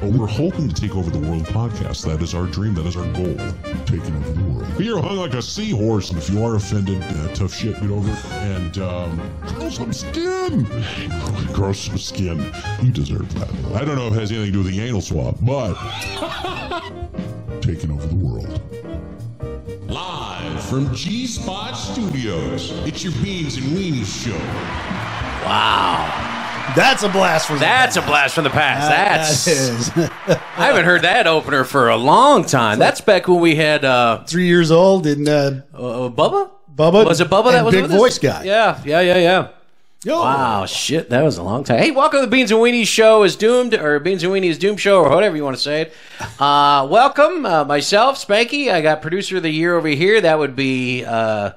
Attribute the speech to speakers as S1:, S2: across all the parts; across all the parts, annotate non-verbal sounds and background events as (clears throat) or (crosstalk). S1: But we're hoping to take over the world podcast. That is our dream. That is our goal. Taking over the world. But you're hung like a seahorse. And if you are offended, uh, tough shit, get over it. And um, grow some skin. (laughs) grow some skin. You deserve that. I don't know if it has anything to do with the anal swab, (laughs) but taking over the world. Live from G Spot Studios, it's your Beans and Weenies show.
S2: That's a blast from
S3: That's a blast from the past. That's
S2: that is. (laughs)
S3: I haven't heard that opener for a long time. That's back when we had uh,
S2: three years old and uh,
S3: uh Bubba.
S2: Bubba
S3: was it Bubba that
S2: and
S3: was
S2: big
S3: with us?
S2: voice guy.
S3: Yeah, yeah, yeah, yeah.
S2: yo,
S3: Wow, shit, that was a long time. Hey, welcome to the Beans and Weenies show is doomed, or Beans and Weenies doom show, or whatever you want to say it. Uh, welcome, uh, myself, Spanky. I got producer of the year over here. That would be uh, uh,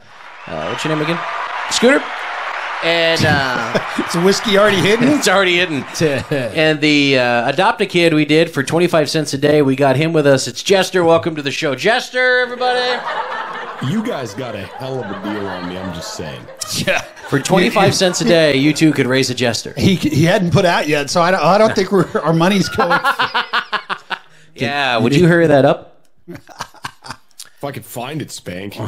S3: what's your name again? Scooter. And uh,
S2: it's whiskey already
S3: (laughs)
S2: hidden.
S3: it's already hidden. And the uh, adopt a kid we did for twenty five cents a day. We got him with us. It's Jester. Welcome to the show, Jester. Everybody
S4: You guys got a hell of a deal on me. I'm just saying.
S2: yeah,
S3: for twenty (laughs) five cents a day, you two could raise a Jester.
S2: he he hadn't put out yet, so I don't, I don't think we're, our
S3: (laughs)
S2: money's going.
S3: Yeah, would you hurry that up?
S4: If I could find it, Spank.
S3: (laughs)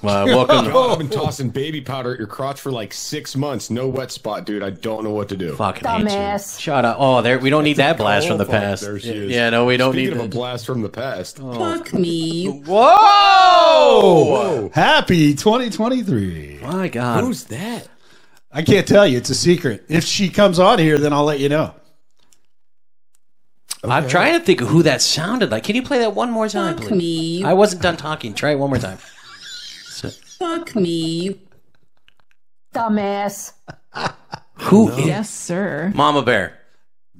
S3: Oh. Well, welcome.
S4: God, I've been tossing baby powder at your crotch for like six months. No wet spot, dude. I don't know what to do.
S3: Fucking hate
S5: Dumbass.
S3: you. Shut up. Oh, there. We don't need that blast
S4: Oh,
S3: from the
S4: fuck,
S3: past.
S4: There she is.
S3: Yeah, no, we don't
S4: Speaking
S3: need
S4: of a
S3: that.
S4: blast from the past.
S6: Oh.
S5: Fuck me.
S3: Whoa!
S4: Whoa.
S2: Happy 2023.
S3: My God.
S4: Who's that?
S2: I can't tell you; it's a secret. If she comes on here, then I'll let you know.
S3: I'm trying to think of who that sounded like. Can you play that one more time,
S5: Fuck
S3: please?
S5: me.
S3: I wasn't done talking. Try it one more time.
S5: Fuck me. Dumbass.
S3: Who is
S7: Yes, sir.
S3: Mama Bear?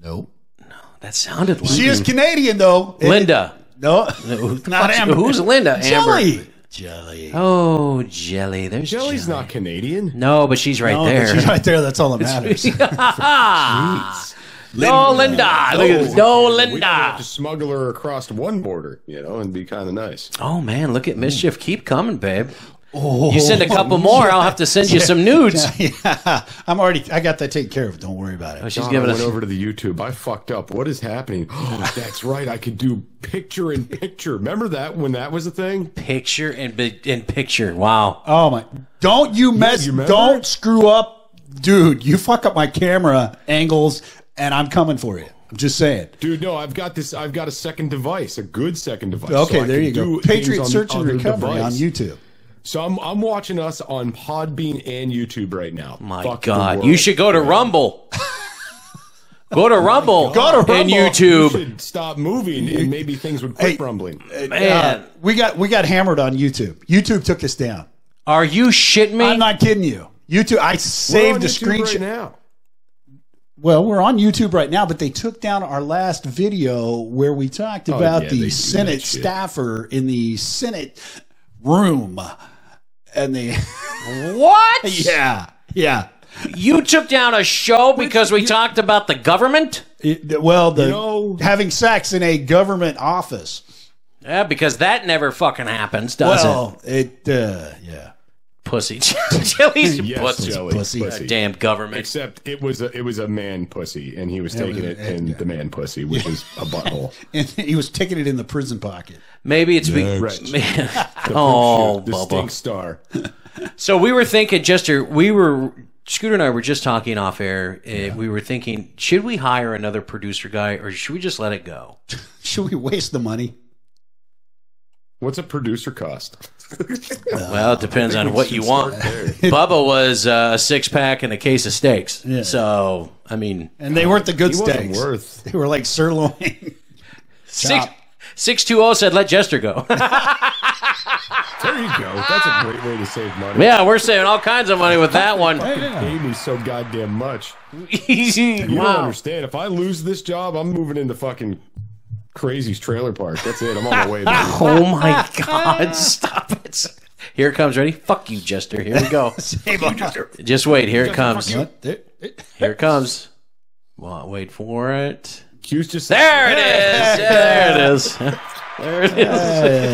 S2: Nope.
S3: That sounded like
S2: She is Canadian though. It-
S3: Linda. (laughs)
S2: no, not
S3: Fuck's-
S2: Amber.
S3: Who's Linda? Amber.
S2: Jelly. Jelly.
S3: Oh, Jelly. There's
S4: Jelly's
S3: Jelly.
S4: not Canadian.
S3: No, but she's right
S2: No, Oh, but
S3: there.
S2: She's
S3: (laughs)
S2: right there. That's all that matters.
S4: Jeez.
S3: no,
S2: Oh,
S3: Linda. Look at- No,
S4: We might have
S3: Linda.
S4: to smuggle her across one border, you know, and be kind of nice.
S3: Oh man, look at mischief. Keep coming, babe. you send a couple more, I'll have to send you some nudes.
S2: (laughs) Oh. yeah, I'm already. I got that taken care of. Don't worry about it.
S3: Oh, She's
S4: God,
S3: giving
S4: I
S3: us.
S4: went over to the YouTube. I fucked up. What is happening?
S3: (gasps)
S4: Oh, that's right. I could do picture in picture. Remember that when that was a thing?
S3: picture and bi- and picture. Wow.
S2: Oh my! Don't you mess?
S4: you remember?
S2: don't screw up, dude. You fuck up my camera angles, and I'm coming for you. I'm just saying.
S4: Dude, no, I've got this. I've got a second device, a good second device. so
S2: Okay,
S4: I
S2: there
S4: can
S2: you go.
S4: do things
S2: Patriot
S4: on
S2: Search and
S4: other
S2: Recovery
S4: device.
S2: on YouTube.
S4: So I'm I'm watching us on Podbean and YouTube right now.
S3: My
S4: Fuck the
S3: God.
S4: world.
S3: You should go
S2: (laughs)
S3: to Rumble. go to Rumble.
S2: Oh, Go to Rumble.
S3: And
S4: You
S2: (laughs)
S3: YouTube.
S4: should stop moving, and maybe things would quit
S2: Hey. uh,
S4: rumbling.
S3: Man,
S2: We got we got hammered on YouTube. YouTube took us down.
S3: are you shitting me?
S2: I'm not kidding you. YouTube. I
S4: We're on
S2: saved a
S4: YouTube right
S2: screenshot.
S4: now.
S2: well, we're on YouTube right now, but they took down our last video where we talked about
S4: Oh, yeah, they do
S2: the
S4: that
S2: Senate
S4: shit.
S2: staffer in the Senate room, and they. (laughs)
S3: what?
S2: yeah, yeah.
S3: You took down a show because we talked about the government?
S2: It- well, the
S4: know-
S2: having sex in a government office.
S3: Yeah, because that never fucking happens, does it?
S2: Well, it, uh, yeah, (laughs)
S3: Pussy. (laughs) Jelly's
S4: Yes,
S3: pussy.
S4: Jelly,
S2: pussy.
S3: Damn government.
S4: Except it was a it was a man pussy, and he was taking it in the man pussy, which is
S2: (laughs)
S4: a butthole.
S2: and he was taking it in the prison pocket.
S3: Maybe it's be- (laughs)
S4: Right.
S3: oh,
S4: the stink
S3: Bubba.
S4: star.
S3: So we were thinking, Jester, we were, Scooter and I were just talking off air. and We were thinking, should we hire another producer guy or should we just let it go?
S2: Should we waste the money?
S4: What's a producer cost? Uh,
S3: well, it depends on what you want. (laughs) Bubba was uh, a six pack and a case of steaks. So, I mean,
S2: And they weren't the good
S4: He wasn't
S2: steaks.
S4: worth.
S2: They were like sirloin. (laughs)
S3: six, 620 said, let Jester go. (laughs)
S4: There you go. That's a great way to save money.
S3: yeah, we're saving all kinds of money with that
S4: (laughs)
S3: one. (laughs)
S4: It paid me so goddamn much.
S3: Easy.
S4: You don't
S3: wow.
S4: understand. If I lose this job, I'm moving into fucking crazy's trailer park. That's it. I'm
S3: (laughs)
S4: on my way. baby.
S3: Oh (laughs) my God. Stop it. Here it comes. Ready? Fuck you, Jester. Here we (laughs) go. Just wait. Here it comes.
S2: What? There- it-
S3: Here it comes. Well, wait for it.
S4: Q's
S3: (laughs)
S4: just
S3: There it is. Yeah, There it is. There it is.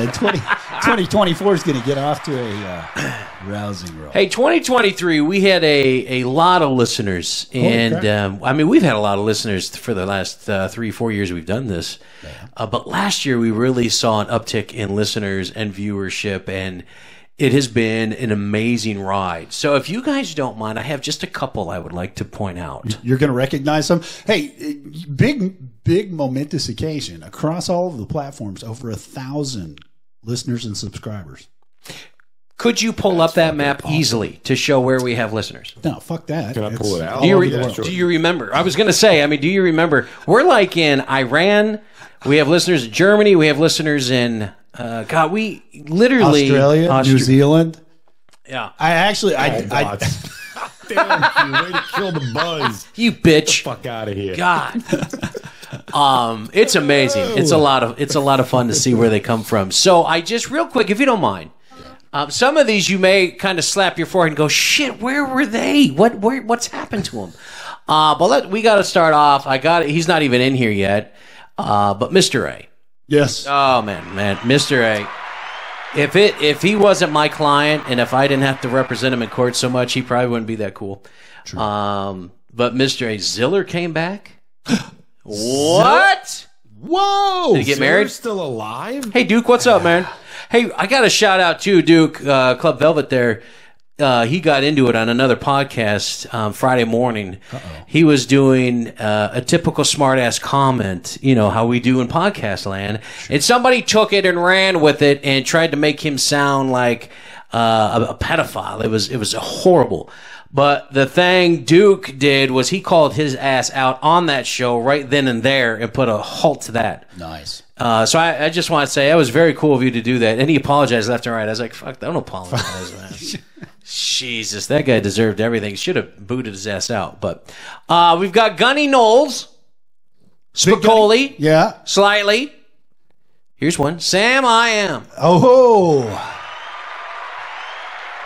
S2: Uh, 20, 2024 is going to get off to a uh, rousing roll.
S3: Hey, 2023, we had a, a lot of listeners. And um, I mean, we've had a lot of listeners for the last uh, three, four years we've done this. Uh, but last year, we really saw an uptick in listeners and viewership. And it has been an amazing ride. So if you guys don't mind, I have just a couple I would like to point out.
S2: You're going to recognize them. Hey, uh, big, big momentous occasion across all of the platforms. Over a thousand listeners and subscribers.
S3: Could you pull up that map easily to show where we have listeners?
S2: No, fuck that.
S4: Can I pull it out?
S3: Do you, re-
S4: Yeah, sure.
S3: do you remember? I was going to say, I mean, do you remember? We're like in Iran. We have listeners in Germany. We have listeners in, uh, God, we literally.
S2: Australia,
S3: Austra-
S2: New Zealand.
S3: Yeah.
S2: I actually, I,
S4: Oh,
S2: I,
S3: (laughs)
S4: bots. (laughs) Damn, you way to kill the buzz.
S3: You bitch.
S4: Fuck out of here.
S3: (laughs) God. um, it's amazing. It's a lot of it's a lot of fun to see where they come from. So I just real quick, if you don't mind, um, some of these you may kind of slap your forehead and go, "Shit, where were they? What where, what's happened to them?" Uh, but let, we got to start off. I got he's not even in here yet. Uh, but Mr. A.
S2: yes.
S3: Oh man, man, Mr. A. If it if he wasn't my client and if I didn't have to represent him in court so much, he probably wouldn't be that cool. Um, but Mr. A. Ziller came back. what?
S4: Whoa! Did
S3: he get married?
S4: Still alive?
S3: Hey Duke, what's up, man? Hey, I got a shout out to Duke uh, Club Velvet. There, uh, he got into it on another podcast um, Friday morning. He was doing uh, a typical smartass comment, you know how we do in podcast land, and somebody took it and ran with it and tried to make him sound like uh, a, a pedophile. It was it was horrible. But the thing Duke did was he called his ass out on that show right then and there and put a halt to that.
S2: nice.
S3: Uh, so I, I just want to say that was very cool of you to do that. And he apologized left and right. I was like, fuck, don't
S2: (laughs)
S3: apologize, man. Jesus, that guy deserved everything. Should have booted his ass out. But uh, we've got Gunny Knowles, Spicoli,
S2: Yeah.
S3: Slightly. Here's one. Sam I am.
S2: Oh,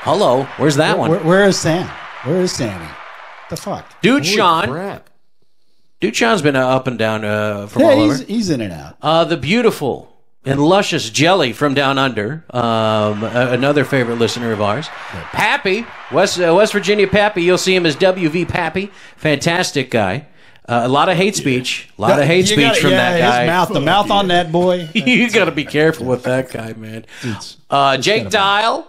S3: Hello. Where's that one?
S2: where, where is Sam? Where is Sammy? The fuck?
S3: Dude Sean.
S4: Crap.
S3: Dude Sean's been uh, up and down uh, from
S2: Yeah,
S3: all over.
S2: he's, he's in and out.
S3: Uh, the beautiful and luscious Jelly from Down Under, um, a- another favorite listener of ours. Pappy, West, uh, West Virginia Pappy, you'll see him as WV Pappy. Fantastic guy. Uh, a lot of hate speech. A lot of hate
S2: You
S3: speech
S2: gotta-
S3: from
S2: yeah,
S3: that guy.
S2: His mouth, the mouth on that (laughs) boy.
S3: (laughs) you got to be careful with that guy, man. Uh, Jake Dial.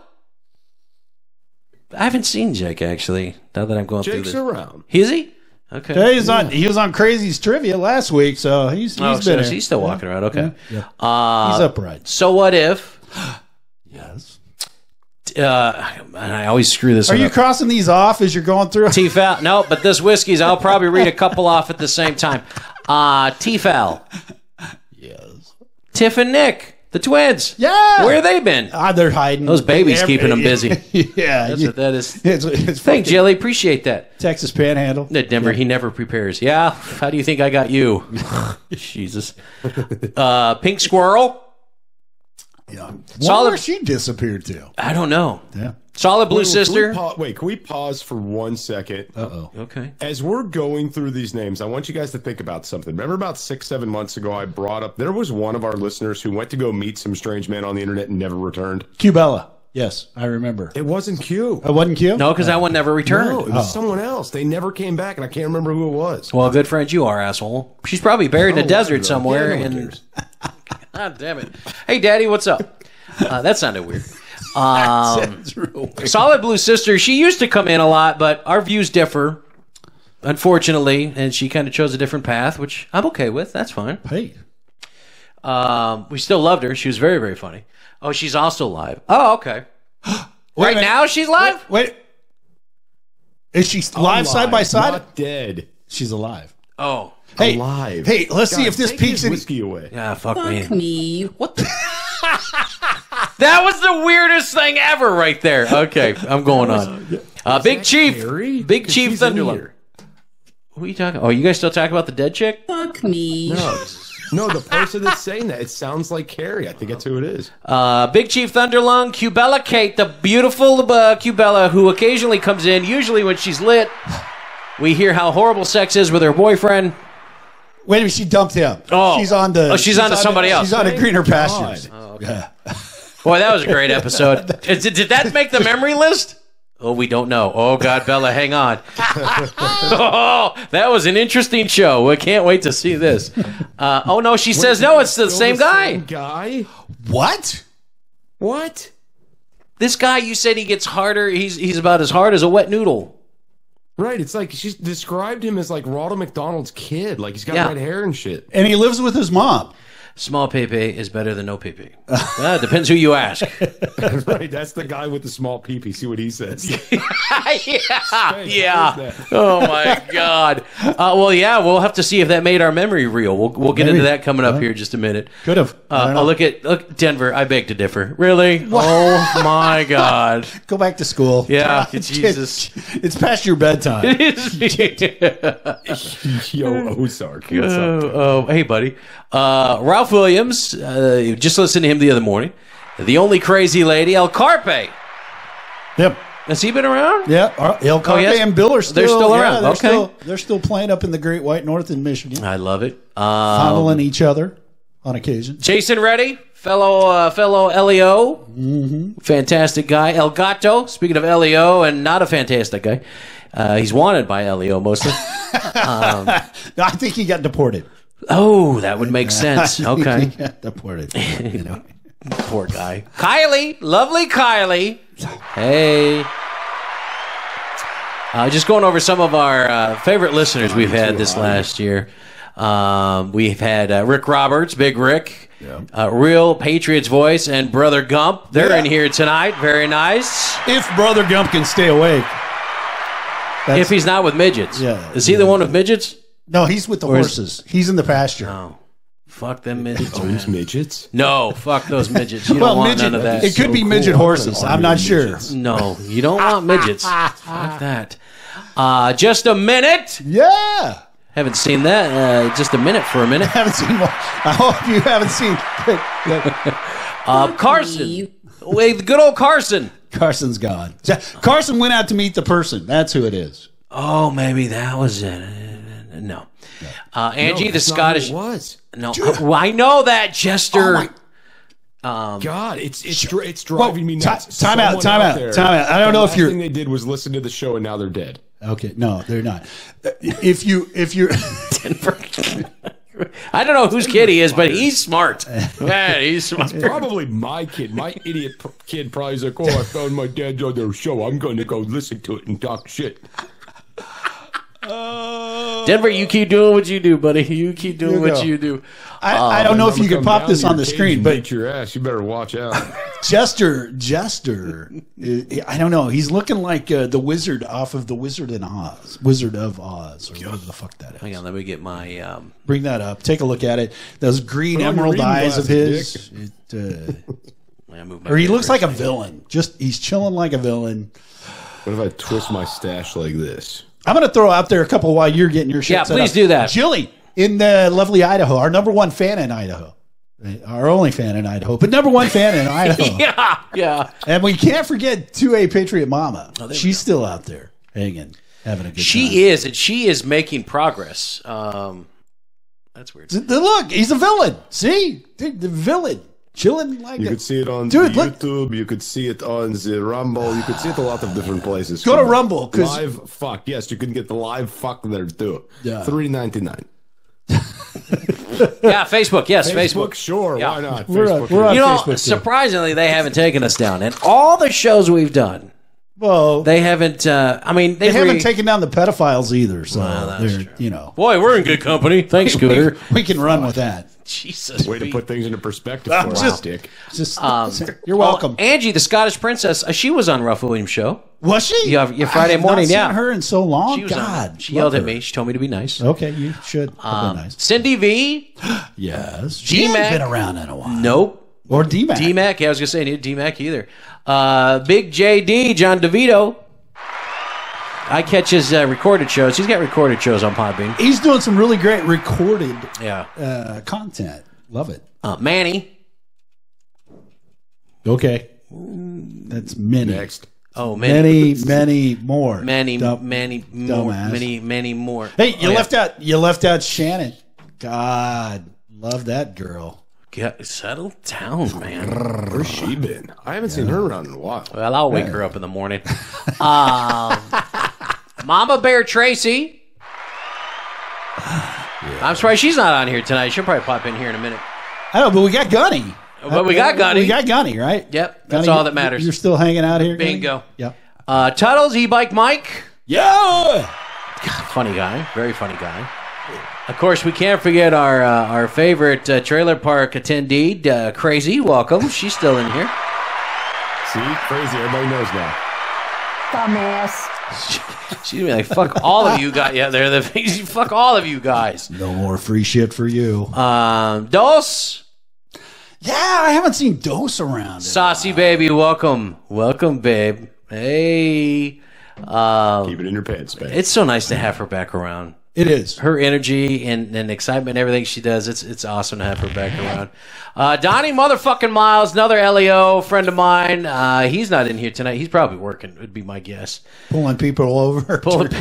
S3: I haven't seen Jake, actually, now that I'm going
S4: Jake's
S3: through this.
S4: around.
S3: Is he? Okay.
S2: Yeah, he's on. He was on Crazy's trivia last week, so he's he's
S3: Oh,
S2: been
S3: so
S2: there.
S3: he's still walking around. Okay.
S2: Yeah.
S3: Uh,
S2: He's upright.
S3: So what if
S2: Yes.
S3: uh, and I always screw this
S2: Are
S3: one
S2: you
S3: up.
S2: crossing these off as you're going through?
S3: T Fowl. No, but this whiskey's, I'll probably read a couple off at the same time. Uh, T Fowl. Yes. Tiff and Nick, the twins.
S2: Yeah.
S3: Where they been?
S2: Ah, they're hiding.
S3: Those babies
S2: Every-
S3: keeping them busy.
S2: (laughs) yeah.
S3: That's
S2: you-
S3: what that is.
S2: it's it's
S3: Thank
S2: fucking
S3: Jilly. Appreciate that.
S2: Texas Panhandle.
S3: That Denver, he never prepares. Yeah. How do you think I got you? (laughs) Jesus. Uh, Pink Squirrel.
S2: Yeah.
S3: Solid-
S2: Where she disappeared to?
S3: I don't know.
S2: Yeah.
S3: Solid Blue
S4: Wait, can we
S3: Sister. Oh.
S4: pa- wait, can we pause for one second?
S3: Okay.
S4: As we're going through these names, I want you guys to think about something. Remember, about six, seven months ago, I brought up there was one of our listeners who went to go meet some strange man on the internet and never returned.
S2: Cubella. Yes, I remember.
S4: It wasn't Q.
S2: It wasn't Q.
S3: No, because that one never returned.
S4: No, it
S2: Oh.
S4: was someone else. They never came back, and I can't remember who it was.
S3: Well, good friend you are, asshole. She's probably buried in a
S4: Oh,
S3: desert
S4: yeah,
S3: somewhere.
S4: no one
S3: and
S4: cares.
S3: (laughs) God damn it! Hey, Daddy, what's up? Uh, that sounded
S4: (laughs)
S3: weird. Um, Solid Blue Sister. She used to come in a lot, but our views differ, unfortunately, and she kind of chose a different path, which I'm okay with. That's fine.
S2: Hey.
S3: Um, we still loved her. She was very, very funny. Oh, she's also live. Oh, okay.
S2: Wait a
S3: Right
S2: minute.
S3: now, she's live.
S2: Wait. Is she live side by
S4: Alive,
S2: side?
S4: Not dead.
S2: She's alive.
S3: Oh,
S2: Hey,
S4: Alive.
S2: Hey, let's see
S4: God,
S2: if this
S4: take his
S2: peaks in.
S4: whiskey away.
S3: yeah. Ah, Fuck, me.
S5: Fuck me.
S3: What the? that was the weirdest thing ever, right there. Okay, I'm going on. Uh, Big Chief,
S4: Harry?
S3: Big
S4: 'Cause
S3: Chief
S4: he's in
S3: Thunderlord.
S4: here.
S3: Who are you talking? Oh, you guys still talking about the dead chick?
S5: Fuck me.
S4: No, no, the person that's saying that it sounds like Carrie. I think that's who it is.
S3: Uh, Big Chief Thunderlung, Cubella Kate, the beautiful uh, Cubella, who occasionally comes in, usually when she's lit. We hear how horrible sex is with her boyfriend.
S2: Wait a minute, she dumped him.
S3: Oh.
S2: she's on the.
S3: Oh, she's onto somebody else.
S2: She's on the greener
S4: Thank
S2: pastures.
S4: God.
S2: Yeah.
S3: Boy, that was a great episode. (laughs) Is it- did that make the memory list? Oh, we don't know. Oh God, Bella, hang on. oh, that was an interesting show. We can't wait to see this. Uh, oh no, she says no. It's the same guy.
S4: guy?
S2: What?
S4: What?
S3: This guy, you said he gets harder. He's he's about as hard as a wet noodle.
S4: Right. It's like she's described him as like Ronald McDonald's kid. Like he's got
S3: Yeah.
S4: red hair and shit. (laughs)
S2: And he lives with his mom.
S3: Small pepe is better than no (laughs) pepe. Uh, depends who you ask.
S4: right. That's the guy with the small peepee. See what
S3: (laughs)
S4: he says.
S3: (laughs) yeah, yeah. (laughs)
S4: that?
S3: Oh my God. Uh, well, yeah, we'll have to see if that made our memory real. We'll we'll get into
S2: Maybe.
S3: that coming up here in just a minute.
S2: Could have. I
S3: Uh,
S2: don't know.
S3: oh, look at look Denver. I beg to differ.
S2: (laughs)
S3: Really? Oh my God.
S2: Go back to school. (laughs)
S3: Yeah, Jesus.
S2: It's past your
S3: (laughs)
S2: bedtime.
S4: Yo, Ozark. What's up?
S3: oh, oh, hey, buddy. Uh, Ralph Williams. Uh, just listened to him the other morning. The only crazy lady, El Carpe.
S2: Yep.
S3: Has he been around?
S2: Yeah. All right. El Carpe
S3: Oh, yes.
S2: and Bill are still,
S3: They're still
S2: yeah,
S3: around.
S2: They're
S3: Okay. Oh.
S2: Still, they're still playing up in the Great White North in Michigan,
S3: I love it. Uh,
S2: fondling each other on occasion. (laughs)
S3: Jason Reddy, fellow uh, fellow Leo,
S2: Mm-hmm.
S3: fantastic guy. El Gato, speaking of Leo, and not a fantastic guy. Uh, he's wanted by Leo
S2: (laughs)
S3: mostly.
S2: No, I think he got deported.
S3: oh, that would
S2: (laughs)
S3: make sense.
S2: he
S3: Okay,
S2: got deported. You know.
S3: poor guy. Kylie, lovely Kylie. Hey. Uh, just going over some of our uh, favorite listeners we've had this last year. Um, we've had uh, Rick Roberts, Big Rick, uh, Real Patriots Voice, and Brother Gump. They're
S2: Yeah.
S3: in here tonight. Very nice.
S2: (laughs) If Brother Gump can stay awake. That's-
S3: If he's not with midgets,
S2: Yeah,
S3: is he
S2: yeah.
S3: the one with midgets?
S2: no, he's with the
S3: is- Oh.
S2: horses. He's in the pasture.
S3: Fuck them midgets.
S4: Owns
S3: man.
S4: midgets?
S3: Oh, No, fuck
S2: (laughs)
S3: those midgets. You don't
S2: well,
S3: want
S2: midget.
S3: none of that.
S2: It could be midget horses. I'm not sure.
S3: no, you don't
S2: (laughs)
S3: want midgets. fuck that. Uh, just a minute.
S2: Yeah. (laughs)
S3: Haven't seen that. Uh, just a minute for a minute.
S2: Haven't seen one. I hope you haven't seen (laughs)
S3: (laughs) Uh, Carson. Wait, good old Carson.
S2: Carson's gone. Ja- Carson went out to meet the person. That's who it is.
S3: Oh, maybe that was it. No. Uh, Angie, the
S4: That's not who
S3: Scottish.
S4: It was.
S3: No, Uh, well, I know that, Jester.
S4: God, it's it's dri- it's driving me
S2: Ti-
S4: nuts.
S2: time out,
S4: Someone
S2: time out,
S4: there-
S2: time out. I don't
S4: the
S2: know if
S4: last
S2: you're-
S4: thing they did was listen to the show and now
S2: (laughs)
S4: they're dead.
S2: Okay, no, they're not. Uh, If you if you (laughs)
S3: (laughs) I don't know whose kid he is, but he's (laughs) smart. (laughs) Yeah, he's smart.
S4: Probably my kid, my idiot p- kid, probably is like, "Oh, I found my dad's other show. I'm going to go listen to it and talk shit."
S3: Denver, you keep doing what you do, buddy. You keep doing
S2: You
S3: what
S2: go.
S3: you do.
S2: I,
S3: Oh,
S2: I don't know if
S4: I'ma
S2: you could
S4: come
S2: pop
S4: down
S2: this
S4: to
S2: on
S4: your
S2: the
S4: cage
S2: screen,
S4: and
S2: but
S4: beat your ass. You better
S2: (laughs)
S4: watch out.
S2: Jester Jester, uh, I don't know. He's looking like uh, the wizard off of the Wizard in Oz, Wizard of Oz, or whatever the fuck that
S3: Hang
S2: is.
S3: on, let me get my. Um,
S2: Bring that up. Take a look at it. Those green
S4: Put on your
S2: emerald
S4: reading
S2: eyes of
S4: glasses,
S2: his. It, uh,
S3: I move my
S2: or he looks
S3: paper.
S2: like a villain. Just he's chilling like a villain.
S4: What if I twist my stash like this?
S2: I'm going to throw out there a couple while you're getting your shit.
S3: Yeah,
S2: set
S3: please
S2: up.
S3: do that.
S2: Jilly in the lovely Idaho, our number one fan in Idaho, our only fan in Idaho, but number one fan
S3: (laughs)
S2: in Idaho.
S3: Yeah, (laughs) yeah.
S2: And we can't forget 2A Patriot
S3: Oh,
S2: Mama. She's still out there hanging, having a good time.
S3: She is, and she is making progress. Um, that's weird.
S2: Th- th- Look, he's a villain. See? Dude, the villain. Chilling like
S4: You
S2: a,
S4: could see it on
S2: Dude,
S4: the
S2: look-
S4: YouTube. You could see it on the Rumble. You could see it a lot of different places.
S2: Go to Rumble, 'cause-
S4: live fuck. Yes, you can get the live fuck there too.
S2: Yeah.
S4: three ninety nine.
S3: Yeah, Facebook. Yes, Facebook.
S4: Facebook, sure.
S3: Yeah.
S4: Why not?
S2: We're on-
S4: Facebook.
S2: we're on-
S3: You know,
S2: Facebook, too.
S3: surprisingly, they haven't taken us down. And all the shows we've done,
S2: well, they,
S3: they haven't. Uh, I mean, they,
S2: haven't
S3: re-
S2: taken down the pedophiles either. So,
S3: that's
S2: they're, you know,
S3: Boy, we're in good company. (laughs) Thanks, Scooter.
S2: we can run with that.
S3: Jesus.
S4: Way to
S3: Pete.
S4: put things into perspective
S2: I'm
S4: for us,
S2: just-
S4: Dick.
S2: Just,
S3: Um,
S2: (laughs) you're
S3: oh,
S2: welcome.
S3: Angie, the Scottish princess. Uh, she was on Ralph Williams' show.
S2: Was she?
S3: Yeah, yeah, Friday
S2: I have
S3: morning,
S2: Not seen
S3: yeah.
S2: her in so long.
S3: She was on.
S2: Oh, God,
S3: She
S2: love
S3: yelled at
S2: her.
S3: me. She told me to be nice.
S2: Okay, you should. Um, nice.
S3: Cindy V.
S2: Yes, she
S3: D-Mac.
S2: hasn't been around in a while.
S3: Nope.
S2: Or D-Mac.
S3: D Mac. Yeah, I was gonna say need D Mac either. Uh, Big JD. John DeVito. I catch his uh, recorded shows. He's got recorded shows on Podbean.
S2: He's doing some really great recorded
S3: Yeah.
S2: uh, content. Love it.
S3: Uh, Manny.
S2: Okay, that's many,
S4: Next.
S3: Oh, Manny.
S2: many, many more.
S3: Manny.
S2: Dumb-
S3: Manny. More,
S2: dumbass.
S3: many. Many more.
S2: Hey, you
S3: Oh, yeah.
S2: left out. You left out Shannon. God, love that girl.
S3: Get, settle down, man.
S4: Where's she been? I haven't seen her around in a while.
S3: Well, I'll wake her up in the morning. (laughs) Um, Mama Bear
S2: (sighs)
S3: Tracy. I'm surprised she's not on here tonight. She'll probably pop in here in a minute.
S2: I know, but we got Gunny.
S3: But we got Gunny.
S2: We got Gunny, right?
S3: Yep, that's
S2: Gunny,
S3: all that matters.
S2: You're still hanging out here. Gunny?
S3: Bingo.
S2: Yep.
S3: Uh, Tuttles, E-Bike Mike.
S2: Yeah.
S3: Funny guy, very funny guy. Of course, we can't forget our uh, our favorite uh, trailer park attendee, uh, Crazy. Welcome, she's still in here.
S4: See, crazy. Everybody knows now.
S3: She's gonna be like, "Fuck all of you guys!" Yeah, they're the (laughs) fuck all of you guys.
S2: No more free shit for you.
S3: Um, Dulce,
S2: yeah, I haven't seen Dose around.
S3: saucy baby, welcome, welcome, babe. Hey, um,
S4: Keep it in your pants, man.
S3: it's so nice to have her back around.
S2: It is.
S3: Her energy and, and excitement, and everything she does, it's it's awesome to have her back around. Uh, Donnie motherfucking Miles, another Leo friend of mine. Uh, he's not in here tonight. He's probably working. Would be my guess.
S2: Pulling people over (laughs)
S3: Pull it,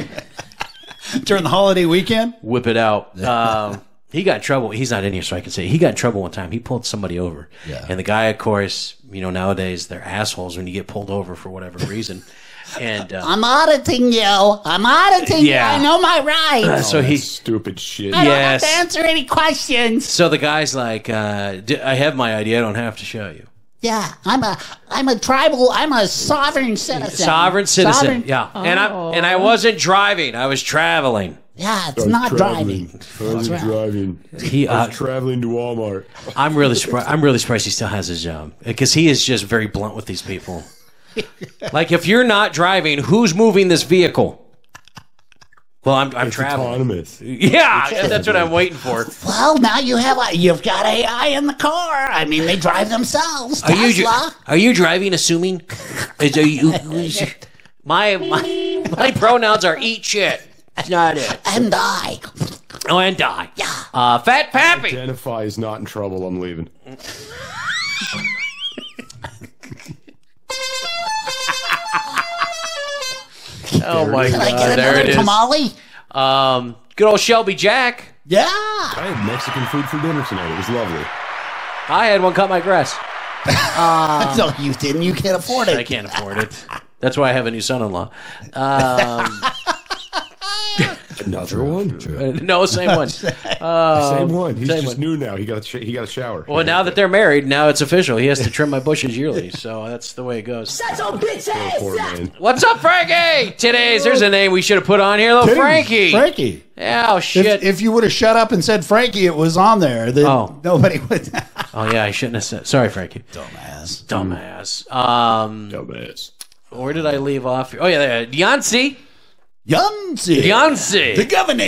S2: during the holiday weekend.
S3: whip it
S7: (laughs)
S3: out. Um, he got in trouble. He's not in here, so I can say it. he got in trouble one time. He pulled somebody over,
S2: Yeah.
S3: and the guy, of course, you know nowadays they're assholes when you get pulled over for whatever
S7: (laughs)
S3: reason, and uh,
S7: I'm auditing you. I'm auditing
S3: Yeah.
S7: you. I know my rights.
S3: so he.
S4: Stupid shit.
S7: I don't have to
S3: Yes.
S7: answer any questions.
S3: So the guy's like, uh, D- I have my idea. I don't have to show you.
S7: Yeah, I'm a I'm a tribal. I'm a sovereign citizen.
S3: Sovereign citizen.
S7: Sovereign- Oh.
S3: Yeah. And I and I wasn't driving. I was traveling.
S7: Yeah, it's not driving.
S4: I was driving.
S3: He,
S4: I
S3: uh,
S4: was traveling to Walmart.
S3: I'm really surprised. I'm really surprised he still has his job because he is just very blunt with these people. like, if you're not driving, who's moving this vehicle? Well, I'm, I'm traveling.
S4: Autonomous.
S3: Yeah, that's what I'm waiting for.
S7: Well, now you have a, you've got AI in the car. I mean, they drive themselves.
S3: Are you,
S7: Tesla.
S3: are you driving? Assuming, is, are you, is- my my my pronouns are eat shit. That's not it.
S7: and I.
S3: Oh, and die. Yeah. Uh, fat pappy.
S4: Identify is not in trouble. I'm leaving.
S3: Oh my
S7: Can I
S3: god,
S7: get
S3: there
S7: another
S3: it is.
S7: tamale?
S3: Um, good old Shelby Jack.
S7: Yeah.
S4: I had Mexican food for dinner tonight. It was lovely.
S3: I had one cut my grass. Um,
S7: no, you didn't. You can't afford
S3: I
S7: it.
S3: can't afford it. That's why I have a new son-in-law. (laughs) Um,
S4: Another one. Uh,
S3: no, same
S2: (laughs)
S3: one.
S4: same one. He's
S3: same
S4: just new now. He got a sh- he got a shower.
S3: Well, now that they're married, now it's official. He has to trim my bushes yearly, so that's the way it goes.
S4: poor man.
S3: What's up, Frankie? Today's there's a name we should have put on here, little Frankie.
S2: Frankie.
S3: Oh
S2: If,
S3: shit.
S2: if you would have shut up and said Frankie, it was on there. Then
S3: Oh.
S2: nobody would. (laughs)
S3: oh yeah, I shouldn't have said. Sorry, Frankie.
S2: Dumbass.
S3: Dumbass. Um,
S4: Dumbass.
S3: where did I leave off? Oh yeah, there. Yancey.
S2: Yunzi.
S3: Yancey.
S2: the governor.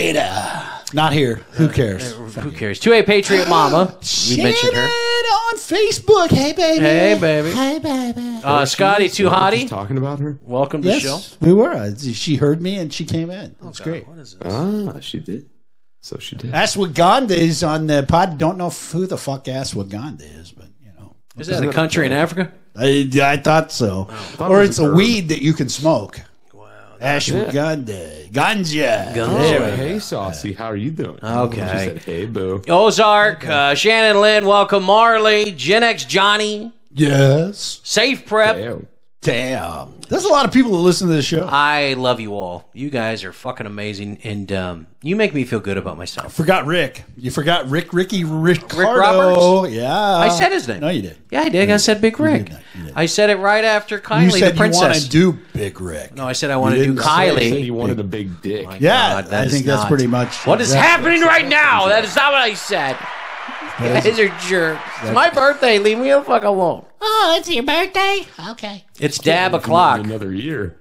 S2: Not here. Who cares?
S3: Uh, Who cares? Two A
S2: (gasps)
S3: Patriot Mama. We mentioned her.
S2: Shit on Facebook. Hey, baby.
S3: Hey, baby.
S2: Hey, baby.
S3: Uh, Scotty Too
S4: Just
S3: Hottie.
S4: talking about her.
S3: Welcome to the show.
S2: Yes, we were. Uh, She heard me and she came in. That's great.
S4: Ah, she did. So she did.
S2: That's Waganda is on the pod. Don't know who the fuck ass Waganda is, but you know,
S3: Is that a country in Africa?
S2: I, I thought so. or it's a weed that you can smoke. Wow, ashwagandha, ganja.
S4: Oh, hey, Saucy. How are you doing?
S3: Okay.
S4: She said, hey, boo.
S3: Ozark, uh, Shannon Lynn, welcome Marley, Gen X Johnny,
S2: Yes,
S3: Safe Prep.
S4: Damn.
S2: damn. There's a lot of people that listen to this show.
S3: I love you all. You guys are fucking amazing, and um, you make me feel good about myself.
S2: forgot Rick. You forgot Rick, Ricky, Ricardo.
S3: Roberts?
S2: Yeah,
S3: I said his name.
S2: No, you did.
S3: Yeah, I did. I said Big Rick.
S2: not. You didn't.
S3: I said it right after
S2: You
S3: Kylie, the
S2: said you want
S3: princess.
S2: to do Big Rick.
S3: no, I said I want to
S2: You
S3: do
S2: didn't
S4: He said
S3: Kylie.
S4: he wanted a big dick.
S2: yeah,
S3: God, that
S2: I
S3: is
S2: think that's
S3: not-
S2: pretty much
S3: What is
S2: exactly-
S3: happening right now? That is not what I said. You guys are jerks. It's my birthday. Leave me the fuck alone.
S7: Oh, it's your birthday. Okay.
S3: It's dab
S4: In
S3: o'clock.
S4: Another year.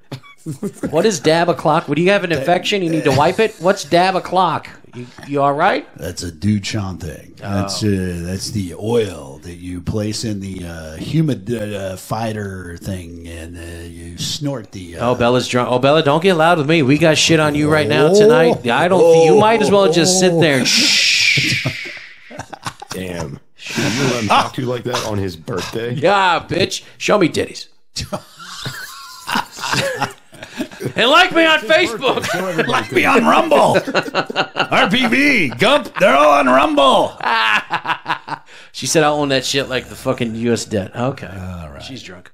S3: What is dab o'clock? Would you have an infection? You need to wipe it. What's dab o'clock? You, you all right?
S2: That's a Duchan thing. That's uh, that's the oil that you place in the uh, humidifier thing, and uh, you snort the. Uh,
S3: Oh, Bella's drunk. Oh, Bella, don't get loud with me. We got shit on you right now tonight. I don't. you might as well just sit there and shh.
S4: Damn.
S3: (laughs)
S4: You let him talk to you like that on his birthday?
S3: Yeah, bitch. Show me titties. and like me on Facebook.
S4: Show everybody
S2: be on Rumble, RPB, Gump. They're all on Rumble.
S3: She said, I own that shit like the fucking U.S. debt. Okay. She's drunk.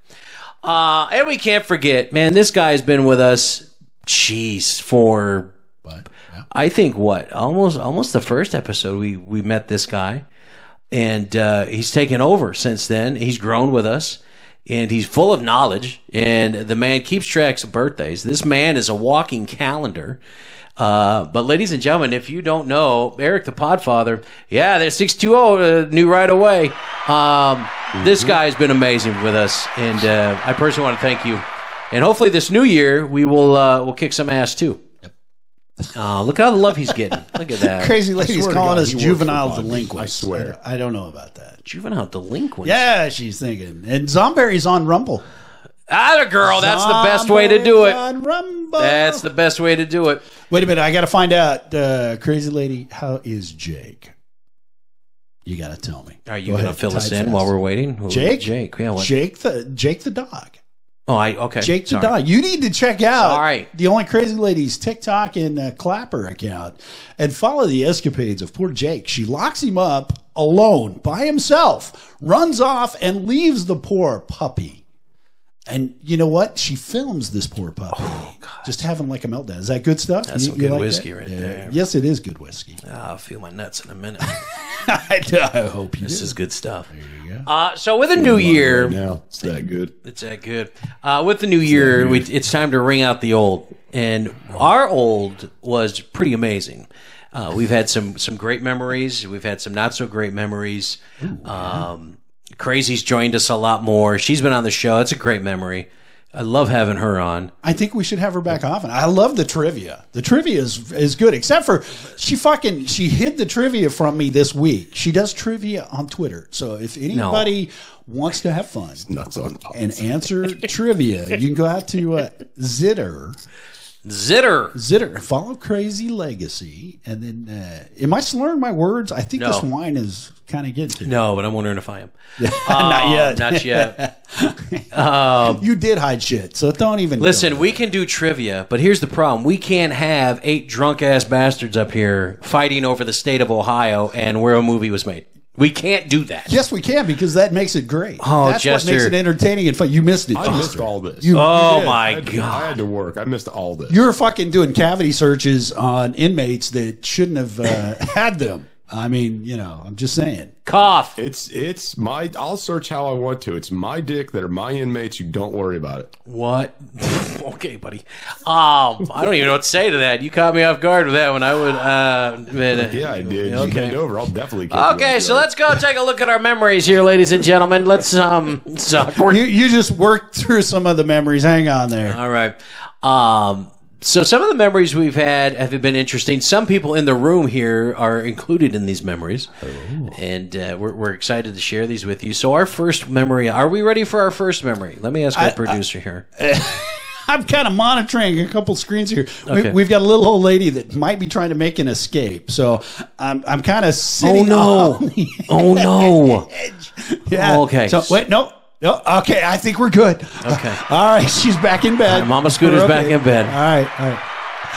S3: Uh, and we can't forget, man, this guy has been with us, jeez, for,
S2: But yeah.
S3: I think, what? Almost almost the first episode we, we met this guy. And uh, he's taken over since then. He's grown with us. And he's full of knowledge. And the man keeps tracks of birthdays. This man is a walking calendar. Uh, but ladies and gentlemen, if you don't know Eric the Podfather, yeah, there's 620 uh, new right away. Um, This guy has been amazing with us, and uh, I personally want to thank you. And hopefully, this new year we will uh, will kick some ass too. Uh, look how the love he's getting. Look at that
S2: Crazy lady's
S4: swear to
S2: calling
S4: God,
S2: us
S4: he works
S2: juvenile
S4: for Biden.
S2: delinquents.
S4: I swear.
S2: I don't know about that.
S3: juvenile delinquent.
S2: Yeah, she's thinking. And Zomberry's on Rumble.
S3: Atta girl. That's the best way to do
S2: Zomberry's
S3: it.
S2: On Rumble.
S3: That's the best way to do it.
S2: Wait a minute. I got to find out. Uh, Crazy lady, how is Jake? You got to tell me.
S3: Are you
S2: Go
S3: going to
S2: ahead,
S3: fill us
S2: type
S3: in
S2: fast.
S3: while we're waiting? Who-
S2: Jake?
S3: Jake. Yeah. What?
S2: Jake the Jake the dog.
S3: Oh, I okay.
S2: Jake the
S3: Sorry.
S2: dog. You need to check out
S3: Sorry.
S2: the only crazy lady's TikTok and uh, Clapper account and follow the escapades of poor Jake. She locks him up alone by himself, runs off, and leaves the poor puppy. And you know what? She films this poor puppy just having like a meltdown. Is that good stuff?
S3: Oh, That's
S2: You-
S3: some
S2: you
S3: good
S2: like
S3: whiskey right
S2: Yeah.
S3: there.
S2: Yes, it is good whiskey.
S3: I'll feel my nuts in a minute.
S2: (laughs) I, do- I hope you
S3: This
S2: do.
S3: is good stuff. Uh, so with a new
S4: Right
S3: year,
S4: now it's that good.
S3: it's that good. Uh, with the new year, we, it's time to ring out the old, and our old was pretty amazing. Uh, we've had some some great memories. We've had some not so great memories. um, Crazy's joined us a lot more. She's been on the show. It's a great memory. I love having her on.
S2: I think we should have her back often. I love the trivia. The trivia is is good, except for she fucking she hid the trivia from me this week. She does trivia on Twitter. So if anybody wants to have fun
S4: Nuts on top.
S2: and answer trivia, you can go out to uh, Zitter,
S3: Zitter.
S2: Zitter, follow Crazy Legacy, and then uh, am I slurring my words? I think
S3: No.
S2: this wine is kind of getting to me.
S3: No, but I'm wondering if I am.
S2: (laughs)
S3: Um,
S2: not yet. (laughs)
S3: Not yet.
S2: you did hide shit, so don't even
S3: Listen, we can do trivia, but here's the problem: we can't have eight drunk ass bastards up here fighting over the state of Ohio and where a movie was made. We can't do that.
S2: Yes, we can because that makes it great.
S3: Oh,
S2: That's
S3: Chester.
S2: what makes it entertaining and fun. You missed it.
S4: I missed
S2: Chester.
S4: all this.
S2: You-
S3: Oh
S4: I
S3: my
S4: had to-
S3: god!
S4: I had to work. I missed all this.
S2: You're fucking doing cavity searches on inmates that shouldn't have
S3: (laughs)
S2: uh, had them. I mean, you know, I'm just saying.
S3: Cough.
S4: It's it's my. I'll search how I want to. It's my dick that are my inmates. You don't worry about it.
S3: What? (laughs) okay, buddy. Um, I don't even know what to say to that. You caught me off guard with that one. I would. Uh, man,
S4: Yeah, I did. You
S3: Okay.
S4: bend over. I'll definitely. kick you
S3: Okay,
S4: under
S3: so
S4: that.
S3: let's go take a look at our memories here, ladies and gentlemen. Let's um. (laughs) it's awkward.
S2: You, you just worked through some of the memories. Hang on there.
S3: All right. Um, so some of the memories we've had have been interesting. Some people in the room here are included in these memories, and uh, we're, we're excited to share these with you. So our first memory. Are we ready for our first memory? Let me ask our producer here.
S2: I'm kind of monitoring a couple screens here. We,
S3: Okay.
S2: we've got a little old lady that might be trying to make an escape. So I'm, I'm kind of
S3: Oh
S2: sitting.
S3: no! (laughs)
S2: on the-
S3: Oh no! Oh,
S2: yeah.
S3: Okay.
S2: So wait, no. No, okay, I think we're good.
S3: Okay.
S2: (laughs) All right, she's back in bed.
S3: Mama Scooter's
S2: We're
S3: back in bed.
S2: All right, (laughs) all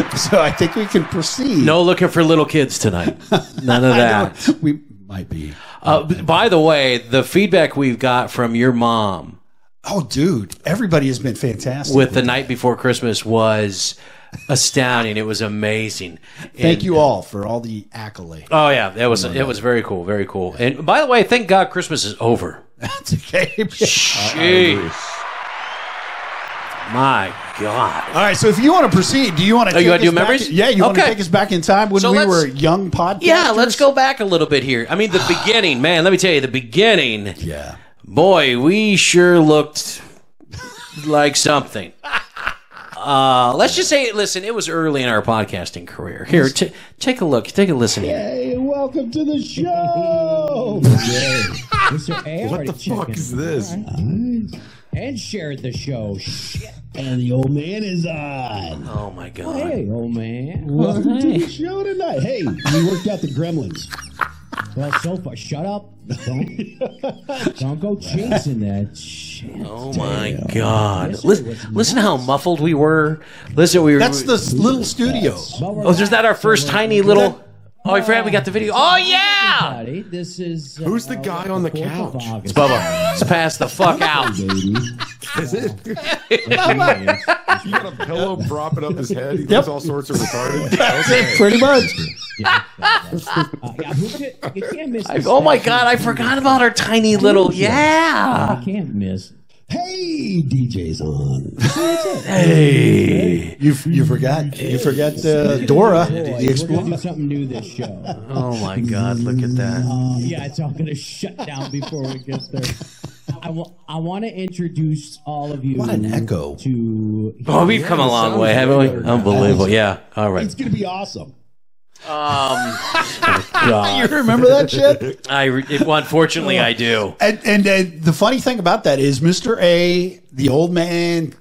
S2: right. So I think we can proceed.
S3: No looking for little kids tonight. (laughs) None of
S2: I
S3: that. (laughs)
S2: don't- we might be.
S3: Uh, b- by the way, the feedback we've got from your mom
S2: Oh, dude, everybody has been fantastic.
S3: with the night before Christmas was astounding. It was amazing.
S2: Thank
S3: And-
S2: you all for all the accolade.
S3: Oh yeah, that was it was very cool, very cool. And by the way, thank God Christmas is over.
S2: (laughs) That's okay.
S3: Jeez, my God.
S2: all right, so if you want to proceed, do you want to?
S3: Oh, you
S2: take
S3: wanna do
S2: us back-
S3: memories?
S2: yeah, you want to
S3: Okay.
S2: take us back in time when
S3: So
S2: we
S3: let's-
S2: were young podcasters?
S3: Yeah, let's go back a little bit here. I (sighs) mean, the beginning, man. Let me tell you, the beginning.
S2: Yeah,
S3: Boy, we sure looked like (laughs) something. Uh, let's just say, listen, it was early in our podcasting career. Here, t- take a look, take a listen. Here.
S2: Hey, welcome to the
S8: Oh,
S2: show.
S4: What the fuck is this?
S8: and shared the show. Shit. And the old man is on.
S3: Oh my God.
S8: Hey, old man. Welcome to the show tonight. Hey, we worked out the gremlins. Well, so far, shut up. Don't, (laughs) don't go chasing that shit.
S3: Oh my God! Listen, listen how muffled we were. Listen, we were.
S2: That's the s- little studio.
S8: But we're
S3: Oh, is that our first tiny little? Oh, I forgot we got the video. Oh yeah,
S8: Everybody, This is uh,
S4: Who's the guy on the
S8: 4th of
S4: couch?
S8: August.
S3: Bubba, let's pass the fuck out.
S8: baby.
S4: Is (laughs) it?
S3: (laughs)
S8: Anyways,
S4: You got a pillow propping up his head. He looks all sorts of retarded.
S3: (laughs)
S4: Okay.
S2: (laughs) Pretty much.
S8: uh, yeah, who could- you can't miss.
S3: I-
S8: this
S3: oh my
S8: statue.
S3: god, I forgot about our tiny little yeah.
S8: You can't miss. Hey, DJ's on.
S2: Hey, you you forgot you forgot uh, Dora the
S8: Boy, we're gonna do
S2: Explorer.
S8: something new this
S3: (laughs)
S8: show.
S3: Oh my god, look at that.
S8: Uh, yeah, it's all gonna shut down before we get there. I want to introduce all of you.
S2: What an echo.
S8: To
S3: Oh, we've come a long way, haven't we? Unbelievable. Yeah. All right.
S8: it's gonna be awesome.
S2: You remember that shit?
S3: I re- it- well, unfortunately I do.
S2: And, and and the funny thing about that is Mr. A, the old man,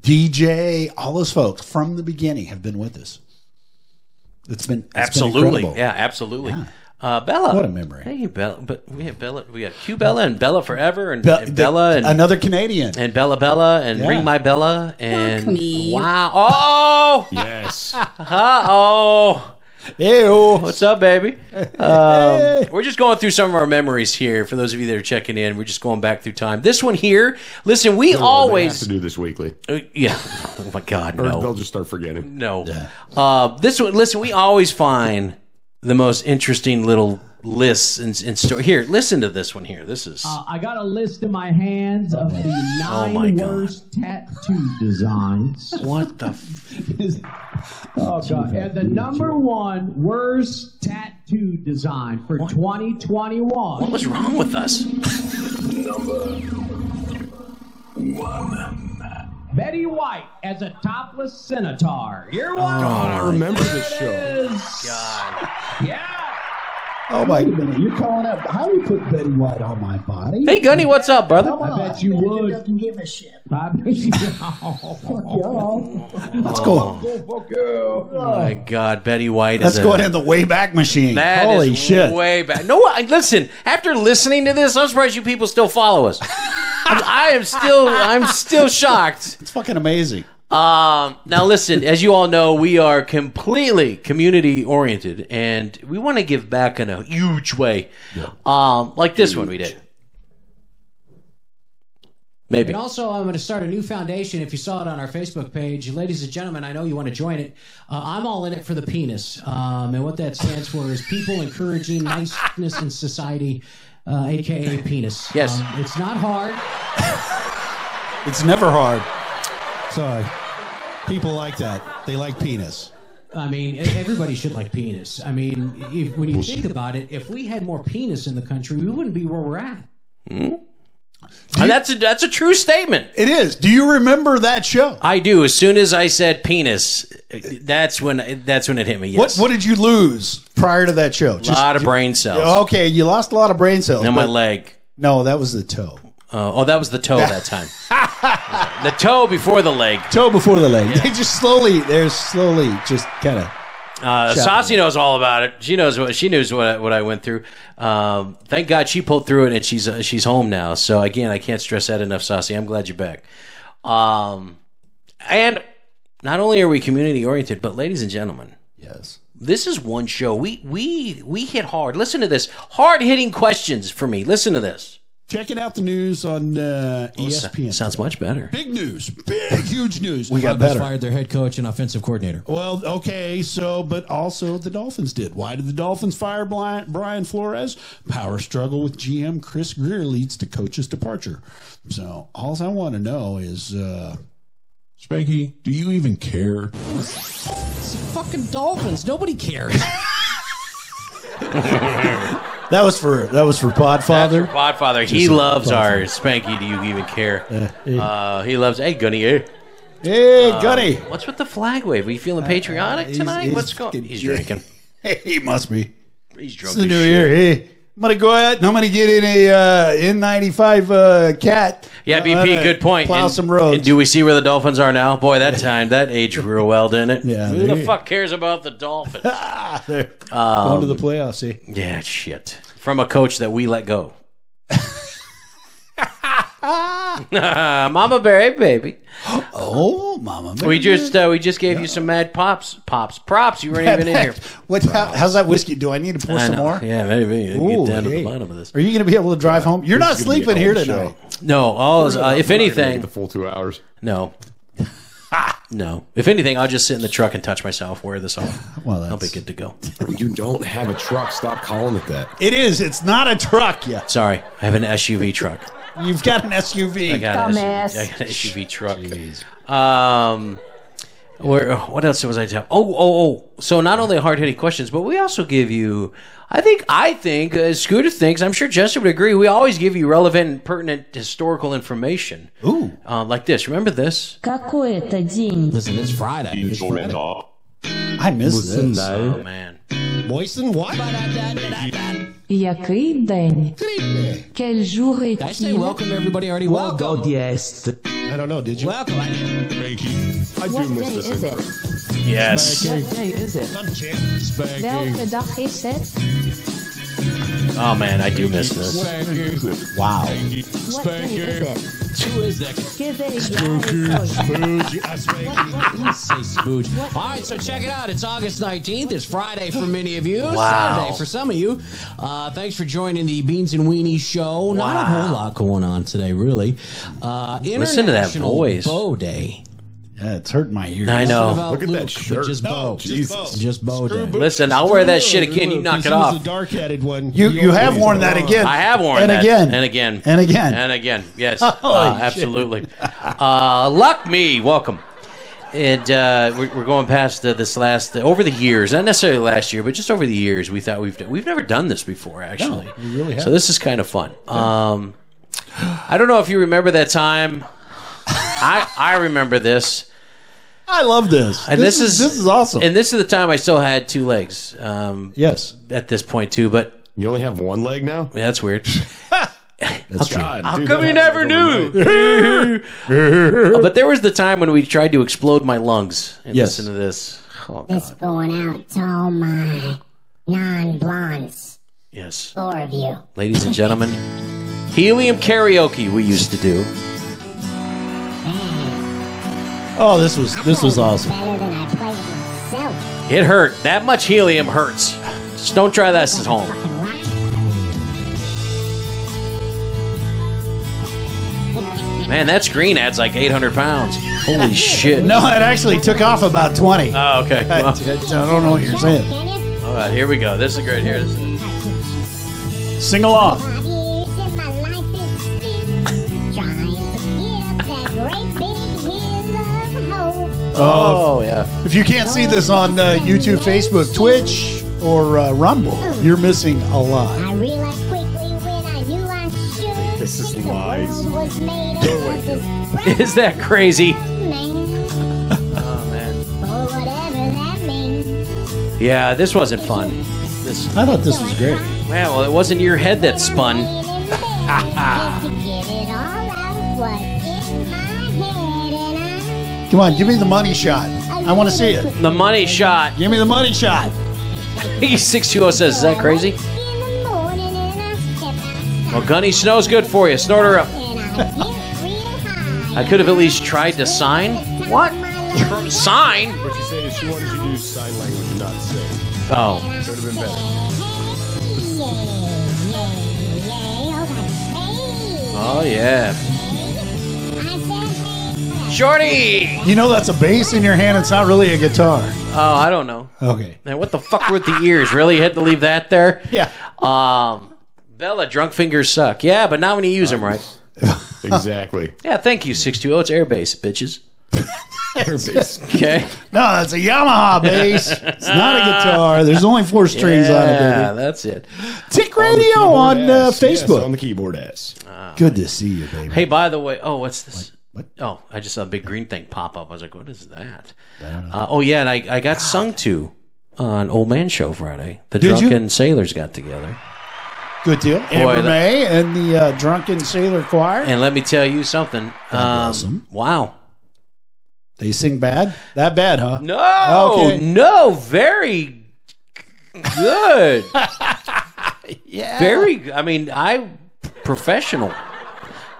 S2: DJ, all those folks from the beginning have been with us. It's been it's been
S3: Absolutely.
S2: incredible.
S3: Yeah, absolutely. Uh, Bella.
S2: What a memory.
S3: Hey, Bella. But we have Bella. We have Q Bella and Bella Forever and,
S2: Be-
S3: and Bella
S2: the-
S3: and,
S2: another Canadian.
S3: and Bella Bella and
S2: Yeah.
S3: Ring My Bella and
S5: Fuck me.
S3: Wow. Oh.
S4: Yes.
S3: (laughs) Uh oh.
S2: Ew.
S3: What's up,
S2: (laughs)
S3: baby? Um, we're just going through some of our memories here. For those of you that are checking in, we're just going back through time. This one here, listen, we
S4: They have
S3: always,
S4: to do this weekly.
S3: Uh, yeah. (laughs) Oh my God,
S4: Or they'll
S3: no,
S4: just start forgetting.
S3: no. Uh, this one, listen, we always find the most interesting little lists and, and story. Here, listen to this one here. This is
S8: Uh, I got a list in my hands of the
S3: Oh
S8: nine
S3: my God.
S8: worst tattoo designs. (laughs)
S3: what the. F-
S8: oh god! And the number one worst tattoo design for 2021.
S3: what was wrong with us?
S8: Betty White as a topless senator. You're one.
S4: I
S3: Oh
S4: remember this show.
S8: Yeah.
S2: Oh my god.
S9: You're calling up. How do you put Betty White on my body?
S3: Hey, Gunny, what's up, brother?
S8: I bet you would.
S9: Doesn't give a shit.
S8: I bet you. Oh.
S2: Let's go.
S3: Oh my God, Betty White.
S2: Let's
S3: is
S2: go
S3: a,
S2: in the Wayback Machine.
S3: That is
S2: Holy shit.
S3: way back. No, I, listen. After listening to this, I'm surprised you people still follow us. I'm, I am still, I'm still shocked.
S2: It's fucking amazing.
S3: Um, now, listen. As you all know, we are completely community oriented, and we want to give back in a huge way, um, like this one we did. Maybe.
S6: And also, I'm going to start a new foundation. If you saw it on our Facebook page, ladies and gentlemen, I know you want to join it. Uh, I'm all in it for the penis, um, and what that stands for is people encouraging niceness in society, uh, aka penis.
S3: Yes.
S6: Um, it's not hard.
S2: It's never hard.
S9: Sorry. People like that. They like penis.
S6: I mean, e- everybody should like penis. I mean, if, when you think about it, if we had more penis in the country, we wouldn't be where we're at.
S3: And that's a, that's a true statement.
S2: It is. Do you remember that show?
S3: I do. As soon as I said penis, that's when that's when it hit me. Yes.
S2: What What did you lose prior to that show?
S3: A
S2: Just,
S3: lot of brain cells.
S2: okay, you lost a lot of brain cells.
S3: and my
S2: Oh, but-
S3: leg.
S2: no, that was the toe.
S3: Uh, oh, that was the toe
S2: (laughs)
S3: that time. the toe before the leg.
S2: Toe before the leg. (laughs) They just slowly, they're slowly just kind of.
S3: Uh, Saucy knows all about it. She knows what she knows what I, what I went through. Um, thank God she pulled through it, and she's uh, she's home now. So again, I can't stress that enough, Saucy. I'm glad you're back. Um, and not only are we community oriented, but ladies and gentlemen,
S2: Yes.
S3: this is one show we we we hit hard. Listen to this hard hitting questions for me. Listen to this.
S9: Checking out the news on uh, ESPN.
S3: Sounds much better.
S9: Big news. Big, huge news.
S2: We got better.
S6: Fired their head coach and offensive coordinator.
S9: Well, okay, so, but also the Dolphins did. Why did the Dolphins fire Bli- Brian Flores? Power struggle with GM Chris Greer leads to coach's departure. So, all I want to know is uh,
S1: Spanky, do you even care?
S6: Fucking dolphins. Nobody cares.
S2: That was for that was for Podfather.
S3: Podfather, he loves our Spanky. Do you even care? Uh, he loves. Hey, Gunny, eh?
S2: Hey,
S3: Uh,
S2: Gunny.
S3: what's with the flag wave? Are you feeling patriotic
S2: Uh, he's-
S3: tonight?
S2: he's
S3: what's going?
S2: fucking-
S3: He's drinking.
S2: Hey, he must be.
S3: He's
S2: It's
S3: drunk.
S2: the
S3: as
S2: new
S3: shit.
S2: year. Hey, I'm gonna go out and I'm gonna get in a uh, N95 uh, cat.
S3: Yeah,
S2: I'm gonna
S3: BP. Good point.
S2: Plow
S3: And-
S2: some roads.
S3: and do we see where the Dolphins are now? Boy, that time that aged real well, didn't it?
S2: Yeah,
S3: Who the
S2: they-
S3: fuck cares about the Dolphins?
S2: Ah, Going to the playoffs. See.
S3: (laughs)
S2: (laughs)
S3: yeah, shit. From a coach that we let go. (laughs) Mama Bear, hey, baby.
S2: Oh, mama.
S3: We just uh, we just gave you some mad pops, pops, props. You weren't even in here.
S2: What? How, how's that whiskey? Do I need to pour
S3: I
S2: some
S3: know.
S2: more?
S3: Yeah, maybe. you can
S2: Ooh,
S3: get down to
S2: hey.
S3: the bottom of this.
S2: Are you going to be able to drive home? You're not
S4: is gonna be
S2: sleeping
S4: a
S2: here
S4: long
S2: tonight.
S4: show.
S3: No, all is, uh, if
S4: We're not gonna get
S3: anything,
S4: the full two hours.
S3: no. No. If anything, I'll just sit in the truck and touch myself, wear this off.
S2: Well,
S3: I'll be
S2: that's-
S3: good to go.
S4: You don't have a truck. Stop calling it that.
S2: It is. It's not a truck yet.
S3: Sorry, I have an SUV truck.
S2: You've got an
S3: I
S2: SUV.
S3: got an SUV, I
S5: Dumbass.
S3: got an SUV truck. Um, where, what else was I telling? Oh, oh, oh. So not only hard hitting questions, but we also give you. I think I think uh, Scooter thinks. I'm sure Jester would agree. We always give you relevant and pertinent historical information. Ooh, uh, like this. Remember this?
S5: Какое-то день.
S8: Listen, it's Friday. It's Friday.
S2: I miss this.
S3: Oh man.
S8: Moisten what?
S5: Який день? Quel jour est
S6: I say welcome everybody. Already welcome.
S8: I don't know. Did you?
S6: Welcome. I-
S4: I do
S5: What
S4: miss
S5: day
S4: this.
S5: is it?
S4: intro.
S3: Yes.
S5: What day is it? Welke dag is het?
S3: Oh man, I do miss this.
S2: Wow.
S5: What day is it?
S6: Who is that? Say spooge. All right, so check it out. It's August 19th. It's Friday for many of you.
S3: Wow.
S6: Saturday for some of you. Uh, thanks for joining the Beans and Weenie show. Not a whole lot going on today, really. Uh,
S3: Listen to that
S6: International
S3: voice. Oh,
S6: Bow Day.
S2: Yeah, it's hurting my ears.
S3: I know.
S6: About
S4: Look at
S6: Luke,
S4: that
S6: but
S4: shirt.
S6: Just
S4: Oh,
S6: Bow.
S4: Jesus.
S6: Just Bow Day.
S3: Listen, I'll wear that shit again. You knock it
S8: He's
S3: off.
S8: a dark-headed one.
S2: You
S8: He
S2: you
S8: always
S2: have
S8: is
S2: worn
S8: the
S2: that
S8: wrong.
S2: again.
S3: I have worn
S2: and
S3: that.
S2: again
S3: and again
S2: and again.
S3: and again. Yes,
S2: (laughs) Holy
S3: Uh,
S2: shit.
S3: absolutely. Uh, luck me, welcome. And uh, we're, we're going past uh, this last over the years, not necessarily last year, but just over the years. We thought we've we've never done this before, actually. we really have. So this is kind of fun. Um, I don't know if you remember that time. I I remember this.
S2: I love this.
S3: And this, is,
S2: this is awesome.
S3: And this is the time I still had two legs. Um,
S2: yes.
S3: at this point too, but
S4: You only have one leg now?
S3: yeah, that's weird.
S4: That's God, How
S3: Come you never knew.
S2: (laughs)
S3: but there was the time when we tried to explode my lungs. And
S2: Yes.
S3: Listen to this. Oh, God.
S10: It's going out to all my non blondes,
S3: Yes.
S10: four of you.
S3: Ladies and gentlemen, helium karaoke we used to do.
S2: Oh, this was this was awesome.
S10: Better than I played myself.
S3: It hurt. That much helium hurts. Just don't try this at home.
S10: Fucking rock.
S3: Man, that screen adds like 800 pounds.
S2: (laughs)
S3: Holy shit.
S2: No, it actually took off about twenty.
S3: Oh, okay.
S2: (laughs) I,
S3: Well,
S2: I don't know what you're saying.
S10: Can you?
S3: all right, here we go. This is great. Here. This is-
S2: Sing along.
S10: Five years and my life is spent trying to give that great big hill of hope.
S3: Oh, yeah. (laughs)
S2: If you can't see this on uh, YouTube, Facebook, Twitch, or uh, Rumble, you're missing a lot.
S10: I realized quickly when I knew I should.
S4: This is
S10: that
S4: lies.
S10: The world was made up of this bright
S3: Is that crazy?
S10: man,
S3: Oh, man.
S10: or whatever that means.
S3: Yeah, this wasn't fun. This,
S2: I thought this was great.
S3: man, well, it wasn't your head that (laughs) spun.
S2: Come on, give me the money shot. I want to see it.
S3: The money shot.
S2: Give me the money shot.
S3: E620 says, is that crazy? Well, Gunny Snow's good for you. Snort her up. I could have at least tried to sign. What? Tr- sign?
S4: What she said is she wanted you to use sign language, not sing.
S3: Oh.
S4: Could have been better.
S3: Oh, yeah. Shorty!
S2: You know that's a bass in your hand. It's not really a guitar.
S3: Oh, I don't know.
S2: Okay.
S3: Man, what the fuck with the ears? Really? You had to leave that there?
S2: Yeah.
S3: Um, Bella, drunk fingers suck. Yeah, but not when you use them right. (laughs)
S4: Exactly.
S3: Yeah, thank you, 620. It's airbase, bitches.
S4: Airbase.
S3: Okay.
S2: No, that's a Yamaha bass. It's not a guitar. There's only four strings on it.
S3: Yeah,
S2: Baby.
S3: that's it.
S2: Tick Radio
S4: Keyboard
S2: on uh,
S4: ass. Yes,
S2: Facebook.
S4: on the keyboard ass.
S2: Good to see you, baby.
S3: Hey, by the way, oh, what's this? Oh, I just saw a big green thing pop up. I was like, what is that? Uh, oh, yeah, and I, I got sung to on Old Man Show Friday. The
S2: Did you?
S3: drunken sailors got together.
S2: Good deal. Amber
S3: that-
S2: May and the uh, Drunken Sailor Choir.
S3: And let me tell you something. Um, wow.
S2: they sing bad. That bad, huh?
S3: No,
S2: Okay.
S3: no, very
S2: (laughs)
S3: good. yeah. Very, I mean, I professional.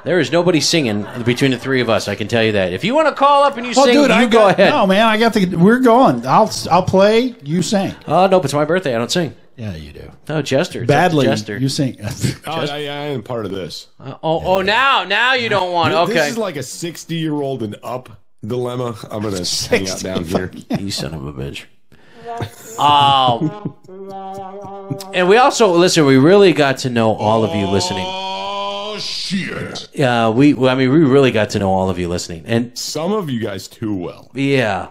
S3: There is nobody singing between the three of us. I can tell you that. If you want to call up and you
S2: Well,
S3: sing,
S2: Oh, dude,
S3: you
S2: I
S3: go
S2: got-
S3: ahead.
S2: No, man, I got the. We're going. I'll I'll play. You sing.
S3: Oh nope, it's my birthday. I don't sing.
S2: Yeah, you do.
S3: No, Jester. It's up to
S2: Badly.
S3: Jester.
S2: You sing. (laughs)
S4: Oh, I, I am part of this.
S3: Oh, oh, now, now you don't want.
S4: Th-
S3: Okay.
S4: This is like a 60 year old and up dilemma. I'm going to hang out
S2: 60
S4: down here.
S3: You son of a bitch. Oh. and we also listen. We really got to know all of you listening.
S1: Oh, shit.
S3: Yeah, we. well, I mean, we really got to know all of you listening. And
S4: Some of you guys too well.
S3: yeah,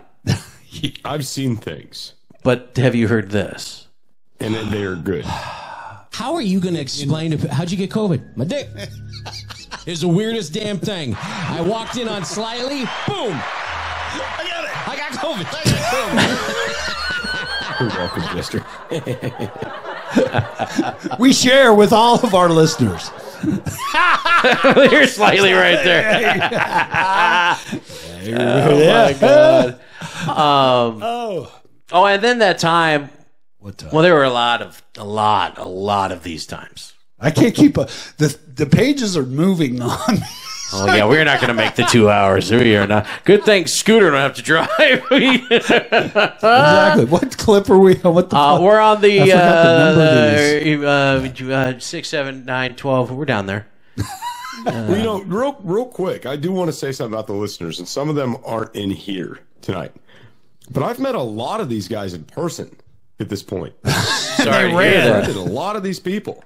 S4: I've seen things,
S3: but have you heard this? (laughs)
S4: and they are good.
S8: How are you going to explain to how'd you get COVID? My
S6: (laughs)
S8: dick is the weirdest damn thing. I walked in on slightly, boom. I got it. I got COVID.
S4: (sighs) You're welcome, Jester.
S2: we share with all of our listeners.
S3: You're slightly
S2: (laughs)
S3: right there. (laughs)
S2: yeah.
S3: Um, Oh, and then that time.
S2: What time?
S3: Well, there were a lot of, a lot, a lot of these times.
S2: I can't keep a. The the pages are moving on. (laughs)
S3: Oh yeah, we're not going to make the two hours. We are not. Good thing Scooter don't have to (laughs) drive.
S2: exactly. What clip are we? on? What the?
S3: Uh,
S2: fuck?
S3: we're on the,
S2: I forgot the
S3: uh,
S2: number
S3: the, uh, uh, six, seven, nine, twelve. We're down
S4: (laughs)
S3: there.
S4: Well, you know, real real quick, I do want to say something about the listeners, and some of them aren't in here tonight. But I've met a lot of these guys in person at this (laughs) point.
S3: Sorry, to hear
S4: I
S3: that.
S4: did a lot of these people.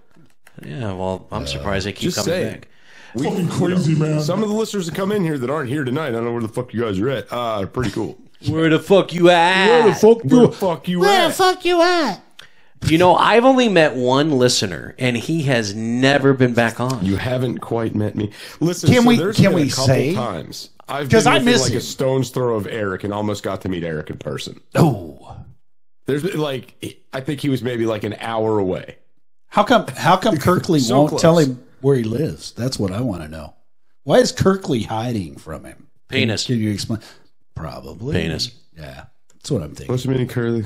S3: Yeah, well, I'm surprised they keep
S4: Just
S3: coming
S4: saying.
S3: back.
S4: We-
S1: Fucking crazy, man.
S4: Some of the listeners that come in here that aren't here tonight, I don't know where the fuck you guys are at. Uh, pretty cool.
S3: Where the fuck you at?
S4: fuck you, where the fuck you at?
S7: fuck you at?
S3: You know, I've only met one listener, and he has never been back on.
S4: You haven't quite met me. Listen,
S2: Can
S4: so
S2: we-
S4: there's
S2: can
S4: been a
S2: we
S4: couple
S2: say?
S4: times I've
S2: 'Cause
S4: been
S2: I
S4: within,
S2: miss
S4: like
S2: him.
S4: a stone's throw of Eric, and almost got to meet Eric in person.
S2: oh,
S4: There's been, like I think he was maybe like an hour away.
S2: how come? How come Kirkley
S4: So
S2: won't
S4: close.
S2: tell him where he lives? That's what I want to know. Why is Kirkley hiding from him?
S3: Penis.
S2: Can you explain? Probably
S3: Penis.
S2: Yeah, that's what I'm thinking.
S4: What's mean curly?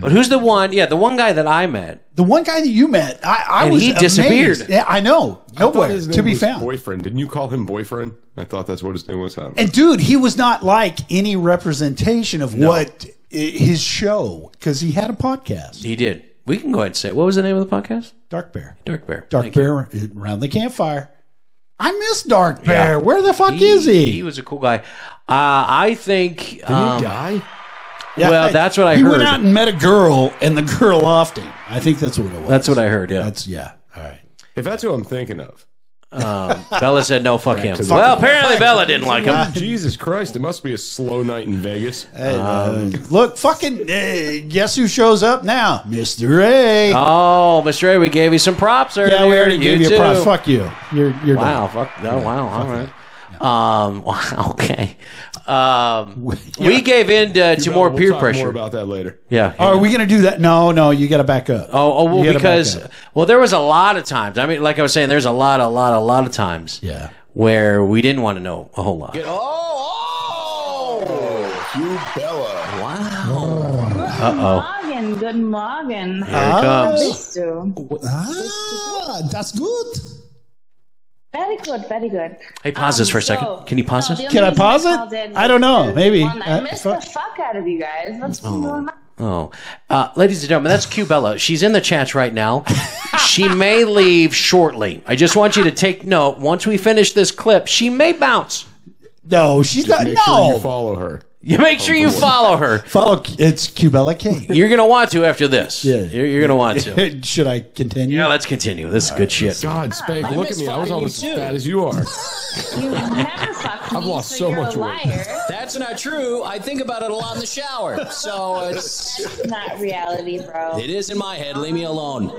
S3: But who's the one? Yeah, the one guy that I met.
S2: The one guy that you met, I, I
S3: And
S2: was
S3: he
S2: amazed.
S3: disappeared.
S2: Yeah, I know.
S4: thought
S2: Nowhere
S4: his
S2: to
S4: name
S2: be
S4: was
S2: found.
S4: Boyfriend. Didn't you call him boyfriend? I thought that's what his name was. I don't know.
S2: And dude, he was not like any representation of what i- his show because he had a podcast.
S3: He did. We can go ahead and say it. what was the name of the podcast?
S2: Dark Bear,
S3: Dark Bear.
S2: Dark
S3: Thank you.
S2: Bear around the campfire. I miss Dark Bear. Where the fuck is he?
S3: He was a cool guy. Uh, I think. um,
S4: die?
S2: Yeah,
S3: well, that's what I
S2: he
S3: heard.
S2: went out and met a girl, and the girl offed him. I think that's what it was.
S3: That's what I heard. Yeah.
S2: That's yeah. All right.
S4: If that's who I'm thinking of.
S3: Um, Bella said no, fuck him. Well, apparently Bella didn't
S2: (laughs)
S3: like him.
S4: Jesus Christ! It must be a slow night in Vegas.
S2: Look, fucking uh, guess who shows up now, Mister A.
S3: Oh, Mr. Ray, we gave you some props earlier.
S2: yeah, we already gave you a
S3: too.
S2: prop. Fuck you. You're you're
S3: Wow,
S2: done.
S3: fuck. Oh, wow. All right. Um, (laughs) wow, okay.
S2: (laughs)
S3: Um, we gave in to, to more
S4: We'll
S3: peer
S4: talk
S3: pressure.
S4: More about that later.
S3: yeah.
S2: Are we gonna do that? No, no. You got to back up.
S3: Oh, oh well,
S2: You gotta back
S3: because
S2: up.
S3: well, there was a lot of times. I mean, like I was saying, there's a lot, a lot, a lot of times
S2: yeah.
S3: where we didn't want to know a whole lot.
S4: Oh, oh, Hugh Bella.
S11: Morgen, good morgen.
S3: Here it comes.
S11: Bist
S4: Uh,
S11: du?
S8: Ah, that's good.
S11: Very good, very good. Um,
S3: Hey, pause this for a second. Can you pause this?
S11: the
S2: Can I
S11: only
S2: pause
S11: reason
S2: it?
S11: called in
S2: I don't know.
S11: is
S2: Maybe.
S11: one, I
S2: Uh,
S11: missed
S2: fuck.
S11: the fuck out of you guys. What's going on?
S3: Oh, uh, ladies and gentlemen, that's Q Bella. She's in the chat right now. she may leave shortly. I just want you to take note. Once we finish this clip, she may bounce.
S2: No, she's not.
S4: Make sure
S2: Uh, no.
S4: you follow her.
S3: You make sure you follow her.
S2: Follow. It's Cubella K.
S3: You're gonna want to after this.
S2: Yeah.
S3: you're, you're gonna want
S2: (laughs)
S3: to. (laughs)
S2: Should I continue?
S3: Now let's continue. This is good shit.
S4: God, Spank, look at me. I was almost as fat as you are.
S3: (laughs)
S11: You never fucked me,
S4: I've lost
S11: so,
S4: so
S11: you're
S4: much
S11: a
S4: weight.
S11: liar.
S8: That's not true. I think about it a lot in the shower. So it's
S11: That's not reality, bro.
S8: it is in my head. Leave me alone.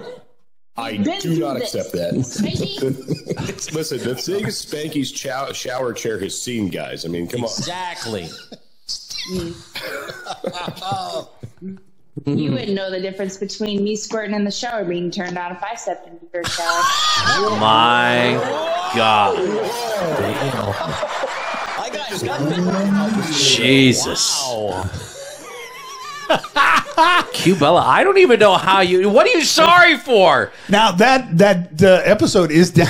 S4: I
S11: Been do through not this. accept
S4: that.
S11: Spanky,
S4: Listen, the thing is, Spanky's chow- shower chair has seen guys. I mean, come on.
S8: Exactly.
S11: you wouldn't know the difference between me squirting in the shower being turned on if I stepped into your shower.
S3: My God,
S8: I got nothing.
S3: Jesus! (laughs) Cubella. I don't even know how you. What are you sorry for?
S2: Now that that uh, episode is (laughs) down,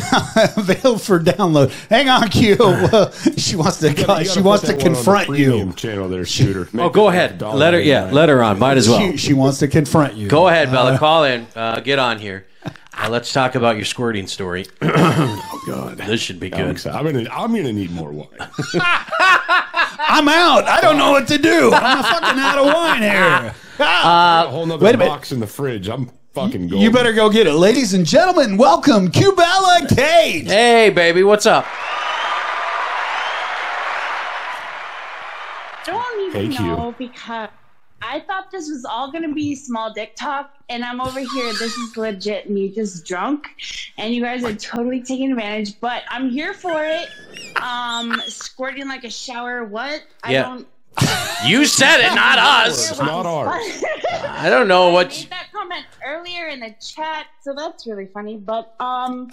S2: available for download. Hang on,
S4: (laughs)
S2: Q. Well, (laughs) she wants to
S4: gotta- you
S2: she wants to
S4: gotta put that one on the
S2: confront you.
S4: premium Channel there, shooter.
S3: Oh, go ahead. Let her. Yeah, let her on. Might as
S4: Oh.
S3: well.
S2: She, she wants to confront you.
S3: Go ahead, Bella. Call in. Uh, get on here. Uh, let's talk about your squirting story. (clears throat) oh
S4: God,
S3: this should be
S4: I'm,
S3: good. Uh,
S4: excited. I'm gonna. I'm gonna need more wine.
S2: I'm out. I don't know what to do. I'm fucking out of
S4: (laughs)
S2: wine here.
S4: I got a whole nother
S2: wait a minute.
S4: box in the fridge. I'm fucking going.
S2: You better go get it, ladies and gentlemen. Welcome, Cubella Cage.
S3: Hey, baby, what's up?
S11: don't even
S3: Thank you.
S11: know because I thought this was all gonna be small dick talk, and I'm over here. This is legit me just drunk, and you guys are totally taking advantage. But I'm here for it. Um, squirting like a shower. What?
S3: Yeah.
S11: I don't.
S3: You said it, not us.
S11: It's not
S4: ours.
S3: I don't know what.
S11: made that comment earlier in the chat, so that's really funny. But
S3: (laughs)
S11: um,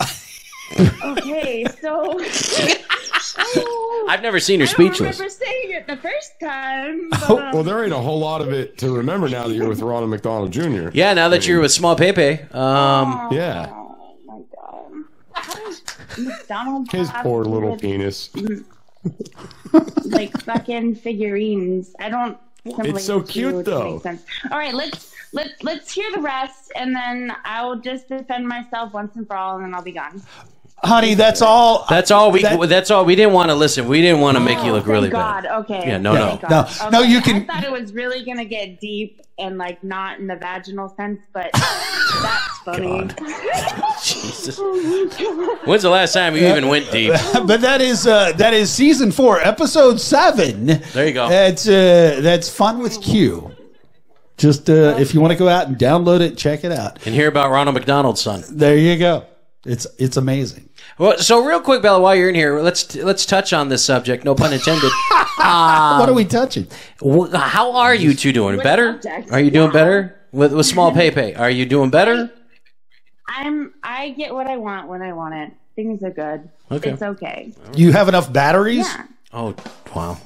S11: okay, so (laughs)
S3: I've never seen her
S11: I don't
S3: speechless.
S11: remember saying it the first time. But, um,
S4: Well, there ain't a whole lot of it to remember now that you're with Ronald McDonald Jr.
S3: Yeah, now that you're with Small Pepe. Um,
S4: yeah,
S11: Oh McDonald's
S4: his
S11: have
S4: poor little
S11: with,
S4: penis.
S11: like fucking figurines. I don't. assimilate
S4: so
S11: the two,
S4: cute,
S11: which
S4: though.
S11: makes sense. All right, let's let's let's hear the rest, and then I'll just defend myself once and for all, and then I'll be gone.
S2: honey. That's all.
S3: That's all we.
S2: That-
S3: that's all we didn't want to listen. We didn't want to make you look really
S11: Oh, Thank God.
S3: bad.
S11: Okay.
S3: Yeah, no, no.
S11: Thank
S2: No,
S11: God.
S2: no,
S11: Okay,
S2: you can-
S11: I thought it was really gonna get deep and like not in the vaginal sense,
S3: (laughs)
S11: but that's funny.
S3: Jesus. (laughs) When's the last time you even went
S2: (laughs)
S3: deep?
S2: but that is uh, that is season four, episode seven. There
S3: you go.
S2: That's uh, that's fun with Q. Just uh, if you want to go out and download it, check it out.
S3: And hear about Ronald McDonald's son.
S2: There you go. It's it's amazing.
S3: Well, so real quick, Bella, while you're in here, let's let's touch on this subject. No pun
S11: (laughs)
S3: intended.
S2: what are we touching?
S3: Wh- How are you two doing?
S11: What
S3: Better?
S11: subject?
S3: Are you doing better with with Small Pepe? Are you doing better?
S11: (laughs) I'm I get what I want when I want it. Things are good.
S3: Okay.
S11: It's okay.
S2: You have enough batteries?
S11: Yeah.
S3: Oh wow,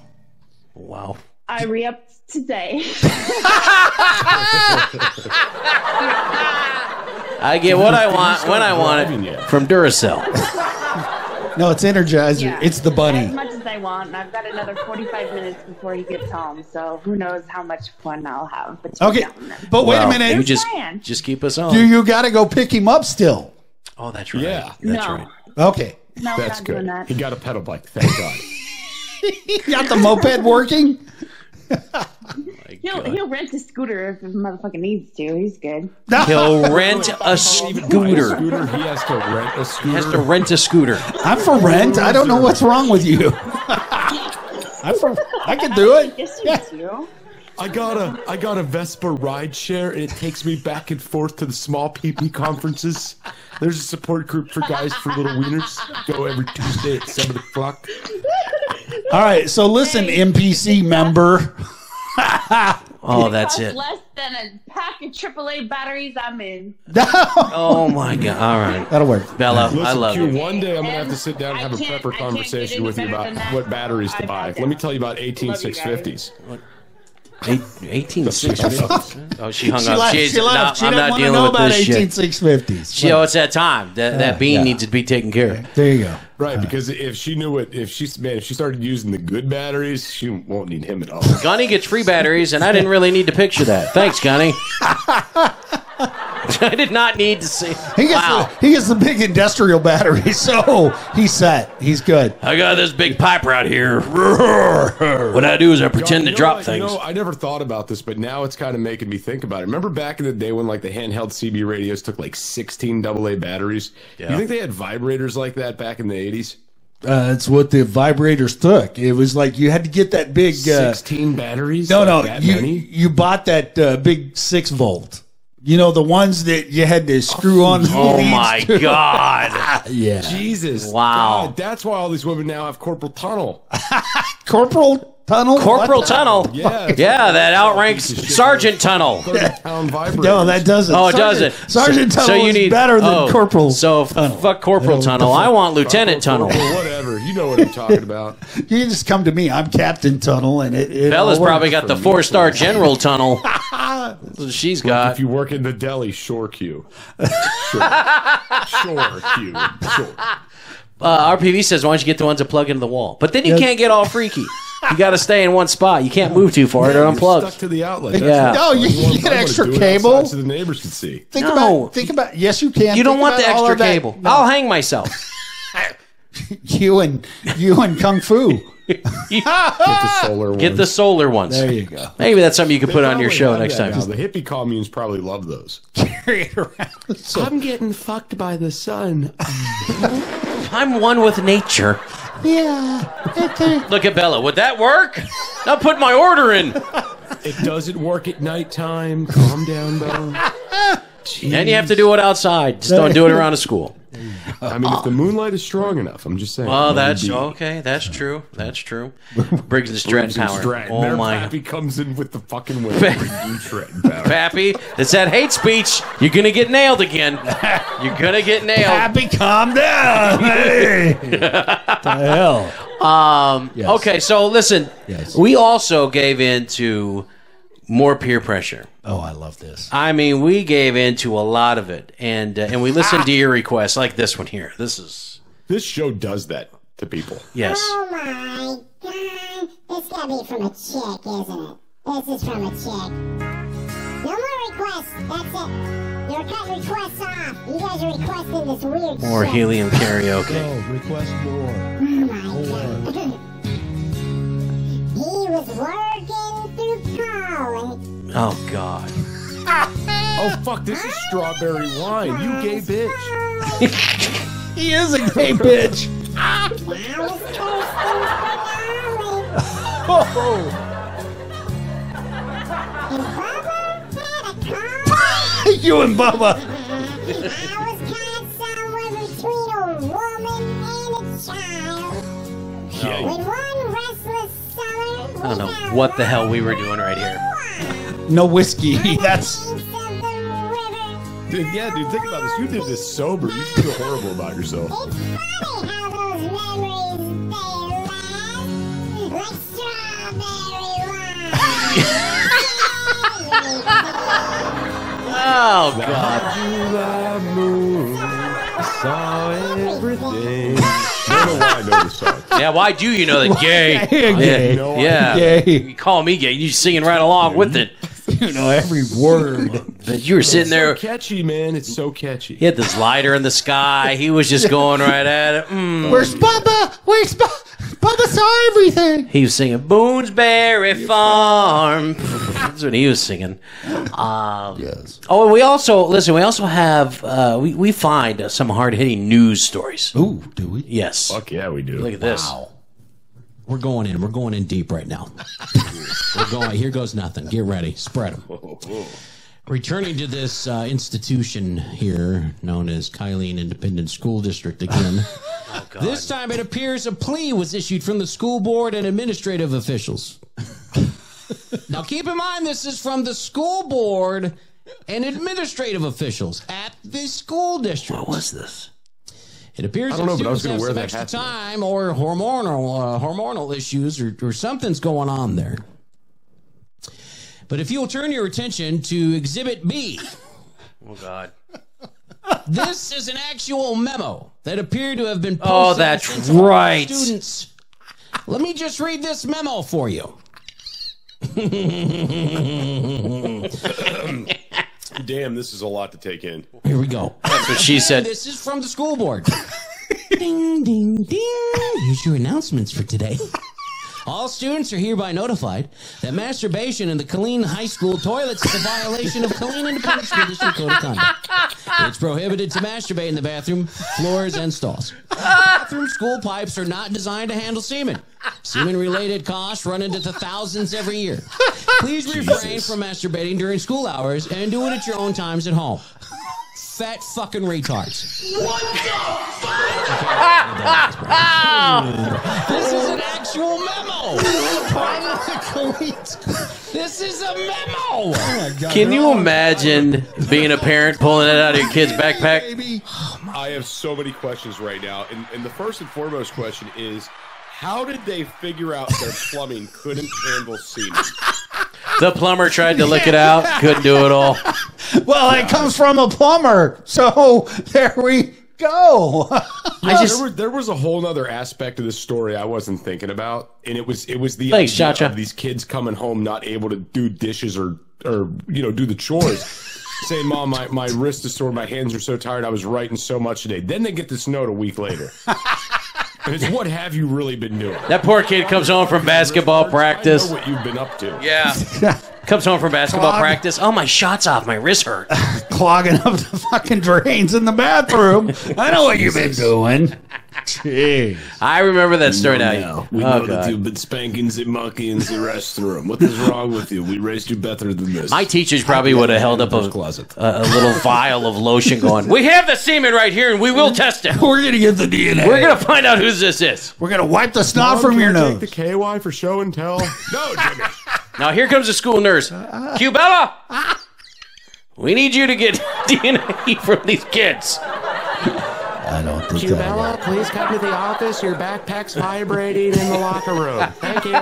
S3: wow.
S11: I re upped today. (laughs)
S3: I get what I want when I want
S4: driving
S3: it from Duracell.
S2: No, it's Energizer. It's the
S11: as
S2: bunny.
S11: much as I want, and I've got another 45 minutes before he gets home, so who knows how much fun I'll have. between
S2: Okay,
S11: now and then.
S2: but wait a
S3: Wow.
S2: minute.
S3: You just
S11: plan.
S3: just keep us on.
S2: Do you got to go pick him up still?
S3: oh, that's right.
S4: Yeah.
S3: that's
S11: No.
S3: right.
S2: (laughs) Okay.
S11: No, I'm
S4: That's
S11: not doing
S4: good.
S11: that.
S4: He got a pedal bike. Thank
S11: (laughs)
S4: God.
S2: You got the moped working?
S11: He'll, he'll rent a scooter if the motherfucker needs to. He's good.
S3: He'll rent a
S4: A
S3: scooter.
S4: scooter. He has to rent a
S3: He
S4: scooter.
S3: has to rent
S2: (laughs)
S3: a scooter.
S2: I'm for rent. I don't know what's wrong with you. (laughs) I'm for, I can do it.
S11: Yes, he's you.
S4: I got a I got a Vespa ride share and it takes me back and forth to the small PP conferences. There's a support group for guys for little wieners. Go every Tuesday at seven o'clock.
S2: All right. So listen, NPC member.
S3: Oh, that's
S11: Costs
S3: it.
S11: Less than a pack of AAA batteries. I'm in.
S3: Oh my god. All right,
S2: That'll work.
S3: Bella, I
S4: Listen,
S3: love
S4: Q,
S3: you.
S4: one day I'm gonna
S11: And
S4: have to sit down and have
S11: I
S4: a
S11: can't-
S4: prepper
S11: I can't get
S4: conversation
S11: any
S4: with you
S11: better
S4: about
S11: than that.
S4: what batteries to
S11: I
S4: buy.
S11: love it.
S4: Let me tell you about 18650s.
S3: Eight, 18650. Oh, she hung up.
S2: left.
S3: She's,
S2: She left.
S3: no,
S2: She
S3: I'm
S2: didn't
S3: not
S2: wanna
S3: dealing
S2: know
S3: with
S2: about
S3: this shit.
S2: 18650s.
S3: She, oh, it's that time. That that bean
S2: yeah.
S3: needs to be taken care of.
S2: There you go.
S4: Right, because if she knew what if she's man, if she started using the good batteries, she won't need him at all.
S3: Gunny gets free batteries, and I didn't really need to picture that. Thanks,
S2: (laughs)
S3: Gunny. I did not need to see.
S2: He gets,
S3: Wow.
S2: the, he gets the big industrial battery, (laughs) so he's set. He's good.
S3: I got this big pipe right here. (laughs) What I do is I pretend to
S4: Uh, You know
S3: drop
S4: what?
S3: things.
S4: You know, I never thought about this, but now it's kind of making me think about it. Remember back in the day when like the handheld CB radios took like 16 AA batteries?
S3: Yeah.
S4: You think they had vibrators like that back in the 80s?
S2: Uh, that's what the vibrators took. It was like you had to get that big. Uh,
S4: 16 batteries?
S2: no,
S4: Like
S2: no,
S4: that
S2: you
S4: many?
S2: you bought that uh, big six volt. You know the ones that you had to screw on. the
S3: oh
S2: leads (laughs)
S3: my
S2: to.
S3: god!
S2: Yeah,
S4: Jesus.
S2: (laughs)
S3: Wow.
S4: God, that's why all these women now have corporal tunnel.
S2: corporal Tunnel?
S3: Corporal
S2: What?
S3: Tunnel. (laughs) Yeah, that outranks Sergeant Tunnel.
S2: No, that
S3: (laughs)
S2: doesn't.
S3: Oh, it
S2: Sergeant-
S3: doesn't.
S2: Sergeant
S3: So-
S2: Tunnel
S3: so you
S2: is
S3: need-
S2: better than
S3: oh,
S2: Corporal.
S3: So f- fuck Corporal Tunnel. I want Lieutenant Tunnel.
S4: whatever. You know what I'm talking about.
S2: You can just come to me. I'm Captain Tunnel, and it. it
S3: Bella's
S2: all works
S3: probably got
S2: for
S3: the
S2: me.
S3: four star
S2: (laughs)
S3: general tunnel. She's (laughs) got.
S4: If you work in the deli,
S2: (laughs)
S4: shore queue. Sure, sure queue. Sure.
S3: Uh, RPV says, why don't you get the ones that plug into the wall? But then you
S2: Yes.
S3: can't get all freaky. You got to stay in one spot. You can't move too far. It
S4: Stuck
S3: unplugs.
S4: to the outlet.
S3: Yeah.
S2: (laughs) No,
S4: (laughs)
S2: you,
S4: I
S2: you
S4: wanna
S2: get extra
S4: do it outside
S2: cable.
S4: so the neighbors can see.
S2: Think
S3: No.
S2: about. Think about. Yes, you can.
S3: You don't
S2: Think
S3: want the
S2: about all
S3: extra
S2: of that-
S3: cable. I'll hang myself.
S2: You and you and Kung Fu.
S4: The solar
S3: Ah! Get the
S4: ones.
S3: solar ones.
S2: There you go.
S3: Maybe that's something you could put on your
S4: Probably
S3: show
S4: have
S3: next
S4: that
S3: time.
S4: now. The hippie communes probably love (laughs) those.
S2: Carry it around. So-
S4: I'm getting fucked by the (laughs) sun.
S3: I'm one with nature.
S2: yeah.
S3: Look at Bella. Would that work? Now put my order in.
S4: It doesn't work at nighttime. Calm down, (laughs) Bella.
S3: And you have to do it outside. Just don't do it around a school.
S4: I mean, if the moonlight is strong enough, I'm just saying.
S3: (laughs) Oh, that's
S4: Maybe.
S3: okay. That's true.
S2: (laughs)
S3: That's true. Briggs and Stratton
S4: Briggs and
S3: Power.
S4: Stratton.
S3: Oh
S4: Their
S3: my.
S4: pappy comes in with
S3: (laughs)
S4: the fucking wind. you Stratton Power.
S3: Pappy, it's that hate speech. You're gonna get nailed again.
S2: (laughs)
S3: You're gonna get nailed.
S2: Happy, calm
S3: (laughs)
S2: down. Hey. the hell.
S3: Um,
S2: Yes.
S3: Okay, so listen,
S2: Yes.
S3: we also gave in to more peer pressure.
S2: Oh, I love this.
S3: I mean, we gave in to a lot of it, and uh, and we
S2: Ah.
S3: listened to your requests, like this one here. This is
S4: This show does that to people.
S3: yes.
S10: Oh my god. It's gotta be from a chick, isn't it? This is from a chick. No more requests. That's it. Your cut requests off. You guys are requesting this weird
S3: More
S10: shit.
S3: helium karaoke.
S8: Oh, request more.
S10: Oh my god. he was working through college.
S3: Oh God.
S4: Oh fuck! This is strawberry wine. You gay bitch.
S2: He is a (laughs) gay bitch.
S10: I was thirsting for knowledge. And Bubba had a car.
S2: (laughs) you and Bubba.
S10: I was caught somewhere between a woman and a child. When one restless summer, we
S3: I don't know what
S2: (laughs)
S3: the hell we were doing right here.
S2: No whiskey.
S3: (laughs)
S7: (laughs)
S2: That's
S4: Dude, yeah, dude, think about this. You did this sober. You feel horrible about yourself.
S3: Oh God.
S4: July moon saw everything. I don't know why I know this song.
S3: (laughs) Yeah. Why do you know that gay?
S2: Gay.
S3: Yeah. yeah.
S2: gay.
S3: You call me gay. You singing right along with it.
S2: You know every word.
S3: But you were sitting there.
S4: Catchy, man. It's so catchy.
S3: He had this lighter in the sky. He was just going right at it. Mm.
S2: Where's Bubba? Where's Bubba? Bubba saw everything.
S3: He was singing Boonesberry Farm. That's what he was singing. Um,
S2: Yes.
S3: Oh, and we also listen. We also have uh, we we find uh, some hard hitting news stories.
S2: Ooh, do we?
S3: Yes.
S4: Fuck yeah, we do.
S3: Look at this.
S6: We're going in. We're going in deep right now. We're going. Here goes nothing. Get ready. Spread them. Returning to this uh, institution here, known as Kylene Independent School District again. this time, it appears a plea was issued from the school board and
S3: (laughs)
S6: administrative officials. now, keep in mind, this is from the school board and administrative officials at the school district.
S3: What was this?
S6: It appears
S4: I don't
S6: that
S4: know, but I was
S6: students
S4: gonna
S6: have
S4: wear
S6: some
S4: that
S6: extra
S4: hat today.
S6: time or hormonal uh, hormonal issues or, or something's going on there. But if you'll turn your attention to Exhibit B,
S3: Oh God.
S6: this is an actual memo that appeared to have been posted.
S3: Oh,
S6: to
S3: that's right.
S6: Students, let me just read this memo for you.
S4: Damn, this is a lot to take in.
S6: Here we go.
S3: That's what she said.
S6: This is from the school board. (laughs) ding, ding, ding. Here's your announcements for today. All students are hereby notified that masturbation in the Colleen High School toilets is a violation of Colleen Independent School District Code of Conduct. It's prohibited to masturbate in the bathroom, floors, and stalls. Bathroom school pipes are not designed to handle semen. Semen-related costs run into the thousands every year. Please refrain from masturbating during school hours and do it at your own times at home. Fat fucking retards. This is an actual memo.
S12: this is a memo.
S3: Oh my God, Can you imagine being a parent pulling it out of your kid's backpack?
S4: I have so many questions right now, and, and the first and foremost question is, how did they figure out their plumbing couldn't handle semen?
S3: The plumber tried to lick it out, couldn't do it all.
S2: Well, it comes from a plumber, so there we go. (laughs)
S4: Yeah,
S6: Oh,
S4: there, were, there was a whole other aspect of this story I wasn't thinking about, and it was it was the
S3: Thanks,
S4: idea
S3: Chacha.
S4: of these kids coming home not able to do dishes or or you know do the
S3: (laughs)
S4: chores. Saying, "Mom, my, my wrist is sore. My hands are so tired. I was writing so much today." Then they get this note a week
S3: (laughs)
S4: later, and it's, "What have you really been doing?"
S3: That poor kid comes home from basketball
S4: I
S3: practice.
S4: know what you've been up to.
S3: Yeah. (laughs) Comes home from basketball
S2: Clog.
S3: practice. Oh, my shot's off. My wrist hurt.
S2: Clogging up the fucking drains in the bathroom. I know what you've been
S4: Jesus.
S2: doing. Jeez.
S3: I remember that story now.
S4: We
S3: Oh,
S4: know that
S3: God.
S4: you've been spanking the monkey in the restroom. What is wrong with you? We raised you better than this.
S3: My teachers probably would have held up a, a, a
S4: (laughs)
S3: little vial of lotion going, We have the semen right here and we will test it.
S2: We're going to get the DNA.
S3: We're going to find out who's this is.
S2: We're going to wipe the snot from your nose.
S4: Take the KY for show and tell. no, Jimmy.
S3: Now here comes the school nurse. Cubella! We need you to get (laughs) DNA from these kids.
S2: I don't think
S12: Cubella, please come to the office. Your backpack's vibrating in the locker room. Thank you.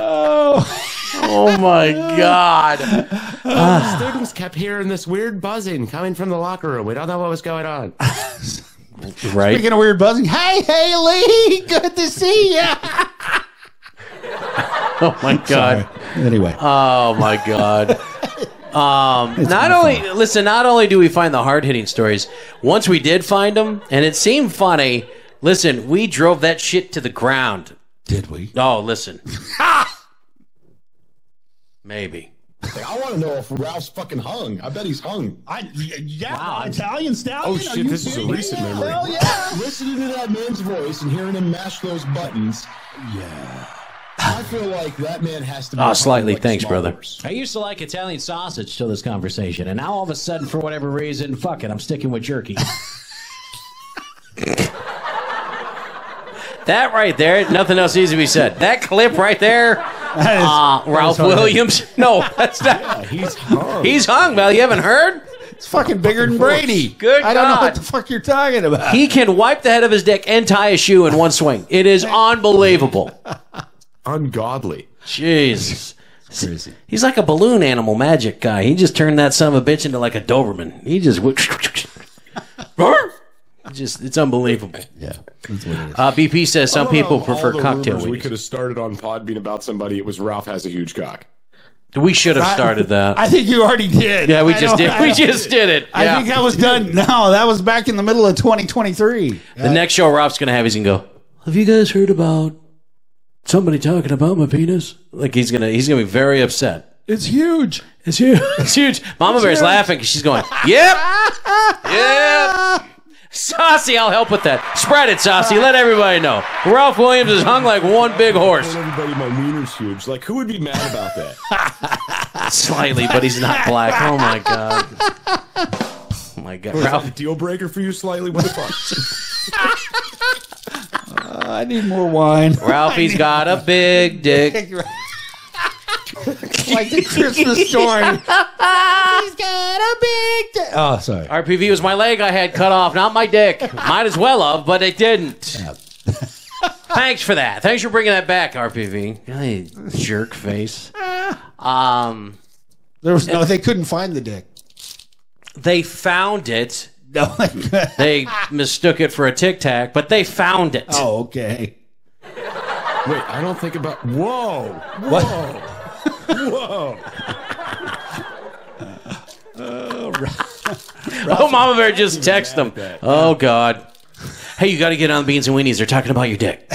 S3: Oh, oh
S4: (laughs)
S3: my God.
S12: Uh, the students kept hearing this weird buzzing coming from the locker room. We don't know what was going on.
S3: Right?
S2: Speaking of weird buzzing, hey Haley, (laughs) good to see you.
S3: Oh my God.
S2: Anyway,
S3: Oh my
S2: (laughs)
S3: God. Um, not only listen, not only do we find the hard hitting stories. Once we did find them, and it seemed funny. Listen, we drove that shit to the ground.
S2: did we? (laughs)
S3: Oh, listen. Maybe.
S13: I want to know if Ralph's fucking hung. I bet he's hung.
S8: I, yeah, Italian stallion.
S4: Oh,
S8: Are
S4: shit,
S8: you
S4: this is a
S8: kidding me?
S4: recent memory.
S8: Hell yeah.
S13: Listening to that man's voice and hearing him mash those buttons,
S2: Yeah.
S13: I feel like that man has to
S1: Ah,
S13: be.
S3: Oh, slightly.
S13: hung like
S3: Thanks,
S13: small
S3: brother.
S13: horse.
S6: I used to like Italian sausage till this conversation, and now all of a sudden, for whatever reason, fuck it, I'm sticking with jerky.
S3: That right there, nothing else needs to be said. That clip right there,
S2: is-
S3: uh, Ralph
S2: hard.
S3: Williams. (laughs) No, that's not.
S4: He's hung.
S3: He's hung, Val. You haven't heard?
S2: It's fucking bigger than Brady.
S3: Good
S2: I don't know what the
S3: God.
S2: fuck you're talking about.
S3: He can wipe the head of his dick and tie a shoe in one swing. It is unbelievable.
S4: Ungodly.
S3: Jesus. He's like a balloon animal magic guy. He just turned that son of a bitch into like a Doberman. He just. went- (laughs) just It's unbelievable.
S2: yeah. That's what it is.
S3: Uh, BP says
S2: Oh,
S3: some
S4: I don't
S3: people
S4: know,
S3: prefer
S4: all the
S3: cocktail
S4: rumors We
S3: weenies.
S4: could have started on Podbean about somebody. It was Ralph has a huge cock.
S3: We should have started that.
S2: I think you already did.
S3: yeah, we
S2: I
S3: just
S2: don't-
S3: did.
S2: I
S3: We
S2: don't-
S3: just did it.
S2: I
S3: Yeah.
S2: think that was (laughs) done. No, that was back in the middle of 2023.
S3: The next show Rob's gonna have is gonna go. Have you guys heard about somebody talking about my penis? Like he's gonna he's gonna be very upset.
S2: It's huge.
S3: It's huge. (laughs) It's huge. Mama Bear's laughing 'cause she's going. Yep. yep. Saucy, I'll help with that. Spread it, Saucy. Let everybody know. Ralph Williams is hung like one big horse.
S4: Told everybody my wiener's huge. Like, who would be mad about that?
S3: (laughs) Slightly, but he's not black. Oh my god. Oh my god.
S4: Was that
S3: (laughs)
S4: a
S3: Ralph.
S4: deal breaker for you slightly? What the fuck? (laughs)
S2: I need more wine.
S3: Ralphie's got a big dick.
S2: (laughs) like the (laughs) Christmas story. He's got a big. Di- oh, sorry.
S3: RPV was my leg I had cut off, not my dick. Might as well have, but it didn't. Thanks for that. Thanks for bringing that back, RPV. Hey, jerk face. Um,
S2: There was no. They couldn't find the dick.
S3: they found it.
S2: No. They couldn't.
S3: They mistook it for a tic tac, but they found it.
S2: oh, okay.
S4: Wait, I don't think about. Whoa. Whoa. Whoa.
S3: Oh, (laughs) Mama Bear just texted them. Oh, God. Hey, you got to get on the beans and weenies. They're talking about
S2: (laughs)
S3: your dick.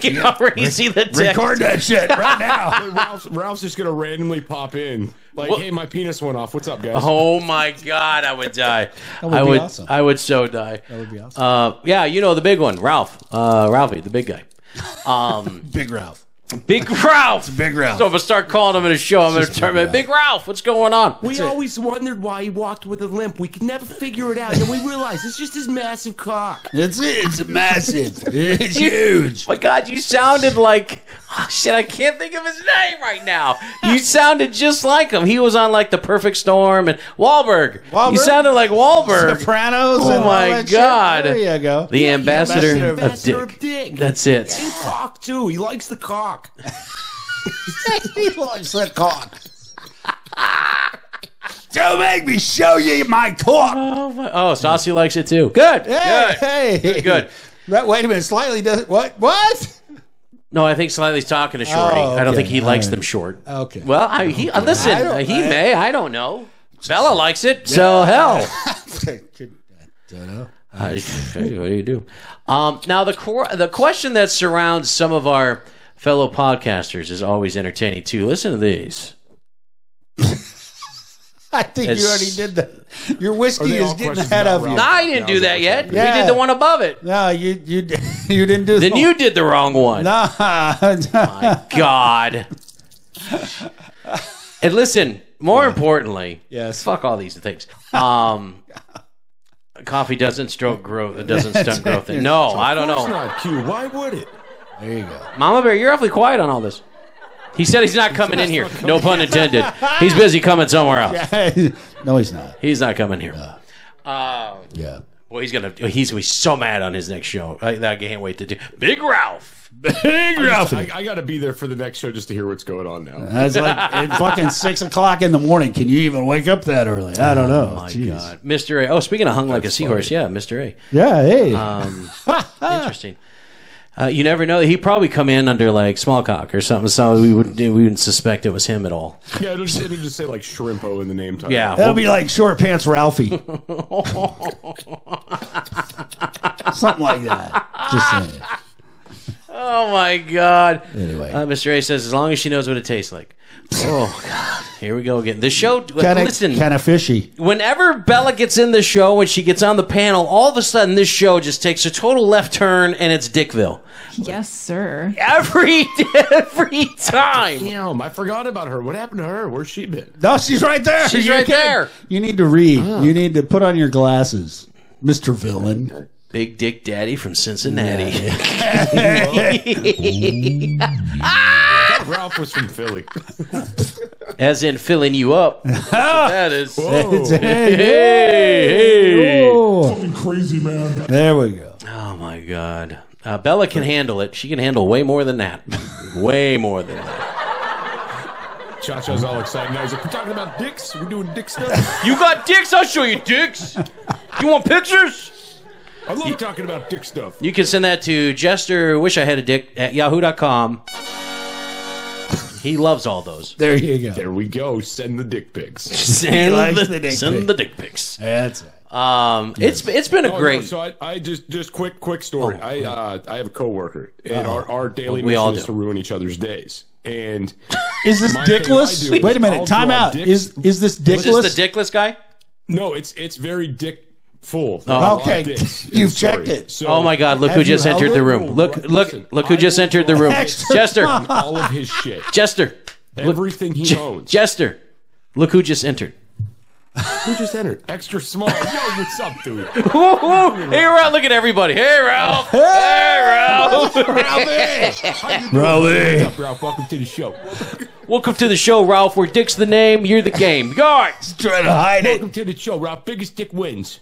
S3: Can already see the dick.
S2: Record that shit right now.
S4: Wait, Ralph's, Ralph's just gonna randomly pop in. Like,
S3: What-
S4: hey, my penis went off. What's up, guys?
S3: Oh my God, I would die.
S2: That would
S3: I
S2: be
S3: would.
S2: awesome.
S3: I would so die. That
S2: would be awesome.
S3: Uh, yeah, you know the big one, Ralph. Uh, Ralphie, the big guy. Um,
S2: (laughs) big Ralph.
S3: Big Ralph.
S2: Big Ralph.
S3: So if I start calling him in a show, I'm going to turn him. Big Ralph, what's going on?
S12: We
S3: That's it.
S12: always wondered why he walked with a limp. We could never figure it out. And we realized it's just his massive cock.
S2: That's it. It's massive. It's
S3: You-
S2: huge.
S3: My God, you sounded like (laughs) oh, shit. I can't think of his name right now.
S12: (laughs)
S3: You sounded just like him. He was on like the Perfect Storm and Wahlberg. You
S2: Wahlberg?
S3: sounded like Wahlberg.
S2: Sopranos.
S3: Oh
S2: and all
S3: my
S2: that shit.
S3: God.
S2: There you go.
S3: The ambassador, of,
S12: Ambassador
S3: dick.
S12: of dick.
S3: That's it.
S12: And cock, too. He likes the cock.
S2: he likes the cock. Don't make me show you my cock.
S3: Oh, my, oh, Saucy likes it too. Good.
S2: Hey,
S3: Good.
S2: hey.
S3: Good, good.
S2: That, wait a minute. Slightly doesn't. What? What?
S3: No, I think Slightly's talking to Shorty.
S2: Oh,
S3: I don't
S2: okay.
S3: think he
S2: All
S3: likes
S2: right.
S3: them short.
S2: Okay.
S3: Well, I, he uh, listen.
S2: I don't-
S3: uh, he
S2: I-
S3: may. I
S2: (laughs)
S3: don't know. Bella likes it, so hell. I, (laughs) what do you do? Um, now the cor- the question that surrounds some of our fellow podcasters is always entertaining too. Listen to these.
S2: I think you
S3: It's-
S2: already did that. Your whiskey is getting ahead of you.
S3: No, I didn't do that yet. We
S2: Yeah.
S3: did the one above it.
S2: No, you you d- (laughs) you didn't do. Ah, (laughs)
S3: Then you did the wrong one.
S2: Nah.
S3: God. and listen, more importantly,
S2: Yes.
S3: fuck all these things. Um, coffee doesn't stroke growth. It doesn't stunt growth. No, I don't know.
S4: Of course not, Q. Why would it?
S2: There you go.
S3: Mama Bear, you're awfully quiet on all this. He said he's not coming in here. No pun intended. He's busy coming somewhere else.
S2: (laughs) no, he's not.
S3: He's not coming here. Uh,
S2: Yeah.
S3: boy, he's gonna he's gonna be so mad on his next show. I, I can't wait to do Big Ralph. Big Ralph.
S4: I, I got to be there for the next show just to hear what's going on
S3: (laughs)
S4: now.
S2: That's (laughs) like at fucking six o'clock in the morning. Can you even wake up that early? I don't know.
S3: my
S2: Jeez.
S3: God, Mr. A. Oh, speaking of hung like a seahorse, yeah, Mr. A.
S2: Yeah. Hey.
S3: Um, interesting. Uh, you never know. He probably come in under like small cock or something, so we wouldn't we wouldn't suspect it was him at all. Oh,
S4: Yeah, it'll just, it'll just say like Shrimpo in the name tag.
S3: Yeah,
S2: That'll be like short pants
S3: (laughs)
S2: Ralphie, something like that. Just saying.
S3: Oh my God!
S2: Anyway.
S3: uh, Mr. A says as long as she knows what it tastes like. Oh God! Here we go again. The show.
S2: Kind of
S3: listen,
S2: kind of fishy.
S3: whenever Bella gets in the show, when she gets on the panel, all of a sudden this show just takes a total left turn, and it's Dickville
S14: Yes, sir.
S3: every every time.
S4: Damn, I forgot about her. What happened to her? Where's she been?
S2: No, she's right there.
S3: She's
S2: You're
S3: right
S2: kidding.
S3: there. Ah.
S2: You need to read. You need to put on your glasses, Mister Villain.
S3: Big Dick Daddy from Cincinnati.
S4: (laughs) Ralph was from Philly.
S3: As in filling you up.
S1: (laughs)
S3: That's what that is.
S1: Fucking crazy, man.
S2: There we go.
S3: Oh my God. Uh, Bella can handle it. She can handle way more than (laughs) that. way more than that.
S4: Cha Cha's all excited now. He's like, we're talking about dicks. We're doing dick stuff.
S3: You got dicks? I'll show you dicks. You want pictures?
S4: I love talking about dick stuff.
S3: You can send that to Jester Wish I Had a Dick at yahoo.com. He loves all (laughs) those.
S2: There you go.
S4: There we go. Send the dick pics.
S3: Send,
S2: likes
S3: the,
S2: the dick
S3: send
S2: pics.
S3: the dick pics.
S2: That's it.
S3: Um, it's it's been a
S4: Oh,
S3: great. Oh,
S4: no, so I, I just just quick quick story. I uh, I have a coworker, and our, our daily
S3: We
S4: mission
S3: all
S4: is
S3: do.
S4: to ruin each other's days. And
S2: Is this
S4: My thing I
S2: dickless?
S4: do is
S2: Wait a minute.
S4: I'll
S2: Time
S4: draw
S2: out.
S4: dicks.
S2: Is is this
S3: was
S2: dickless?
S3: this the dickless guy?
S4: no, it's it's very dick full.
S2: Okay.
S3: (laughs)
S2: You've checked it.
S3: oh my God! Look who
S2: Have you
S3: just entered
S2: held
S3: the
S2: it?
S3: room. Look! Look! look who just entered the room.
S2: Extra
S3: Jester!
S2: mile.
S4: All of
S3: (laughs)
S4: his shit,
S3: Jester!
S4: everything he owns.
S3: Jester! Look who just entered. (laughs)
S4: Who just entered? Extra small. Yo, what's up, dude?
S3: Woo, woo. Hey Ralph! Look at everybody. Hey Ralph! Hey Ralph!
S4: Raleigh. What's up, Ralph? Welcome to the show.
S3: Welcome to the show, Ralph. Where Dick's the name, you're the game. Guard.
S2: Trying to hide it.
S4: Welcome to the show, Ralph. Biggest dick wins.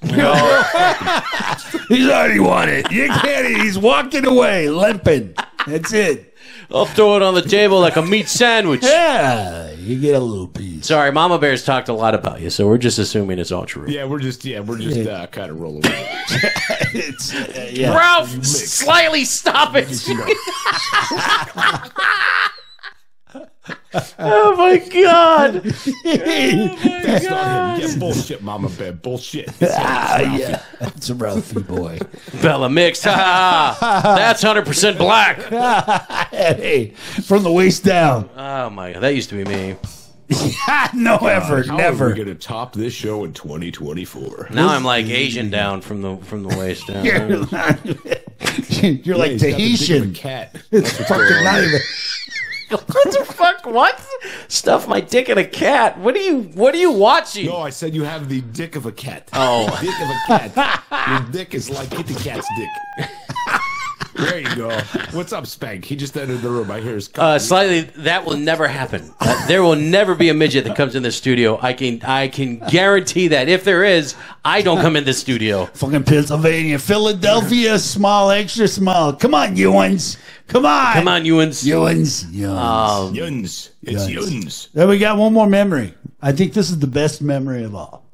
S2: He's already won it.
S4: (laughs)
S2: You can't. He's walking away, limping. That's it.
S3: I'll throw it on the table like a meat sandwich.
S2: Yeah, you get a little (laughs) piece.
S3: Sorry, Mama Bear's talked a lot about you, so we're just assuming it's all true.
S4: Yeah, we're just yeah, we're just uh, kind of rolling. with it.
S2: It's, uh, yeah.
S3: Ralph, slightly stop it. (laughs) oh my god.
S4: That's not him. Yeah, bullshit, Mama Bear. Bullshit.
S2: Ah, yeah. It's a Ralphie boy.
S3: Bella mixed. Ha, ha, ha. That's 100% black.
S2: hey, from the waist down.
S3: Oh my god, that used to be me.
S2: no effort,
S4: How
S2: never.
S4: are we gonna top this show in 2024?
S3: Now I'm like Asian down from the from the waist
S2: (laughs)
S3: down.
S2: You're, not- you're like
S4: he's got the dick of a
S2: Tahitian.
S4: cat.
S2: It's fucking not even.
S3: (laughs) what? Stuff my dick in a cat. What are you? What are you watching?
S4: No, I said you have the dick of a cat.
S3: Oh.
S4: The dick of a cat. Your dick is like Kitty Cat's dick. There you go. What's up, Spank? He just entered the room. I hear his.
S3: Uh, slightly. That will never happen. Uh, there will never be a midget that comes in the studio. I can. I can guarantee that. If there is, I don't come in the studio.
S2: Fucking Pennsylvania, Philadelphia, small, extra small. Come on, you ones. Come on.
S3: Come on, Ewens.
S2: Ewens.
S3: Um,
S4: Yuns. It's Yuns.
S2: Then we got one more memory. I think this is the best memory of all.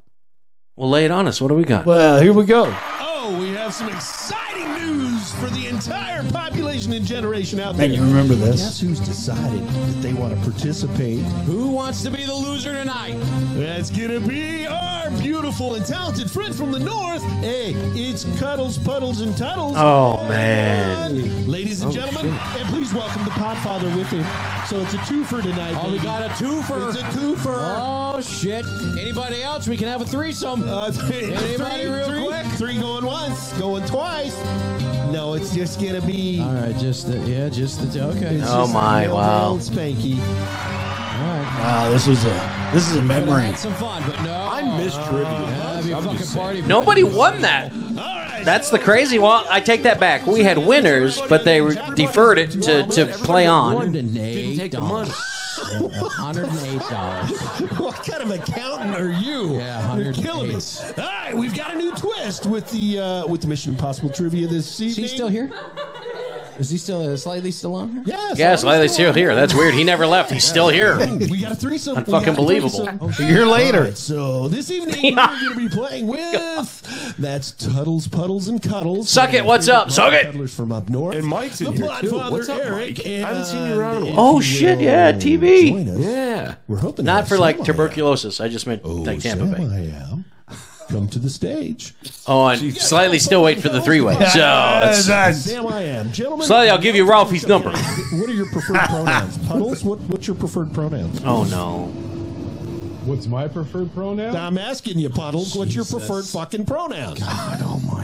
S3: Well, lay it on us. What do we got?
S2: Well, here we go.
S7: Oh, we have some exciting news for the entire population and generation out there.
S2: Man, you remember this?
S7: Guess who's decided that they want to participate?
S6: Who wants to be the loser tonight?
S7: That's gonna be our beautiful and talented friend from the north. Hey, it's Cuddles, Puddles, and Tuddles.
S3: Oh, man.
S7: Ladies
S2: Oh,
S7: and gentlemen, and please welcome the Podfather with him. So it's a twofer tonight.
S6: Oh, we got a twofer.
S7: It's a twofer.
S6: Oh shit! Anybody else? We can have a threesome.
S7: Uh, three,
S6: Anybody real
S7: three-
S6: quick?
S7: Three going once, going twice. No, it's just gonna be.
S6: All right, just the, yeah, just the okay.
S7: it's
S3: Oh,
S7: just
S3: my,
S7: real
S3: wow.
S7: old Spanky.
S6: All right.
S2: Wow, this was a this is a memory.
S6: Had some fun, but no.
S4: I missed trivia.
S6: That'd be a
S4: I'm
S6: fucking
S4: just
S6: party.
S3: Nobody won that. That's the crazy. Well, I take that back. We had winners, but they were- deferred it to, to play on.
S6: Didn't
S1: $108.
S6: take the money.
S7: (laughs)
S1: $108.
S7: What kind of accountant are you?
S1: Yeah,
S7: You're killing me.
S1: 108.
S7: All right, we've got a new twist with the uh, with the Mission Impossible trivia this
S1: Is
S7: evening.
S1: he still here? Is he still uh, slightly still on here?
S7: Yes.
S3: Yes,
S7: I
S3: Riley's
S7: was
S3: still
S7: wrong.
S3: here. That's weird. He never left. He's still here.
S7: We got a threesome. We
S3: Unfucking
S7: got a
S3: believable.
S7: threesome.
S2: A year
S7: All
S2: later.
S7: right, so this evening we're going to
S3: (laughs)
S7: be playing with that's Tuddles, Puddles, and Cuddles.
S3: Suck it, what's up? Suck it.
S7: Cuddlers from up north.
S4: And Mike's in
S7: the
S4: here, too.
S7: Podfather
S4: What's up,
S7: Eric.
S4: Mike?
S7: And,
S4: I haven't seen you around in a
S7: if
S4: while.
S3: Oh,
S7: you
S3: shit,
S7: will
S3: yeah, TV.
S7: join us,
S4: Yeah.
S7: We're hoping to
S3: Not
S7: have
S3: for like
S7: Sam (laughs)
S3: tuberculosis. I just meant
S7: I am.
S3: like
S7: Oh,
S3: Tampa
S7: Sam
S3: Bay.
S7: I am. Come to the stage.
S3: Oh, and slightly still wait for the three (laughs) way. So it's-
S7: Sam I am. Gentlemen.
S3: slightly, I'll give you Ralphie's number.
S7: What are your preferred
S3: (laughs)
S7: pronouns? Puddles, what, what's your preferred pronouns?
S3: Oh no.
S9: What's my preferred pronoun?
S7: I'm asking you, Puddles, what's your preferred fucking pronouns?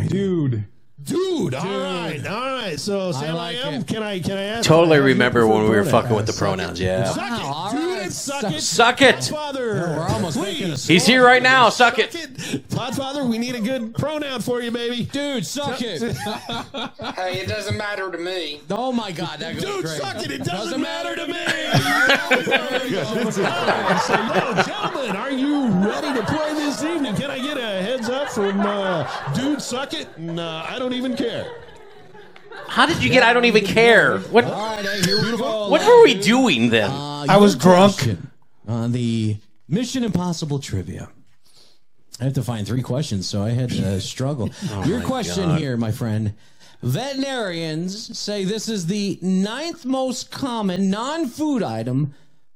S9: Dude.
S7: Dude, all right, all right. So Sam, I,
S1: like
S7: am.
S1: it.
S7: Can I? Can I ask?
S3: Totally
S7: Have you
S3: remember
S7: preferred
S3: when we were
S7: pronouns?
S3: fucking with the pronouns. Yeah.
S7: Suck it,
S1: Wow, all
S7: dude,
S1: right.
S7: suck,
S1: Suck-
S7: it,
S3: suck it.
S7: Podfather.
S1: We're almost making a
S7: Please,
S3: He's here right now. Suck
S7: suck
S3: it.
S7: it, Podfather. We need a good pronoun for you, baby.
S6: Dude, suck it.
S15: Hey, it doesn't matter to me.
S6: Oh my god, that goes
S7: Dude,
S6: great.
S7: suck it. It doesn't, matter, to me. (laughs) so, yo, gentlemen, are you ready to play this evening? Can I get a heads up from uh, Dude Suck It? Nah, I don't even care.
S3: How did you get? I don't even care. What?
S6: All right, hey, here we go.
S3: What were we doing then?
S6: Uh,
S2: I
S6: your
S2: was drunk.
S6: question On the Mission Impossible trivia. I have to find three questions, so I
S2: (laughs)
S6: had to struggle.
S2: Oh
S6: your question here, my friend. Veterinarians say this is the ninth most common non food item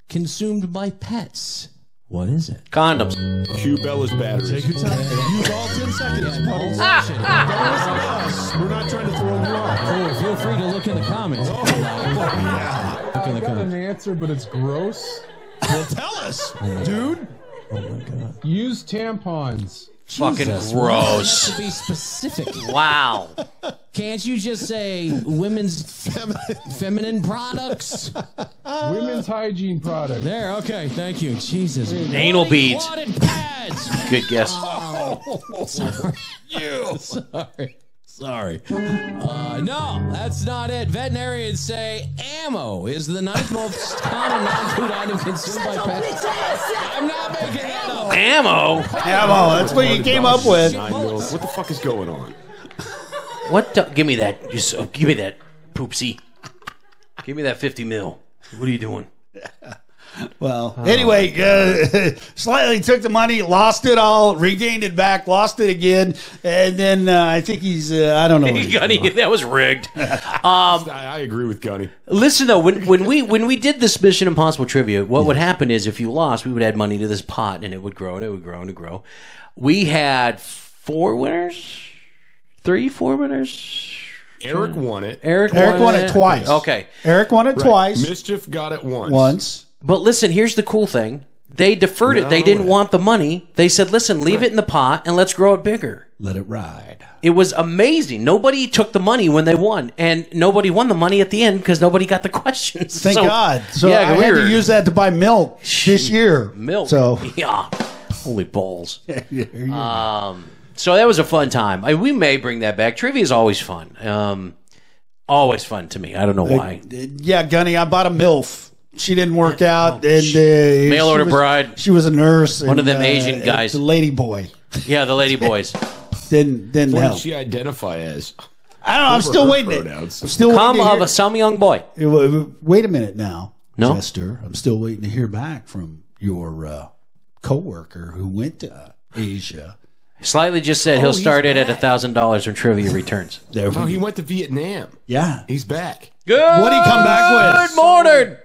S6: consumed by pets. What is it?
S3: Condoms.
S4: Cue Bella's batteries.
S7: Take your time. Use all 10 seconds. Puddles. We're not trying to throw you off.
S6: Cool, Oh, feel free to look in the comments.
S2: Oh,
S6: Look in the
S9: I got an
S6: comments.
S9: answer, but it's gross.
S7: Well, tell us, dude.
S6: Oh my god.
S9: Use tampons.
S3: Fucking
S6: Jesus,
S3: gross.
S6: why do you have to be specific.
S3: Wow.
S6: Can't you just say women's feminine products?
S9: Women's hygiene product.
S6: There, okay, thank you. Jesus.
S3: Anal beads.
S6: Wadded pads.
S3: Good guess.
S6: Sorry. Sorry. Uh, no, that's not it. Veterinarians say ammo is the ninth most common non-food item consumed by pets. I'm not making that up.
S3: Ammo.
S2: Yeah, well, that's what you came up with.
S4: I know. What the fuck is going on?
S3: What? The, give me that. You so, give me that poopsie. Give me that fifty mil. What are you (laughs) doing?
S2: Well, anyway, uh, (laughs) slightly took the money, lost it all, regained it back, lost it again, and then uh, I think he's uh, I (laughs) don't know. what he's
S3: Gunny, that was rigged.
S2: Um,
S4: I, I agree with Gunny.
S3: (laughs) Listen though, when when we when we did this Mission Impossible trivia, what would happen is if you lost, we would add money to this pot, and it would grow and it would grow and it would grow. We had four winners, three, four winners.
S4: Eric won it.
S3: Eric,
S2: Eric won it
S3: it
S2: twice.
S3: Okay,
S2: Eric won it
S4: Right.
S2: twice.
S4: Mischief got it once.
S2: Once.
S3: but listen, here's the cool thing: they deferred it. They
S4: No
S3: didn't
S4: way.
S3: want the money. They said, "Listen, leave it in the pot and let's grow it bigger."
S2: Let it ride.
S3: It was amazing. Nobody took the money when they won, and nobody won the money at the end because nobody got the (laughs) questions.
S2: Thank
S3: So-
S2: God. So
S3: yeah,
S2: I
S3: we
S2: had
S3: were-
S2: to use that to buy milk Oh, this year. (laughs)
S3: Milk.
S2: So
S3: yeah,
S2: (laughs)
S3: holy balls. um, so that was a fun time. I, we may bring that back. Trivia is always fun. Um, always fun to me. I don't know why.
S2: yeah, Gunny, I bought a milf. She didn't work out, and uh,
S3: Oh, Mail
S2: she
S3: order
S2: was-
S3: bride.
S2: She was a nurse.
S3: One of them
S2: and,
S3: Asian
S2: and
S3: guys.
S2: The lady boy
S3: Yeah,
S2: (laughs)
S3: the lady boys.
S2: didn't didn't
S4: What
S2: help.
S4: did she identify as?
S2: I don't know. I'm
S4: What were
S2: still
S4: her
S2: waiting. it. I'm
S4: pronouns?
S2: still
S3: Come
S2: waiting to
S3: of
S2: hear-
S3: a some young boy.
S2: It wa- it wa- Wait a minute now,
S3: No?
S2: Chester. I'm still waiting to hear back from your uh, coworker who went to uh, Asia.
S3: Slightly just said
S4: Oh,
S3: he'll
S4: he's
S3: start it at a thousand dollars when trivia
S4: (laughs)
S3: returns.
S2: There
S4: Oh, he went to Vietnam.
S2: Yeah,
S4: he's back.
S3: Good.
S4: What'd he come back with?
S3: Good morning.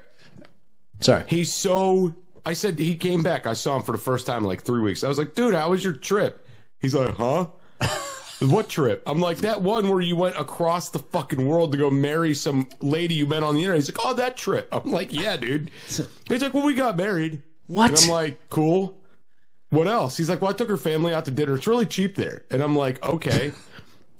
S3: Sorry.
S4: He's so. I said he came back. I saw him for the first time in like three weeks. I was like, dude, how was your trip? He's like, huh? (laughs) what trip? I'm like, that one where you went across the fucking world to go marry some lady you met on the internet. He's like, oh, that trip. I'm like, yeah, dude. He's like, well, we got married.
S3: What?
S4: And I'm like, cool. What else? He's like, well, I took her family out to dinner. It's really cheap there. And I'm like, okay.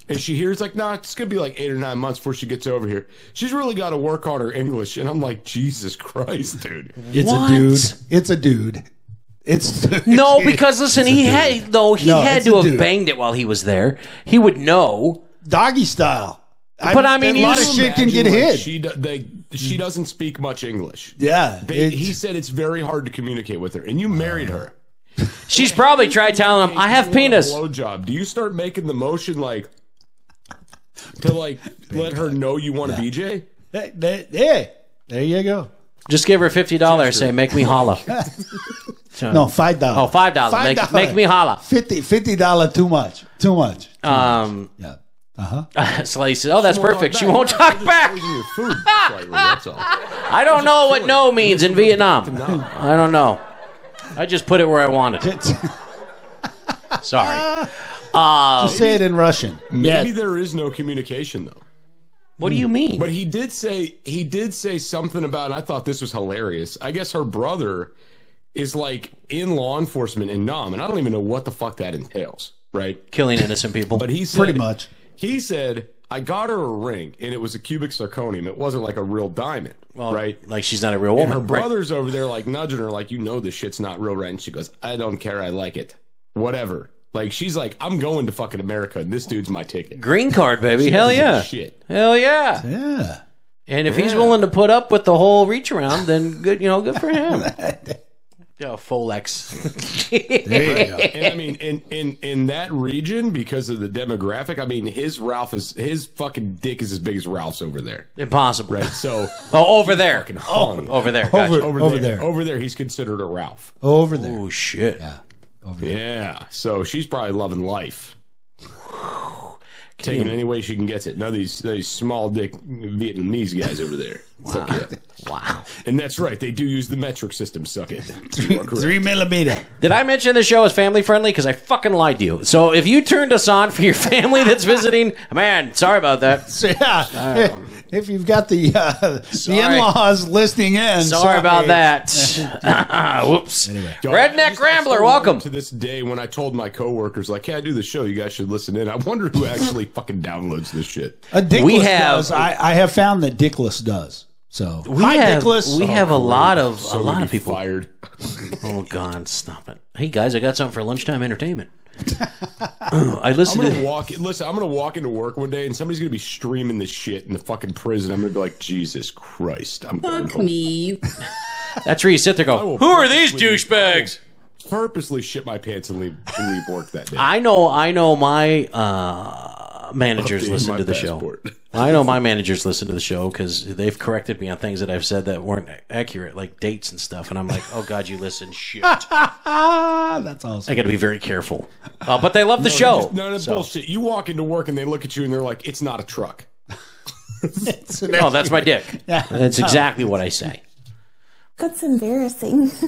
S4: And she hears like, nah, it's gonna be like eight or nine months before she gets over here. She's really got to work on her English, and I'm like, Jesus Christ, dude.
S2: It's a dude.
S4: (laughs)
S2: It's a dude. It's (laughs)
S3: No, because listen, he had though he
S2: No,
S3: had
S2: it's
S3: to
S2: a
S3: have
S2: dude.
S3: banged it while he was there. He would know.
S2: Doggy style.
S3: But I mean,
S4: a lot of
S3: he's-
S4: shit can get
S2: Imagine, like,
S4: hit. She do- they, she doesn't speak much English.
S2: Yeah,
S4: They, he said it's very hard to communicate with her, and you married her.
S3: She's probably tried telling him, "I have penis."
S4: Blowjob. Do you start making the motion like to like let her know you want a BJ?
S2: Hey, there- hey, there you go.
S3: Just give her fifty dollars. Say, make me holla.
S2: No, five dollars.
S3: Oh, five dollars. Make,
S2: $5.
S3: make me holla. (laughs)
S2: Fifty, fifty dollar. Too much. Too much.
S3: Um,
S2: yeah.
S3: Uh-huh. Slightly says, "Oh, that's
S4: She won't
S3: perfect."
S4: talk
S3: She won't talk
S4: back. She'll (laughs) just
S3: back.
S4: poison your food slightly, that's all.
S3: (laughs) I don't know what no means in Vietnam. I don't know. I just put it where I wanted it. Sorry. Uh,
S2: Just say it in Russian.
S4: Maybe there is no communication though.
S3: What do you mean?
S4: But he did say he did say something about. And I thought this was hilarious. I guess her brother is like in law enforcement in Nam, and I don't even know what the fuck that entails. Right?
S3: Killing innocent people.
S4: But he said,
S2: Pretty much.
S4: He said I got her a ring, and it was a cubic zirconium. It wasn't like a real diamond. right?
S3: Like she's not a real
S4: And
S3: woman.
S4: her
S3: Right.
S4: brother's over there like nudging her, like you know this shit's not real, right? And she goes, I don't care, I like it, whatever. Like she's like, I'm going to fucking America, and this dude's my ticket.
S3: Green card, baby.
S4: She
S3: Hell
S4: doesn't give a
S3: yeah.
S4: Shit.
S3: Hell yeah.
S2: Yeah.
S3: And if he's
S4: Yeah.
S3: willing to put up with the whole reach around, then good, you know, good for
S4: (laughs)
S3: him. oh, Folex.
S4: and I mean, in in in that region, because of the demographic, I mean, his Ralph is his fucking dick is as big as Ralph's over there,
S3: Impossible.
S4: right? So
S3: (laughs) Oh, over there. Oh,
S4: hung.
S3: over there. Gotcha.
S2: Over,
S4: over,
S2: over,
S4: there,
S2: there.
S4: over there, he's considered a Ralph.
S2: Over there.
S3: Oh shit.
S4: Yeah, so she's probably loving life. Taking any way she can get it. None of these, these small dick Vietnamese guys
S3: (laughs)
S4: over there. Fuck yeah.
S3: Wow.
S4: And that's right, they do use the metric system.
S3: (laughs)
S4: Suck it. You are correct.
S2: Three millimeter.
S3: Did I mention the show is family friendly? Because I fucking lied to you. So if you turned us on for your family that's visiting, man, sorry about
S4: (laughs)
S3: that.
S2: (laughs) So, yeah. If, if you've got the uh, the
S3: Sorry.
S2: in laws listening in,
S3: Sorry, about
S4: (laughs)
S3: that. (laughs) Whoops. Redneck Rambler,
S4: still
S3: welcome.
S4: wonder To this day, when I told my coworkers, like, "Hey, I do the show. You guys should listen in." I wonder who actually (laughs) fucking downloads this shit.
S2: A dickless
S3: We have-
S2: does. I, I have found that dickless does. So
S3: We
S2: hi,
S3: have,
S2: dickless.
S3: we have a lot of
S4: Oh,
S3: a
S4: So
S3: lot
S4: we'd
S3: of
S4: be
S3: people.
S4: fired.
S3: Oh God, stop it! Hey guys, I got something for lunchtime
S4: (laughs)
S3: entertainment. I listened
S4: I'm
S3: (laughs)
S4: gonna
S3: to.
S4: walk. Listen, I'm gonna walk into work one day, and somebody's gonna be streaming this shit in the fucking prison. I'm gonna be like, "Jesus Christ!" I'm going home.
S16: me.
S3: That's where you sit there, and
S4: I
S3: go.
S4: will
S3: Who are these
S4: purposely-
S3: douchebags?
S4: Purposely shit my pants and leave and leave work that day.
S3: (laughs) I know, I know. My uh, managers
S4: Updating
S3: listen
S4: my
S3: to the
S4: passport.
S3: show. I know my managers listen to the show because they've corrected me on things that I've said that weren't accurate, like dates and stuff. And I'm like, oh God, you listen.
S4: (laughs)
S3: Shit, I
S2: That's awesome.
S3: got to be very careful. Uh, but they love the
S4: No,
S3: show.
S4: just- No, no bullshit. You walk into work and they look at you and they're like, "It's not a truck." (laughs)
S3: (laughs) No, Oh, that's my dick.
S2: Yeah.
S3: That's exactly what I say.
S16: That's embarrassing. (laughs)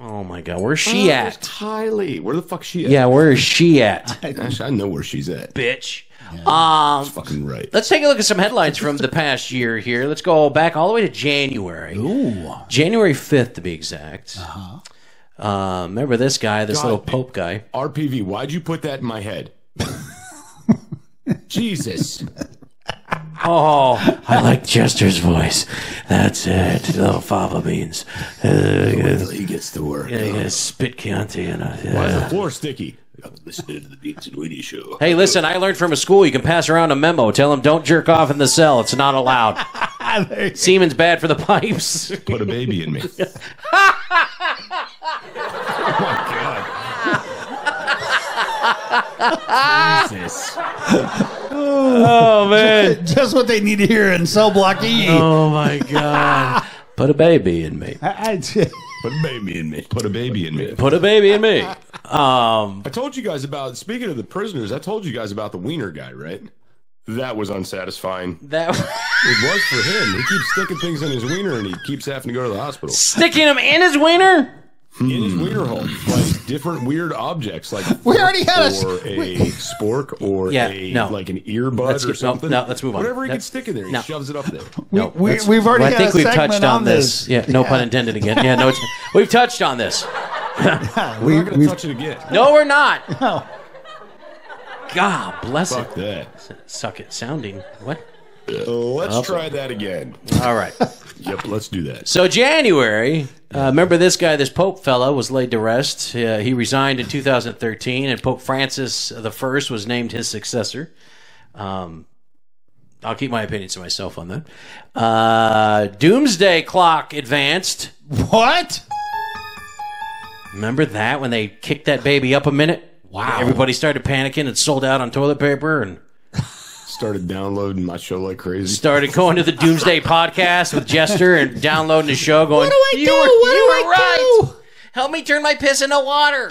S3: Oh my God, where's she
S4: Oh,
S3: at?
S4: Kylie, where the fuck she at?
S3: Yeah, where is she at, (laughs)
S4: Actually, I know where she's at.
S3: bitch? Um,
S4: Fucking right.
S3: Let's take a look at some headlines from the past year here. Let's go back all the way to January.
S2: Ooh.
S3: January 5th, to be exact. Uh, remember this guy, this
S4: God.
S3: little Pope guy? (laughs)
S4: RPV, why'd you put that in my head? Jesus.
S3: Oh, I like Chester's voice. That's it. Little fava beans.
S17: he gets to work.
S3: Yeah, he gets spit Chianti in it.
S17: Why is the
S3: Yeah.
S17: floor sticky? I'm listening to the Beans and Weenie show.
S3: Hey, listen, I learned from a school you can pass around a memo. Tell them don't jerk off in the cell. It's
S2: (laughs)
S3: not allowed. Semen's bad for the pipes.
S17: Put a baby in me.
S3: oh man,
S2: just what they need to hear in cell block E.
S3: (laughs) Oh my god, Put a baby in me.
S17: Put a baby in me. Put a baby in me.
S3: Put a baby in me. Um,
S4: I told you guys about speaking of the prisoners. I told you guys about the wiener guy, right? That was unsatisfying.
S3: That
S4: it was for him. He keeps sticking things in his wiener, and he keeps having to go to the hospital.
S3: Sticking him in his wiener?
S4: in his wiener hole, like different weird objects, like
S3: (laughs) We already had a s-
S4: or a spork or
S3: Yeah,
S4: a
S3: no.
S4: like an earbud
S3: Let's
S4: or
S3: get- no,
S4: something.
S3: no, let's move on.
S4: Whatever he
S3: That-
S4: can stick in there, he
S3: no.
S4: shoves it up there.
S3: No,
S2: we-
S3: that's-
S2: we've already
S3: well,
S2: had
S3: I think
S2: a
S3: we've
S2: segment
S3: touched on
S2: on
S3: this.
S2: this.
S3: Yeah, no
S2: Yeah.
S3: pun intended again. Yeah,
S2: (laughs)
S3: no, it's, we've touched on this.
S4: We're not gonna touch it again.
S3: No, we're not. God bless
S4: Fuck
S3: it.
S4: that.
S3: S- Suck it. Sounding
S2: (laughs)
S3: what?
S4: Let's
S3: Up.
S4: try that again.
S3: All right.
S4: yep, let's do that.
S3: So January, uh, remember this guy, this Pope fella, was laid to rest. Uh, he resigned in 2013, and Pope Francis I was named his successor. Um, I'll keep my opinions to myself on that. Uh, doomsday clock advanced.
S2: What?
S3: Remember that when they kicked that baby up a minute? Wow! Everybody started panicking and sold out on toilet paper and
S4: Started downloading my show like crazy.
S3: started going to the Doomsday podcast with Jester and downloading the show. Going,
S7: do?
S3: you were,
S7: What
S3: you
S7: do
S3: were
S7: I
S3: right. Help me turn my piss into water.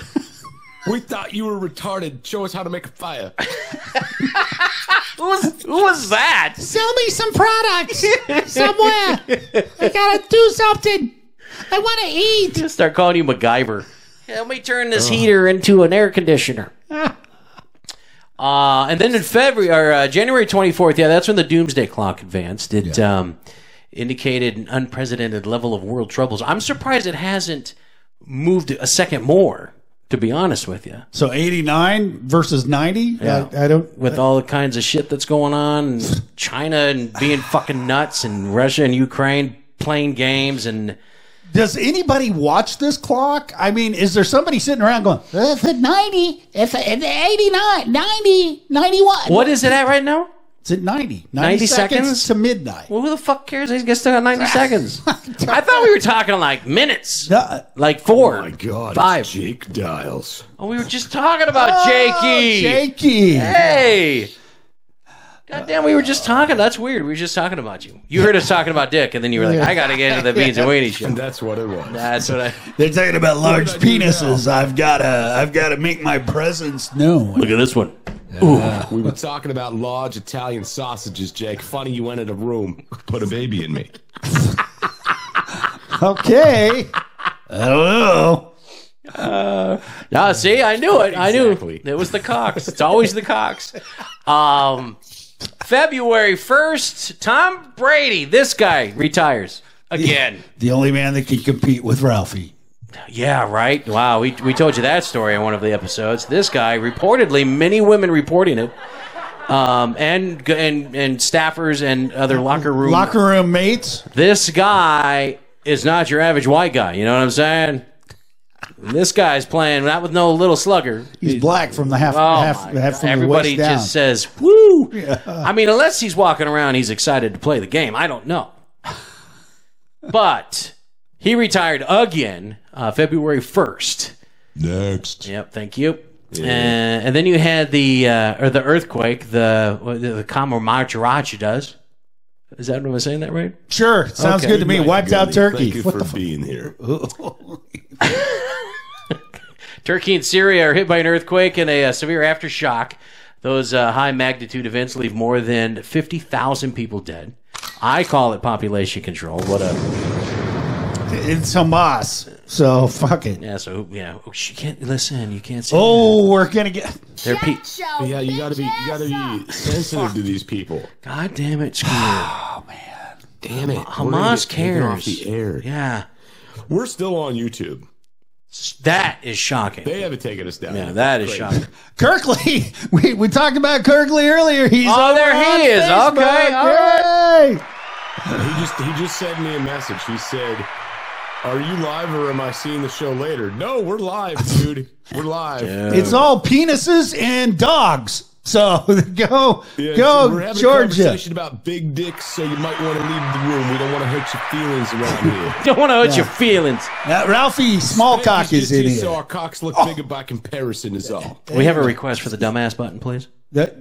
S4: We thought you were retarded. Show us how to make a fire.
S3: who, was, who was that?
S7: (laughs) Sell me some products somewhere. I gotta do something. I want to eat.
S3: Start calling you MacGyver. Help me turn this heater into an air
S7: (laughs)
S3: conditioner. Uh, and then in February or uh, January 24th, yeah, that's when the doomsday clock advanced. It um, indicated an unprecedented level of world troubles. I'm surprised it hasn't moved a second more, to be honest with you.
S2: So 89 versus Uh, 90?
S3: Yeah.
S2: I, I don't.
S3: With all the kinds of shit that's going on, and China and being fucking nuts, and Russia and Ukraine playing games, and
S2: Does anybody watch this clock? I mean, is there somebody sitting around going,
S7: If at 90, if at 89, 90, 91.
S3: what is it at right now?
S2: It's at 90. 90,
S3: 90
S2: seconds,
S3: seconds?
S2: to midnight.
S3: Well, who the fuck cares? These guys still
S2: (laughs)
S3: got 90 seconds. I thought we were talking like minutes, like four. Oh my
S17: god,
S3: five.
S17: Jake Dials.
S3: Oh, we were just talking about
S2: Oh,
S3: Jakey.
S2: Jakey.
S3: Hey. God damn, we were just talking. That's weird. We were just talking about you. You heard us talking about Dick, and then you were like, I got to
S2: (laughs)
S3: get into the beans and weenie show.
S4: That's what it was.
S3: That's what I.
S2: They're talking about large penises. I've gotta, I've gotta make my presence known.
S3: Look at this one.
S4: We were talking about large Italian sausages, Jake. Funny you entered a room. Put a baby in me.
S2: Okay. I don't know.
S3: Uh, no, see, I knew it. I knew it was the Cox. It's always the Cox. Um, February first, Tom Brady. This guy retires again.
S2: The only man that can compete with Ralphie.
S3: Yeah, right. Wow, we we told you that story in one of the episodes. This guy reportedly, many women reporting it, um, and and and staffers and other locker room
S2: Locker room mates.
S3: this guy is not your average white guy. You know what I'm saying? This guy's playing not with no little slugger.
S2: He's black from the half,
S3: Oh
S2: half,
S3: my
S2: half
S3: God.
S2: from
S3: Everybody
S2: the waist down.
S3: just says, "Woo!" I mean, unless he's walking around, he's excited to play the game. I
S2: (laughs)
S3: don't know, but he retired again, uh, February first.
S1: Next.
S3: Yep. Thank you. Uh, and then you had the uh, or the earthquake, the what- the, the Kamarajarachi does. Is that am I saying that right?
S2: Sure, sounds
S3: Okay.
S2: good to me. Wiped out Turkey.
S17: Thank you
S2: What
S17: for
S2: the fu-
S17: being here.
S3: Turkey and Syria are hit by an earthquake and a uh, severe aftershock. Those uh, high magnitude events leave more than 50,000 people dead. I call it population control. What a.
S2: It's Hamas, so oh, fuck it.
S3: Yeah, so, yeah. Oh, she can't. Listen, you can't say.
S2: Oh, we're gonna get.
S3: They're pe-
S4: yeah, you gotta be you gotta be sensitive to these people.
S3: God damn it, Screw. Oh,
S4: Damn it.
S3: Hamas
S4: We're gonna get taken
S3: cares.
S4: Off the air.
S3: Yeah.
S4: We're still on YouTube.
S3: That is shocking.
S4: They haven't taken us down.
S3: Yeah, that is shocking.
S2: Kirkley, (laughs) we, we talked about Kirkley earlier. He's
S3: Oh,
S2: over
S3: there he
S2: on
S3: is.
S2: Facebook.
S3: Okay, all
S2: Yay!
S4: He just he just sent me a message. He said, "Are you live or am I seeing the show later?" No, we're live, dude.
S3: (laughs)
S4: We're live.
S2: It's all penises and dogs. So (laughs) go,
S4: Yeah, so we're
S2: go,
S4: having A
S2: Georgia.
S4: conversation about big dicks, so you might want to leave the room. We don't want to hurt your
S2: (laughs)
S4: feelings around here.
S3: Don't want to hurt
S2: Yeah.
S3: your feelings.
S2: Now, Ralphie Smallcock is in
S4: So
S2: here. Oh.
S4: our cocks look bigger by comparison, is all.
S3: We have a request for the dumbass button, please.
S2: That-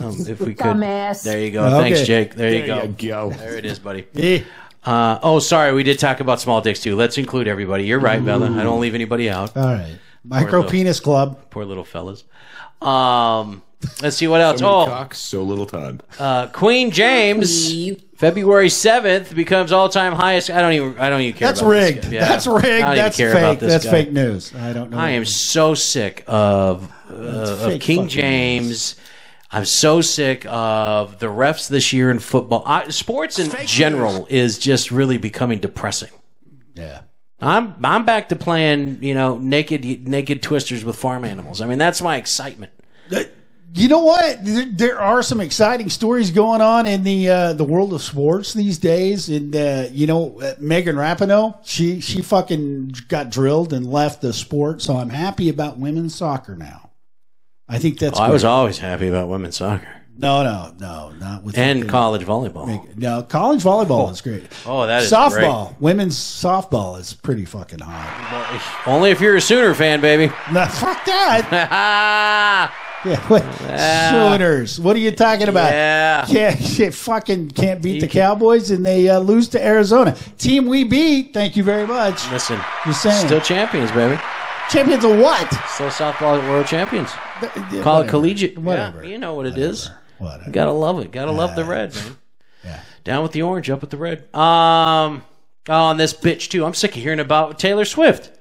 S3: Um, if we could.
S4: Dumbass.
S3: There you go.
S4: Okay.
S3: Thanks, Jake. There, you go.
S4: There you go.
S3: There it is,
S2: (laughs)
S3: buddy.
S2: Eh.
S3: Uh, oh, sorry. We did talk about small dicks too. Let's include everybody. You're right, Bella. I don't leave anybody out.
S2: All right. Micro penis club.
S3: Poor little fellas. Um, let's see what else.
S4: So many
S3: oh,
S4: cocks, so little time.
S3: uh, Queen James, February seventh becomes all time highest. I don't even. I don't even care.
S2: That's
S3: about this
S2: rigged.
S3: guy. Yeah.
S2: That's
S3: I
S2: rigged.
S3: don't even
S2: That's
S3: care about
S2: fake.
S3: this
S2: That's
S3: guy.
S2: fake news. I don't know.
S3: I am so sick of, uh, of
S2: fake
S3: King
S2: fucking
S3: James. I'm so sick of the refs this year in football. I, sports in general is just really becoming depressing.
S2: Yeah.
S3: I'm I'm back to playing, you know, naked naked twisters with farm animals. I mean, that's my excitement.
S2: Uh, You know what? There, there are some exciting stories going on in the uh, the world of sports these days. And uh, you know, uh, Megan Rapinoe, she she fucking got drilled and left the sport. So I'm happy about women's soccer now. I think that's.
S3: Oh, I
S2: great.
S3: was always happy about women's soccer
S2: no, no, no, not with
S3: and college volleyball.
S2: no college volleyball is great.
S3: Oh, that is
S2: softball, women's softball is pretty fucking hot. (laughs)
S3: great. Only if you're a Sooner fan, baby. (laughs)
S2: No, fuck that. (laughs)
S3: yeah,
S2: what?
S3: Ah.
S2: Sooners. What are you talking about?
S3: (laughs) Yeah.
S2: Yeah, shit, fucking can't beat the Cowboys, and they uh, lose to Arizona. Team we beat. Thank you very much.
S3: Listen,
S2: Just saying.
S3: still champions, baby.
S2: Champions of what?
S3: Still softball world champions.
S2: Th- yeah,
S3: Call it
S2: whatever.
S3: collegiate.
S2: Whatever.
S3: Yeah, you know what it is. You gotta love it. Gotta love the red,
S2: (laughs)
S3: man. Down with the orange, up with the red. Um, oh, and this bitch too. I'm sick of hearing about
S2: (laughs)
S3: Taylor Swift.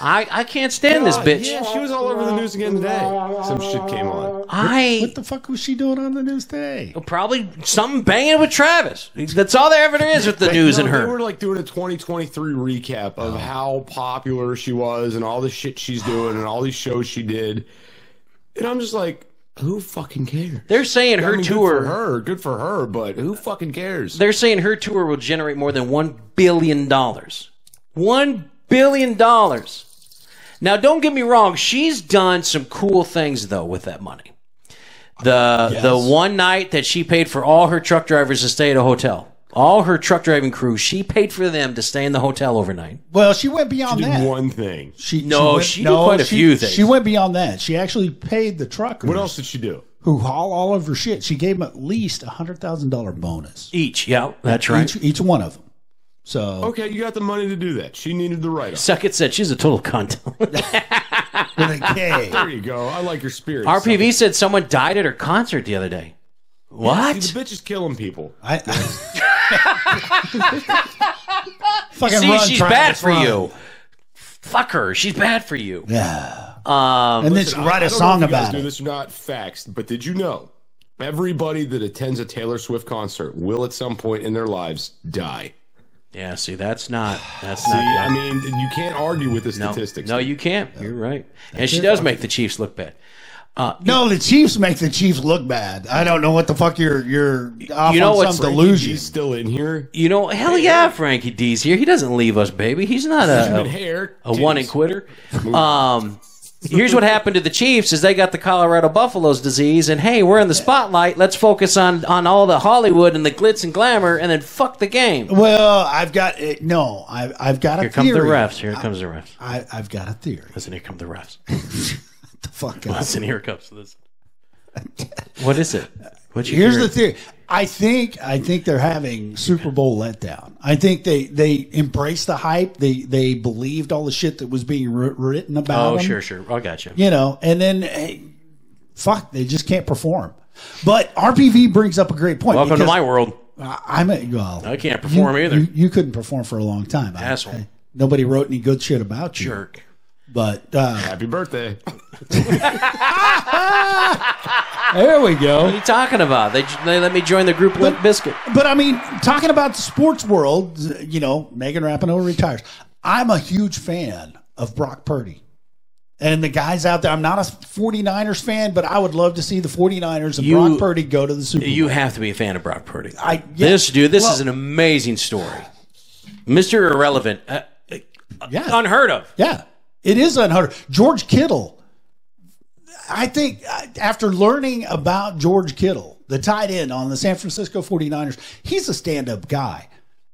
S3: I I can't stand this
S4: God,
S3: bitch.
S4: Yeah, she was all over the news again today. Some shit came on.
S3: I Oh,
S2: What the fuck was she doing on the news today?
S3: probably something banging with Travis. That's all there ever is with the
S4: Like,
S3: news
S4: no,
S3: and
S4: They
S3: her. Oh.
S4: were like doing a 2023 recap of how popular she was and all the shit she's doing and all these shows she did. And I'm just like, who fucking cares?
S3: They're saying her
S4: I mean,
S3: tour.
S4: Good for her, good for her, but who fucking cares?
S3: They're saying her tour will generate more than one billion dollars. One billion dollars. Now, don't get me wrong. She's done some cool things though with that money. The the one night that she paid for all her truck drivers to stay at a hotel, all her truck driving crew, she paid for them to stay in the hotel overnight.
S2: Well, she went beyond
S4: She did
S2: that.
S4: one thing.
S2: She
S3: No,
S2: went-
S3: she did quite a
S2: she-
S3: few things.
S2: She went beyond that. She actually paid the truckers
S4: What else did she do?
S2: who haul all of her shit. She gave them at least a hundred thousand dollar bonus.
S3: Each, yeah, that's right.
S2: Each, each one of them. So
S4: Okay, you got the money to do that. She needed the write off.
S3: Suck it said she's a total cunt. (laughs)
S2: with a K.
S4: There you go. I like your spirit.
S3: RPV said someone died at her concert the other day. What?
S4: See, the bitch is killing people.
S3: (laughs)
S2: I, fucking
S3: See,
S2: run,
S3: she's
S2: Travis,
S3: bad for
S2: run.
S3: you. Fuck her. She's bad for you.
S2: Yeah.
S3: Um,
S2: And then she write
S4: I
S2: a
S4: don't know
S2: song
S4: if you guys
S2: about
S4: Do
S2: it.
S4: this or not? Facts. But did you know everybody that attends a Taylor Swift concert will at some point in their lives die?
S3: yeah, see, that's not. That's
S4: See,
S3: not. good.
S4: I mean, you can't argue with the
S3: no,
S4: statistics.
S3: no, you can't. You're right. and she does make the Chiefs look bad.
S2: No, the Chiefs make the Chiefs look bad. I don't know what the fuck you're you're off
S3: You know
S2: on
S3: what's-
S2: some delusion.
S4: He's still in here.
S3: You know, hell yeah, Frankie D's here. He doesn't leave us, baby. He's not
S4: Human
S3: a
S4: hair.
S3: a, one and quitter. Um, here's what happened to the Chiefs: is they got the Colorado Buffaloes disease, and hey, we're in the spotlight. Let's focus on on all the Hollywood and the glitz and glamour, and then fuck the game.
S2: Well, I've got eh, no. I've I've got a
S3: Here comes the
S2: theory.
S3: refs. Here comes the refs.
S2: I, I've got a theory.
S3: Listen, here come the refs.
S2: The fuck up.
S3: Listen, here comes this. What is it? What
S2: Here's the theory. I think I think they're having Super Bowl letdown. I think they they embraced the hype. They they believed all the shit that was being wri- written about.
S3: Oh,
S2: them.
S3: sure, sure. I got you.
S2: you know, and then eh, fuck, they just can't perform. But RPV brings up a great point.
S3: Welcome to
S2: because
S3: my world.
S2: I- I'm a, well,
S3: I can't perform
S2: you,
S3: either.
S2: You, you couldn't perform for a long time. I-
S3: Asshole.
S2: I- nobody wrote any good shit about you.
S3: Jerk.
S2: But uh,
S4: Happy birthday.
S2: there we go.
S3: What are you talking about? They, they let me join the group Limp Biscuit.
S2: But I mean, talking about the sports world, you know, Megan Rapinoe retires. I'm a huge fan of Brock Purdy. And the guys out there, I'm not a 49ers fan, but I would love to see the 49ers and
S3: You-
S2: Brock Purdy go to the Super Bowl.
S3: You have to be a fan of Brock Purdy.
S2: I- yeah.
S3: This dude, this
S2: Well-
S3: is an amazing story. Mr. Irrelevant. Uh,
S2: yeah.
S3: Unheard of.
S2: Yeah, it is unheard. of. George Kittle. I think uh, after learning about George Kittle, the tight end on the San Francisco 49ers, he's a stand-up guy.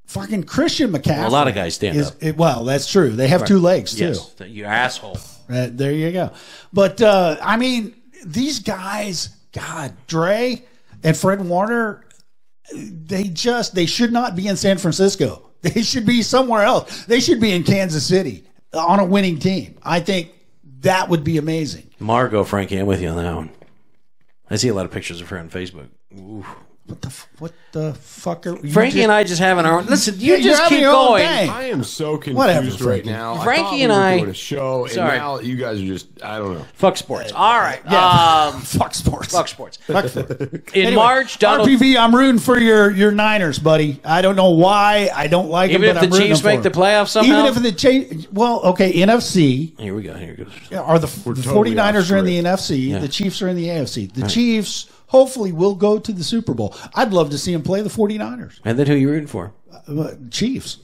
S2: Fucking Christian McCaffrey.
S3: a lot of guys stand
S2: is-
S3: up.
S2: it- well, that's true. They have
S3: Right.
S2: two legs too.
S3: Yes, you asshole.
S2: Uh, there you go. But uh, I mean, these guys, God, Dre and Fred Warner, they just they should not be in San Francisco. (laughs) They should be somewhere else. They should be in Kansas City on a winning team. I think that would be amazing.
S3: Margot, Frankie, I'm with you on that one. I see a lot of pictures of her on Facebook. Ooh.
S2: What the fuck are you
S3: Frankie
S2: just-
S3: and I just having our own. Listen, you
S2: Yeah, you're
S3: just
S2: having
S3: keep
S2: your own
S3: going.
S2: day.
S4: I am so confused
S2: Whatever,
S4: right
S2: Frankie.
S4: now.
S3: Frankie
S4: thought we
S3: and
S4: were
S3: I-
S4: doing a show, and
S3: Sorry.
S4: now you guys are just—I don't know.
S3: Fuck sports. All right.
S2: Yeah.
S3: Um,
S2: fuck sports.
S3: Fuck sports.
S2: (laughs) Fuck for it.
S3: In
S2: Anyway,
S3: March, Donald.
S2: RPV, I'm rooting for your your Niners, buddy. I don't know why. I don't like
S3: Even
S2: them,
S3: if
S2: but
S3: the
S2: I'm rooting
S3: Chiefs
S2: them for
S3: make the
S2: them.
S3: playoffs
S2: Even
S3: somehow?
S2: if the Chiefs, well, okay, NFC.
S3: Here we go. Here it goes.
S2: Yeah, are the, the
S3: totally
S2: 49ers are in
S3: off
S2: the NFC,
S3: Yeah.
S2: the Chiefs are in the AFC. The
S3: Right.
S2: Chiefs hopefully will go to the Super Bowl. I'd love to see them play the 49ers.
S3: And then who you rooting for?
S2: Uh, Chiefs.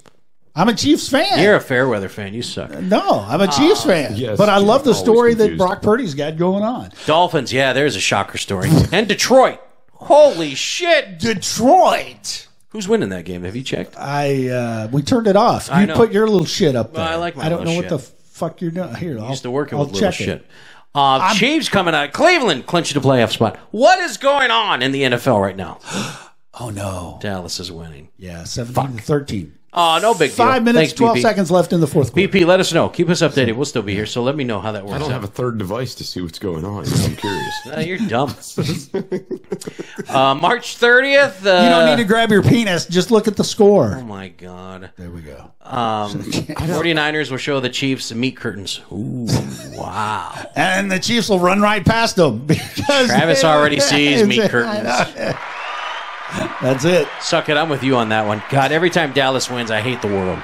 S2: I'm a Chiefs fan.
S3: You're a Fairweather fan. You suck.
S2: no, I'm a Chiefs fan.
S3: Ah, yes,
S2: but I
S3: Jim,
S2: love the
S3: always
S2: story that
S3: confused.
S2: Brock Purdy's got going on.
S3: Dolphins. Yeah, there's a shocker story. and Detroit. Holy shit.
S2: Detroit.
S3: Who's winning that game? Have you checked?
S2: I uh, we turned it off.
S3: I
S2: You
S3: know.
S2: put your little shit up there.
S3: Well, I like my
S2: I don't know
S3: little
S2: what the
S3: shit.
S2: fuck you're doing. Here, I'll,
S3: Used to working
S2: I'll
S3: with little
S2: check it.
S3: shit. Uh, Chiefs coming out. Cleveland clinching the playoff spot. What is going on in the NFL
S2: (gasps)
S3: right now?
S2: Oh no.
S3: Dallas is winning.
S2: Yeah, 17 to 13.
S3: Oh, no big deal.
S2: Five minutes,
S3: Thanks,
S2: 12
S3: BP.
S2: seconds left in the fourth quarter.
S3: BP, let us know. Keep us updated. We'll still be here. So let me know how that works.
S4: I don't
S3: out.
S4: have a third device to see what's going on. so I'm curious.
S3: Uh,
S2: (laughs)
S3: you're dumb. uh, March 30th. Uh,
S2: you don't need to grab your penis. Just look at the score.
S3: Oh, my God.
S2: There we go. (laughs)
S3: Um, 49ers will show the Chiefs meat curtains.
S2: (laughs)
S3: Ooh, wow.
S2: And the Chiefs will run right past them (laughs) because (laughs)
S3: Travis already sees meat curtains.
S2: That's it.
S3: Suck it. I'm with you on that one. God, every time Dallas wins, I hate the world.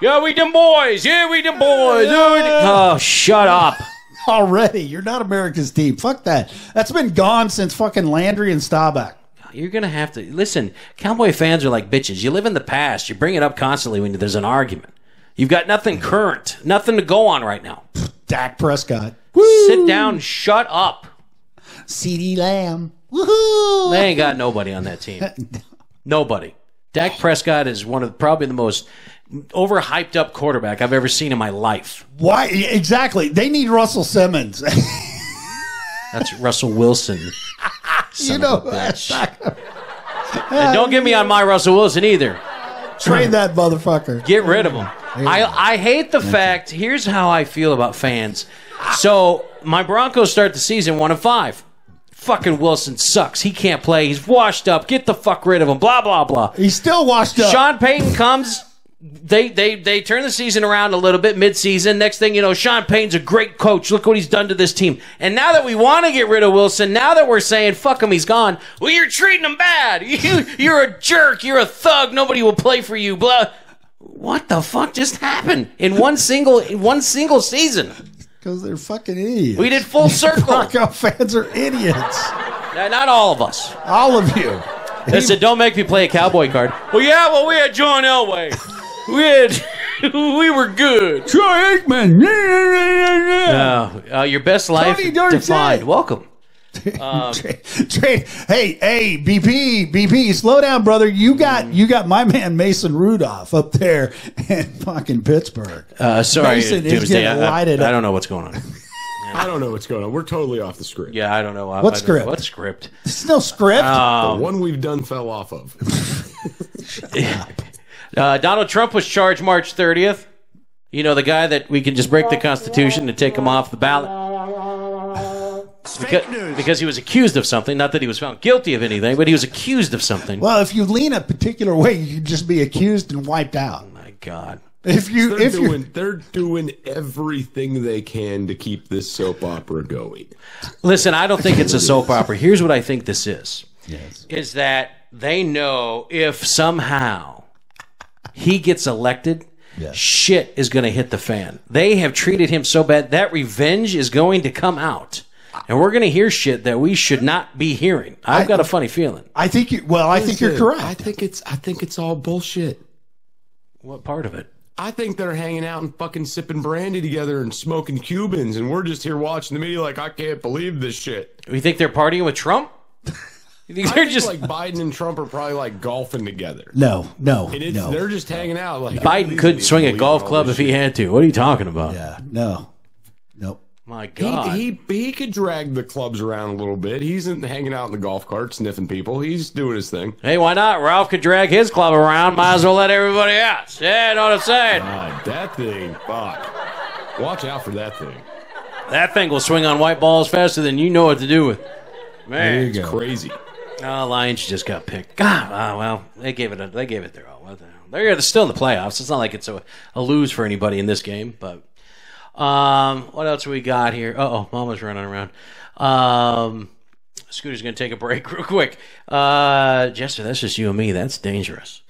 S3: Yeah, we them boys. Yeah, we them boys. Yeah, we them- Oh, shut up.
S2: Already, you're not America's team. Fuck that. That's been gone since fucking Landry and Staubach.
S3: You're going to have to listen. Cowboy fans are like bitches. You live in the past. You bring it up constantly when there's an argument. You've got nothing current, nothing to go on right now.
S2: Dak Prescott,
S3: Sit down, shut up.
S2: C.D. Lamb. Woohoo!
S3: They ain't got nobody on that team. Nobody. Dak Prescott is one of probably the most overhyped up quarterback I've ever seen in my life.
S2: Why exactly? They need Russell Simmons. (laughs)
S3: That's Russell Wilson.
S2: you
S3: Son
S2: know,
S3: of
S2: (laughs)
S3: a bitch. And don't get me on my Russell Wilson either.
S2: trade that motherfucker.
S3: Get rid of him. I, I hate the fact. Here's how I feel about fans. So my Broncos start the season one and five. Fucking Wilson sucks. He can't play. He's washed up. Get the fuck rid of him. Blah blah blah.
S2: He's still washed up.
S3: Sean Payton comes. They they they turn the season around a little bit midseason. Next thing you know, Sean Payton's a great coach. Look what he's done to this team. And now that we want to get rid of Wilson, now that we're saying fuck him, he's gone. Well, you're treating him bad. (laughs) You you're a jerk. You're a thug. Nobody will play for you. Blah. What the fuck just happened in one single in one single season?
S2: because they're fucking idiots.
S3: We did full circle.
S2: Rocco fans are idiots.
S3: Now, Not all of us.
S2: All of you.
S3: They said, "Don't make me play a cowboy card." Well, yeah. Well, we had John Elway. We had (laughs) we were good.
S2: Troy Aikman.
S3: No, uh, your best life
S2: Tony Dorsett.
S3: defined. Welcome. Um,
S2: Trade. Hey, hey, BP, BP, slow down, brother. You got you got my man Mason Rudolph up there (laughs) in fucking Pittsburgh.
S3: uh, sorry,
S2: Mason is
S3: Doomsday.
S2: getting
S3: I, I,
S2: lighted
S3: I
S2: up.
S3: don't know what's going on.
S4: I don't know what's going on. We're totally off the script.
S3: Yeah, I don't know. I-
S2: What
S3: I don't-
S2: script?
S3: What script?
S2: There's no script.
S4: The
S3: Um,
S4: one we've done fell off of.
S3: uh, Donald Trump was charged March 30th. You know, the guy that we can just break the Constitution and take him off the ballot. Because, because he was accused of something. Not that he was found guilty of anything, but he was accused of something.
S2: well, if you lean a particular way, you could just be accused and wiped out.
S3: My God.
S2: If you
S4: they're
S2: if you
S4: doing, they're doing everything they can to keep this soap opera going.
S3: Listen, I don't think it's a soap opera. Here's what I think this is. Yes. Is that they know if somehow he gets elected, shit is going to hit the fan. They have treated him so bad. That revenge is going to come out. And we're going to hear shit that we should not be hearing. I've got a funny feeling.
S2: I think you, well, I think you're
S4: Listen,
S2: correct.
S4: I think it's I think it's all bullshit.
S3: What part of it?
S4: I think they're hanging out and fucking sipping brandy together and smoking Cubans, and we're just here watching the media like I can't believe this
S3: (laughs)
S4: shit.
S3: You think they're partying with Trump? You think
S4: (laughs) I
S3: they're
S4: think,
S3: just
S4: like Biden and Trump are probably like golfing together.
S2: No, no,
S4: and it's,
S2: no.
S4: they're just hanging out. Like
S3: Biden couldn't swing a golf club if he had to. What are you talking about?
S2: Yeah, Uh, no, nope.
S3: My God.
S4: He, he he could drag the clubs around a little bit. He's in, hanging out in the golf cart, sniffing people. He's doing his thing.
S3: Hey, why not? Ralph could drag his club around. Might as well let everybody else. Yeah, you know what I'm saying?
S4: God, that thing, fuck. Watch out for that thing.
S3: That thing will swing on white balls faster than you know what to do with. Man,
S4: There you
S3: it's
S4: go. crazy.
S3: Oh, Lions just got picked. God, oh, well, they gave it. A, they gave it their all. What the hell? They're still in the playoffs. It's not like it's a, a lose for anybody in this game. But um, what else we got here? Uh oh, Mama's running around. Um, Scooter's gonna take a break (laughs) real quick. Uh, Jester, that's just you and me. That's dangerous.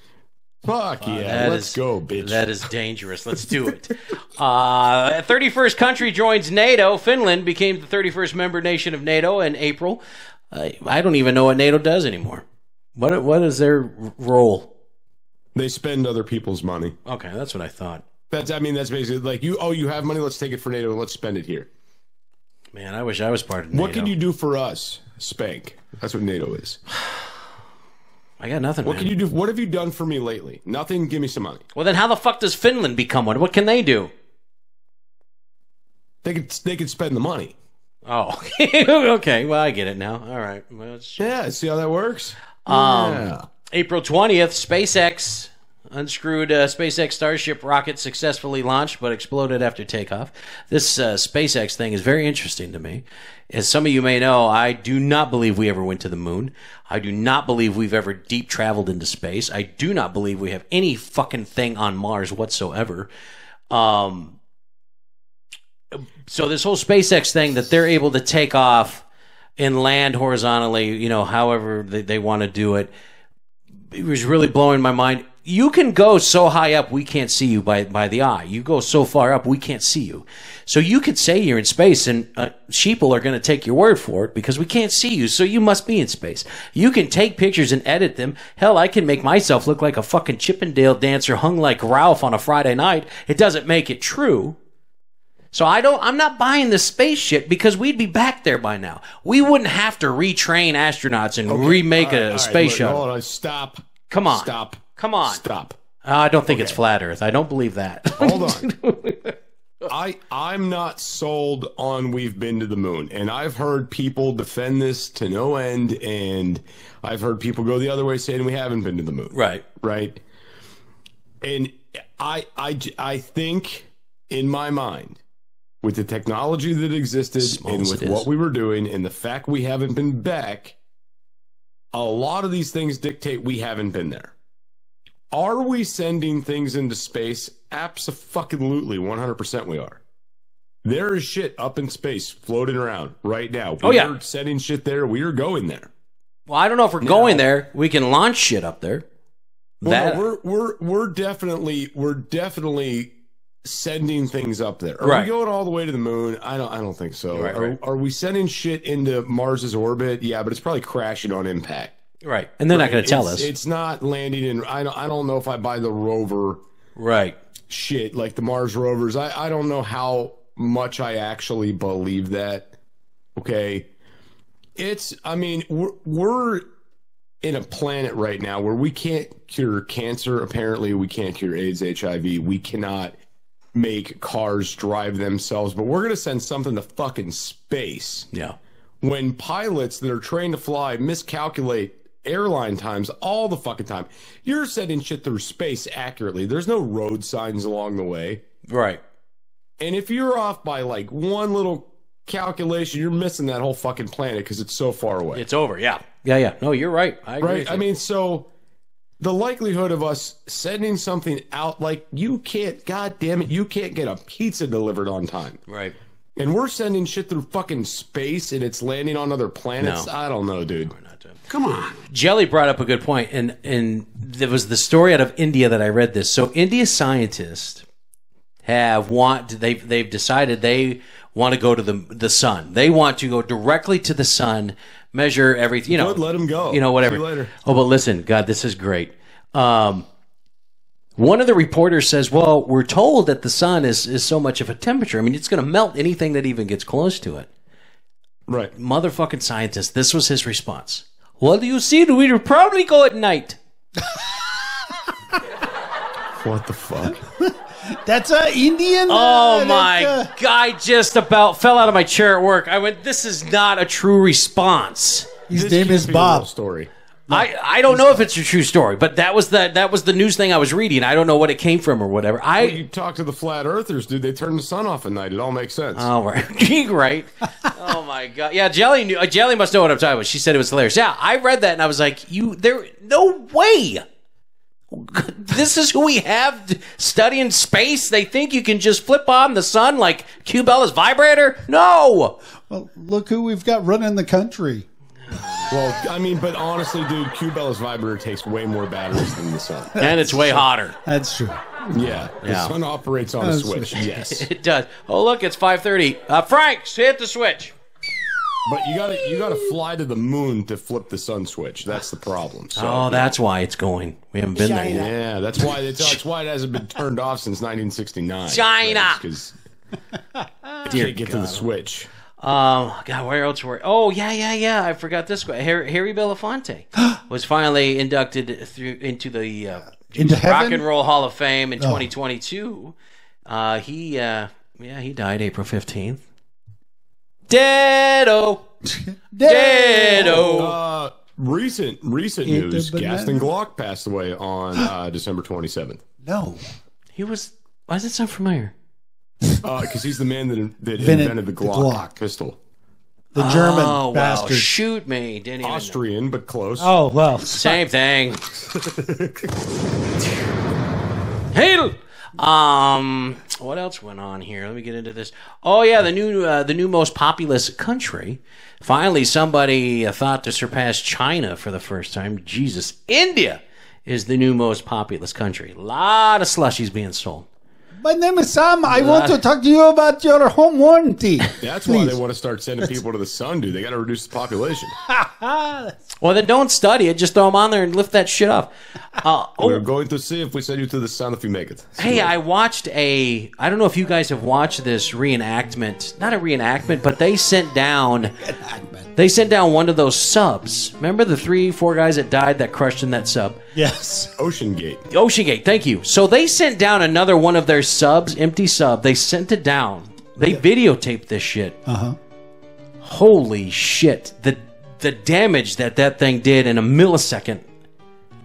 S4: Fuck yeah,
S3: that
S4: let's
S3: is-
S4: go, bitch.
S3: That is dangerous. Let's do it. Uh, 31st country joins NATO. Finland became the 31st member nation of NATO in April. I I don't even know what NATO does anymore. What what is their r- role?
S4: They spend other people's money.
S3: Okay, that's what I thought.
S4: That's I mean that's basically like you. Oh, you have money. Let's take it for NATO and let's spend it here.
S3: Man, I wish I was part of NATO.
S4: What can you do for us, Spank? That's what NATO is.
S3: I got nothing.
S4: What
S3: man.
S4: can you do? What have you done for me lately? Nothing. Give me some money.
S3: Well, then how the fuck does Finland become one? What can they do?
S4: They could they could spend the money.
S3: Oh, (laughs) okay. Well, I get it now. All right. Well, it's-
S4: Yeah, see how that works.
S3: Um,
S4: Yeah.
S3: April 20th, SpaceX unscrewed uh, SpaceX Starship rocket successfully launched but exploded after takeoff. This uh, SpaceX thing is very interesting to me. As some of you may know, I do not believe we ever went to the moon. I do not believe we've ever deep traveled into space. I do not believe we have any fucking thing on Mars whatsoever. Um, so this whole SpaceX thing that they're able to take off and land horizontally, you know, however they, they want to do it, it was really blowing my mind. You can go so high up we can't see you by by the eye. You go so far up we can't see you. So you could say you're in space, and uh, sheeple are going to take your word for it because we can't see you. So you must be in space. You can take pictures and edit them. Hell, I can make myself look like a fucking Chippendale dancer hung like Ralph on a Friday night. It doesn't make it true. So I don't I'm not buying this space shit because we'd be back there by now. We wouldn't have to retrain astronauts and remake
S4: All right,
S3: a
S4: all right,
S3: uh, space
S4: look,
S3: shuttle.
S4: Hold on, stop.
S3: Come on.
S4: Stop.
S3: Come on.
S4: Stop.
S3: Uh, I don't think it's flat earth. I don't believe
S4: (laughs)
S3: that.
S4: Hold on. (laughs) I I'm not sold on we've been to the moon, and I've heard people defend this to no end, and I've heard people go the other way saying we haven't been to the moon.
S3: Right.
S4: Right. And I I j- I think in my mind, with the technology that existed and
S3: as
S4: with
S3: it is.
S4: what we were doing, and the fact we haven't been back, a lot of these things dictate we haven't been there. Are we sending things into space? Absolutely, 100% we are. There is shit up in space floating around right now.
S3: Oh, yeah.
S4: We're sending shit there. We are going there.
S3: Well, I don't know if we're going there. We can launch shit up there.
S4: Well,
S3: that
S4: no, we're we're we're definitely we're definitely sending things up there. Are
S3: Right.
S4: we going all the way to the moon? I don't I don't think so.
S3: Right,
S4: are,
S3: right.
S4: are we sending shit into Mars's orbit? Yeah, but it's probably crashing on impact.
S3: right. And they're not
S4: Right?
S3: going to tell
S4: It's-
S3: us.
S4: It's not landing in I don't I don't know if I buy the rover
S3: right.
S4: shit like the Mars rovers. I I don't know how much I actually believe that. Okay. It's I mean, we're, we're in a planet right now where we can't cure cancer. Apparently, we can't cure AIDS, HIV. We cannot make cars drive themselves, but we're going to send something to fucking space.
S3: Yeah.
S4: When pilots that are trained to fly miscalculate airline times all the fucking time, you're sending shit through space accurately. There's no road signs along the way.
S3: Right.
S4: And if you're off by like one little calculation, you're missing that whole fucking planet because it's so far away.
S3: It's over. Yeah. Yeah. Yeah. No, you're right. I agree. with
S4: right?
S3: you.
S4: I mean, so the likelihood of us sending something out, like you can't, god damn it, you can't get a pizza delivered on time.
S3: right.
S4: And we're sending shit through fucking space and it's landing on other planets.
S3: No.
S4: I don't know, dude. Come on.
S3: Jelly brought up a good point, and and there was the story out of India that I read this. So India scientists have want they've they've decided they want to go to the the sun. They want to go directly to the sun, measure everything. You know,
S4: Good, let 'em go.
S3: You know, whatever.
S4: See you later.
S3: Oh, but listen, God, this is great. Um, one of the reporters says, "Well, we're told that the sun is is so much of a temperature. I mean, it's going to melt anything that even gets close to it."
S4: Right,
S3: motherfucking scientist. This was his response. Well, do you see? We would probably go at night.
S4: What
S3: (laughs)
S4: the fuck?
S2: That's a Indian.
S3: Oh
S2: uh,
S3: my
S2: that's, uh,
S3: god! I just about fell out of my chair at work. I went. This is not a true response.
S2: His This name can't is be a Bob. real
S4: Story.
S3: I, I don't know if it's a true story, but that was the that was the news thing I was reading. I don't know what it came from or whatever. I
S4: you talk to the flat earthers, dude. They turn the sun off at night. It all makes sense.
S3: Oh, (laughs) right. right. oh my god. Yeah, Jelly knew. uh, Jelly must know what I'm talking about. She said it was hilarious. Yeah, I read that and I was like, you there no way. (laughs) This is who we have d- studying space. They think you can just flip on the sun like Q Bella's vibrator? No.
S2: Well, look who we've got running the country.
S4: Well, I mean, but honestly, dude, Q Bella's vibrator takes way more batteries than the sun.
S3: (laughs) And it's way hotter.
S2: That's true.
S4: Yeah, the
S3: Yeah.
S4: sun operates on a
S3: That's
S4: switch. Yes,
S3: it does. Oh look, it's 5:30. Uh, Frank, hit the switch.
S4: but you gotta you gotta fly to the moon to flip the sun switch. That's the problem. So,
S3: oh, that's why it's going. We haven't been there yet.
S4: Yeah, that's why it's, that's why it hasn't been turned off since 1969.
S3: China.
S4: because
S3: Dear
S4: can't get to the switch.
S3: Um, God, where else were? Oh, yeah, yeah, yeah. I forgot this guy. Harry,
S2: (gasps)
S3: Harry Belafonte was finally inducted through into the uh,
S2: Into
S3: Rock
S2: heaven?
S3: and Roll Hall of Fame in
S2: Oh.
S3: 2022. Uh, he, uh, yeah, he died April 15th.
S2: (laughs)
S3: Deado, deado.
S4: Uh, recent recent
S3: Eat the
S4: news:
S3: banana.
S4: Gaston Glock passed away on uh, December 27th.
S2: No,
S3: he was. Why does it sound familiar?
S4: Because Uh, he's the man that, that
S2: Invented
S4: invented the
S2: the
S4: Glock,
S2: Glock.
S4: pistol.
S2: The German
S3: oh,
S2: bastard.
S3: Wow. Shoot me, didn't even
S4: Austrian, but close.
S2: Oh well.
S3: Same thing. Hail. Um, what else went on here? Let me get into this. Oh yeah, the new uh, the new most populous country. Finally, somebody uh, thought to surpass China for the first time. Jesus, India is the new most populous country. A lot of slushies being sold.
S2: My name is Sam. I want to talk to you about your home warranty.
S4: That's why they want to start sending people to the sun, dude. They got to reduce
S2: (laughs)
S4: the population.
S3: Well, then don't study it. Just throw them on there and lift that shit up. Uh,
S4: We're going to see if we send you to the sun if you make it.
S3: Hey, I watched a. I don't know if you guys have watched this reenactment. Not a reenactment, but they sent down. They sent down one of those subs. Remember the three, four guys that died that crushed in that sub?
S2: Yes.
S4: Ocean Gate.
S3: Ocean Gate, thank you. So they sent down another one of their subs, empty sub. They sent it down. They videotaped this shit.
S2: Uh huh.
S3: Holy shit. The the damage that that thing did in a millisecond.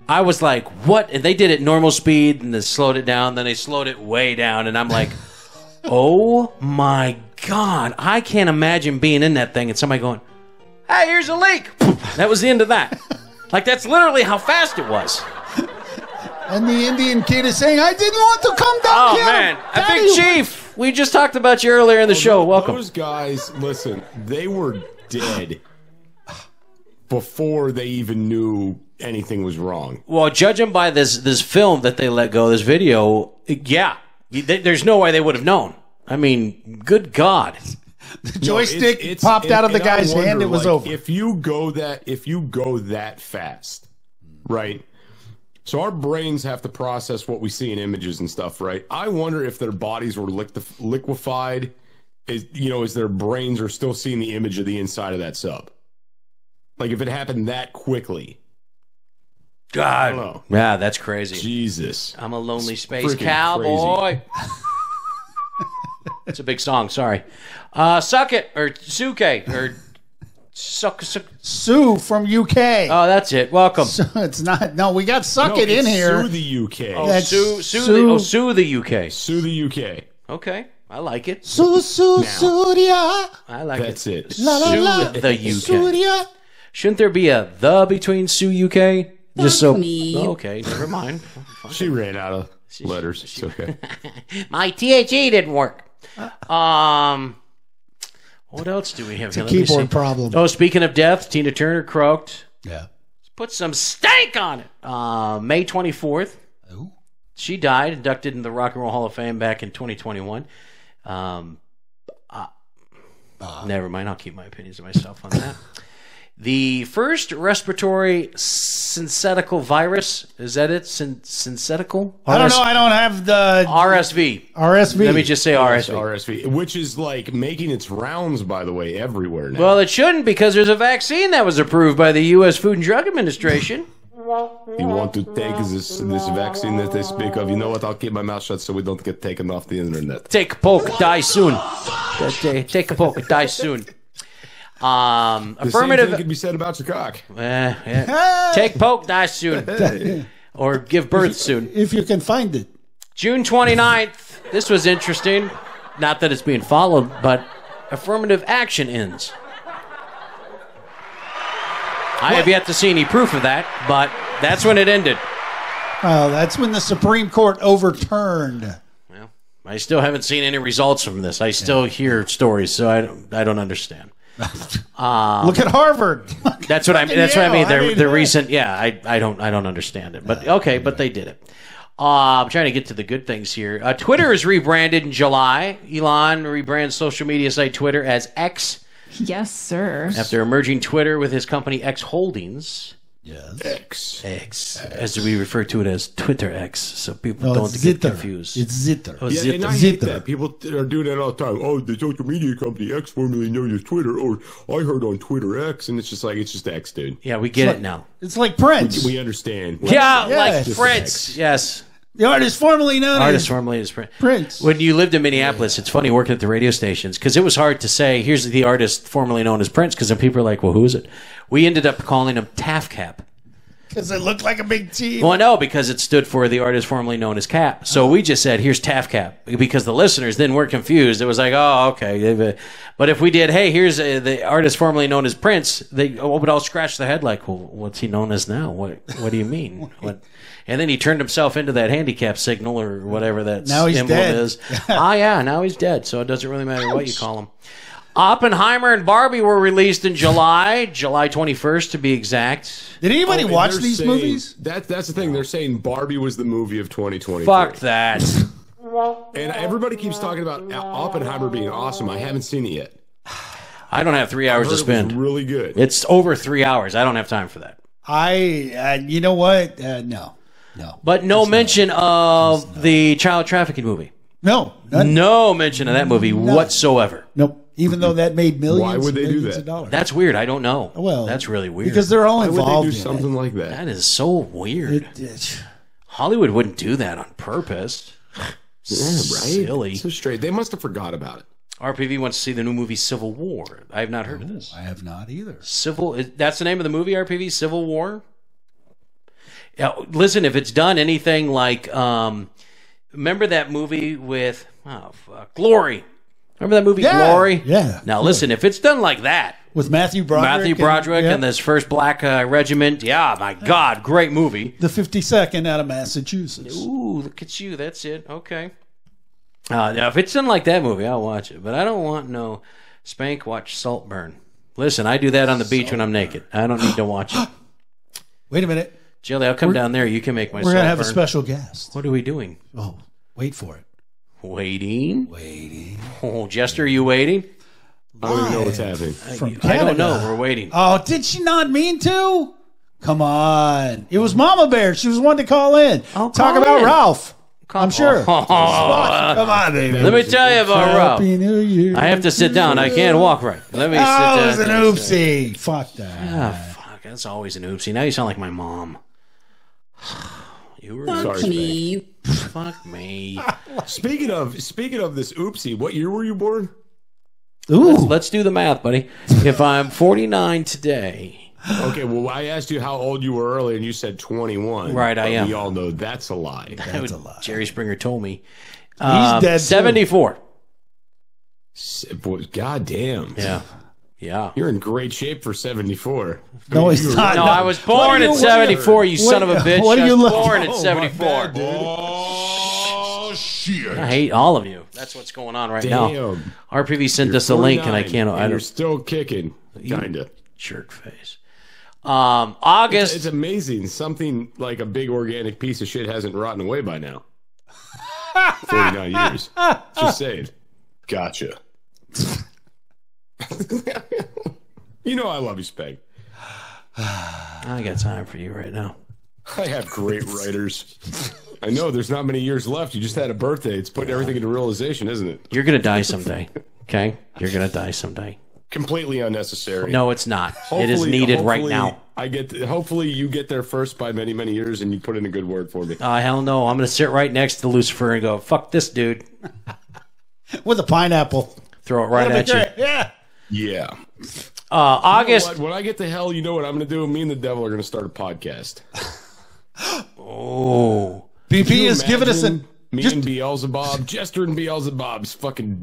S3: I was like, "What?" And they did it normal speed and then slowed it down, then they slowed it way down and I'm like, "Oh my god. I can't imagine being in that thing and somebody going, "Hey, here's a leak." (laughs) That was the end of that. Like that's literally how fast it was.
S2: And the Indian kid is saying, "I didn't want to come down
S3: Oh
S2: here."
S3: man, I
S2: Daddy, Oh,
S3: think Chief, we just talked about you earlier in the show. Welcome.
S4: Those guys, listen, they were
S2: (sighs)
S4: dead before they even knew anything was wrong.
S3: Well, judging by this this film that they let go, this video, yeah, They- there's no way they would have known. I mean, good God,
S2: The joystick popped out of the guy's hand. It was over.
S4: If you go that, if you go that fast, right? So our brains have to process what we see in images and stuff, right? I wonder if their bodies were liquef- liquefied. Is you know, is their brains are still seeing the image of the inside of that sub? Like if it happened that quickly. I
S3: God,
S4: don't know.
S3: yeah, that's crazy.
S4: Jesus,
S3: I'm a lonely space
S4: freaking
S3: cowboy. it's a big song. Sorry, uh, suck it or suke or suck suck.
S2: Sue from UK.
S3: Oh, that's it. Welcome.
S2: (laughs) it's not. No, we got suck
S4: No,
S2: it in
S4: it's
S2: here.
S4: Sue the UK.
S3: Oh,
S2: That's
S3: sue, sue,
S2: Sue-
S3: The, oh, sue the UK.
S4: Sue the UK.
S3: Okay, I like it.
S2: Sue, Sue, Surya.
S3: I like
S4: That's
S3: it.
S4: it.
S2: La, la,
S3: sue
S2: la.
S3: the UK.
S2: Surya.
S3: Shouldn't there be a the between Sue UK? Just so.
S4: me.
S3: Okay, never mind.
S4: She ran out of letters. It's okay.
S3: My THE didn't work. Um, What else do we have
S2: It's a
S3: here? Let me
S2: keyboard
S3: see.
S2: problem.
S3: Oh, speaking of death, Tina Turner croaked.
S2: Yeah.
S3: Put some stank on it. Uh, May 24th. She died, inducted into the Rock and Roll Hall of Fame back in 2021. Um, uh,
S2: Ah.
S3: never mind. I'll keep my opinions to myself on that. the first respiratory syncytial virus is that it? Syn- syncytial?
S2: I don't know. I don't have the
S3: RSV.
S2: RSV.
S3: Let me just say RSV.
S4: RSV, which is like making its rounds, by the way, everywhere now.
S3: Well, it shouldn't because there's a vaccine that was approved by the U.S. Food and Drug
S4: (laughs)
S3: Administration.
S4: you want to take this this vaccine that they speak of? You know what? I'll keep my mouth shut so we don't get taken off the internet.
S3: Take a poke, die soon. Take take a poke, die soon. Um,
S4: The
S3: affirmative.
S4: Same thing could be said about
S2: (laughs)
S4: your cock.
S3: Eh, yeah. Take poke, die
S4: (laughs)
S3: soon. or give birth soon.
S2: If you can find it.
S3: June 29th. This was interesting. Not that it's being followed, but affirmative action ends. I have yet to see any proof of that, but that's when it ended.
S2: Oh, that's when the Supreme Court overturned.
S3: I still haven't seen any results from this. I still hear stories, so I don't, I don't understand. Um,
S2: Look at Harvard. (laughs)
S3: That's what I mean. That's what I
S2: Yale,
S3: mean.
S2: I
S3: The
S2: mean,
S3: the
S2: yeah.
S3: recent, yeah. I, I don't I don't understand it, but okay. But they did it. Uh, I'm trying to get to the good things here. Uh, Twitter is rebranded in July. Elon rebrands social media site Twitter as X
S18: Yes, sir.
S3: after emerging Twitter with his company X Holdings.
S2: Yes.
S3: X. X. As we refer to it as Twitter X, so people
S2: No,
S3: don't
S2: it's
S3: get
S2: Zitter.
S3: confused.
S2: It's Zitter.
S3: Oh,
S13: yeah,
S3: Zitter.
S13: and I hate that. People t- are doing that all the time. Oh, the social media company X, formerly known as Twitter,
S4: Oh,
S13: or I heard on Twitter X, and it's just like it's just X, dude.
S3: Yeah, we get it now.
S2: It's like Prince.
S4: We, we understand.
S3: Yeah,
S2: Yeah,
S3: like
S2: it's-
S3: Fritz. Yes.
S2: The artist formerly known
S3: Artist
S2: as
S3: formerly as Prince.
S2: Prince.
S3: When you lived in Minneapolis, it's funny working at the radio stations because it was hard to say, here's the artist formerly known as Prince because then people are like, well, who is it? We ended up calling him Taff Cap.
S2: Because it looked like a big T.
S3: Well, no, because it stood for the artist formerly known as Cap.
S2: Uh-huh.
S3: So we just said, here's Taff Cap because the listeners then were confused. It was like, oh, okay. they've, uh, But if we did, hey, here's uh, the artist formerly known as Prince, they uh, would all scratch their head like, well, what's he known as now? What What do you
S2: (laughs)
S3: mean? what? And then he turned himself into that handicap signal or whatever that
S2: Now he's
S3: emblem
S2: dead. (laughs)
S3: is. Ah, yeah, now he's dead. So it doesn't really matter what you call him. Oppenheimer and Barbie were released in July, July 21st to be exact.
S2: Did anybody
S4: Oh, and
S2: watch
S4: they're
S2: these
S4: saying-
S2: movies?
S4: That, that's the thing. They're saying Barbie was the movie of 2020.
S3: Fuck that.
S4: And everybody keeps talking about Oppenheimer being awesome. I haven't seen it yet.
S3: I don't have three hours
S4: I
S3: to
S4: heard it was
S3: spend.
S4: really good.
S3: It's over three hours. I don't have time for that.
S2: I, uh, you know what? Uh, no.
S3: But no mention of the child trafficking movie.
S2: No.
S3: No mention of that movie whatsoever.
S2: Nope. Even though that made millions
S3: Why
S2: and
S3: would they do
S2: millions
S3: that?
S2: of dollars.
S3: That's weird. I don't know.
S2: Well,
S3: that's really weird.
S2: because they're all Why would they do involved in it.
S4: something like that?
S3: That is so weird. Hollywood wouldn't do that on
S2: (sighs)
S3: purpose. Silly.
S4: So straight. They must have forgot about it.
S3: RPV wants to see the new movie Civil War. I have not heard of this.
S2: I have not either.
S3: Civil. is- That's the name of the movie. RPV Civil War. Yeah, listen, if it's done anything like, um, remember that movie with oh fuck, Glory. Remember that movie
S2: Yeah,
S3: Glory?
S2: yeah.
S3: Now listen, if it's done like that,
S2: With Matthew Broderick.
S3: Matthew
S2: and-
S3: Broderick and,
S2: yeah.
S3: this first Black uh, Regiment. Yeah, my God, great movie.
S2: The 52nd out of Massachusetts.
S3: Ooh, look at you. That's it. Okay. Uh, now, if it's done like that movie, I'll watch it. But I don't want no spank watch Saltburn. Listen, I do that on the beach when I'm naked. I don't need to
S2: (gasps)
S3: watch it.
S2: Wait a minute.
S3: Jilly, I'll come
S2: We're-
S3: down there. You can make my.
S2: We're going to have a
S3: Saltburn.
S2: special guest.
S3: What are we doing?
S2: Oh, wait for it.
S3: Waiting. Waiting. Oh, Jester, are you waiting?
S4: I don't even know what's happening.
S2: From
S3: I
S2: Canada.
S3: don't know. We're waiting. (laughs)
S2: Oh, did she not mean to? Come on. It was Mama Bear. She was one to Oh, call in. Talk
S3: call
S2: about
S3: in.
S2: Ralph. I'm sure.
S3: Come
S2: on, baby.
S3: Oh, Let me tell you about Rob.
S2: Happy New Year.
S3: I have to sit down. I can't walk right. Let me sit
S2: oh, it
S3: down.
S2: was an oopsie. Fuck that.
S3: Ah, fuck. That's always an oopsie. Now you sound like my mom. (sighs) you were
S4: Fuck me.
S3: Fuck
S4: (laughs)
S3: me.
S4: Speaking of speaking of this oopsie, what year were you born?
S3: Let's, let's do the math, buddy. If I'm 49 today,
S4: Okay, well, I asked you how old you were earlier, and you said 21.
S3: Right, I
S4: But
S3: am.
S4: We all know that's a lie.
S3: that's a lie. Jerry Springer told me um, he's
S4: dead, too.
S3: 74.
S4: S- boy, God damn.
S3: Yeah. Yeah.
S4: You're in great shape for 74.
S2: No, he's
S4: You were-
S2: not.
S3: No, I was born at 74. You son of a bitch. I was born at 74.
S4: Oh, my bad, dude.
S1: Oh, shit.
S3: I hate all of you. That's what's going on right now.
S4: Damn.
S3: RPV sent
S4: You're
S3: us a link, and I
S4: 49,
S3: can't.
S4: and
S3: I
S4: you're
S3: don't,
S4: still kicking,
S3: You
S4: kinda.
S3: Jerk face. Um, August.
S4: It's, it's amazing. Something like a big organic piece of shit hasn't rotten away
S3: (laughs)
S4: by now. Forty-nine years. Just saying. Gotcha. (laughs) you know I love you, Spag.
S3: I got time for you right now.
S4: I have great writers. I know there's not many years left. You just had a birthday. It's putting everything into realization, isn't it?
S3: You're gonna die someday. Okay, you're gonna die someday.
S4: Completely unnecessary.
S3: No, it's not. it is
S4: Hopefully-
S3: needed right
S4: hopefully
S3: now.
S4: I get. Hopefully, you get there first by many, many years, and you put in a good word for me.
S3: Uh, hell no. I'm gonna sit right next to Lucifer and go, "Fuck this dude."
S2: With a pineapple.
S3: Throw it right at
S4: That'd
S3: you.
S4: be great. Yeah. Yeah.
S3: Uh, August.
S4: When I get to hell, you know what I'm going to do? Me and the devil are going to start
S2: (laughs)
S4: a podcast.
S3: oh.
S2: BP
S4: Can you
S2: has given us
S4: imagine
S2: an-
S4: Me and Beelzebub, Jester and Beelzebub's fucking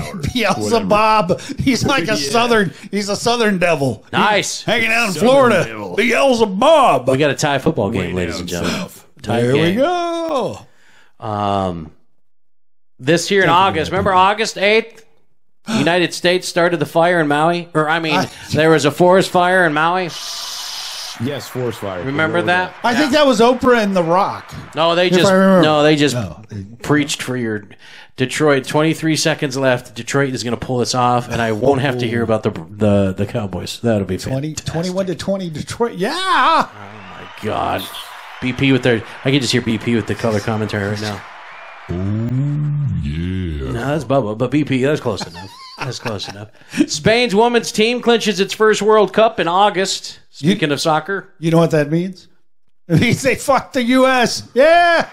S2: (laughs)
S4: hour.
S2: Beelzebub. He's like a
S4: Yeah.
S2: southern. He's a southern devil.
S3: Nice.
S2: hanging out in
S4: Southern
S7: (laughs)
S2: Florida.
S4: devil.
S2: Beelzebub.
S3: We got a tie football game, ladies and gentlemen. Tie
S2: There we
S3: game.
S2: go.
S3: Um, this here in August. Remember August eighth. United States started the fire in Maui, or I mean, there was a forest fire in Maui.
S4: Yes, forest fire.
S3: Remember that?
S2: I think that was Oprah and The Rock.
S3: No, they
S2: If
S3: just
S2: I remember.
S3: no, they just preached for your Detroit. Twenty three seconds left. Detroit is going to pull this off, and I won't have to hear about the the the Cowboys. That'll be
S2: 20, 21 to 20 Detroit. Yeah.
S3: fantastic. God. BP with their, I can just hear BP with the color commentary right now.
S1: Oh yeah.
S3: No, that's Bubba, but BP, that's close enough. That's close enough. Spain's women's team clinches its first World Cup in August. Speaking of soccer,
S2: You know what that means? It means they fucked the U.S. Yeah.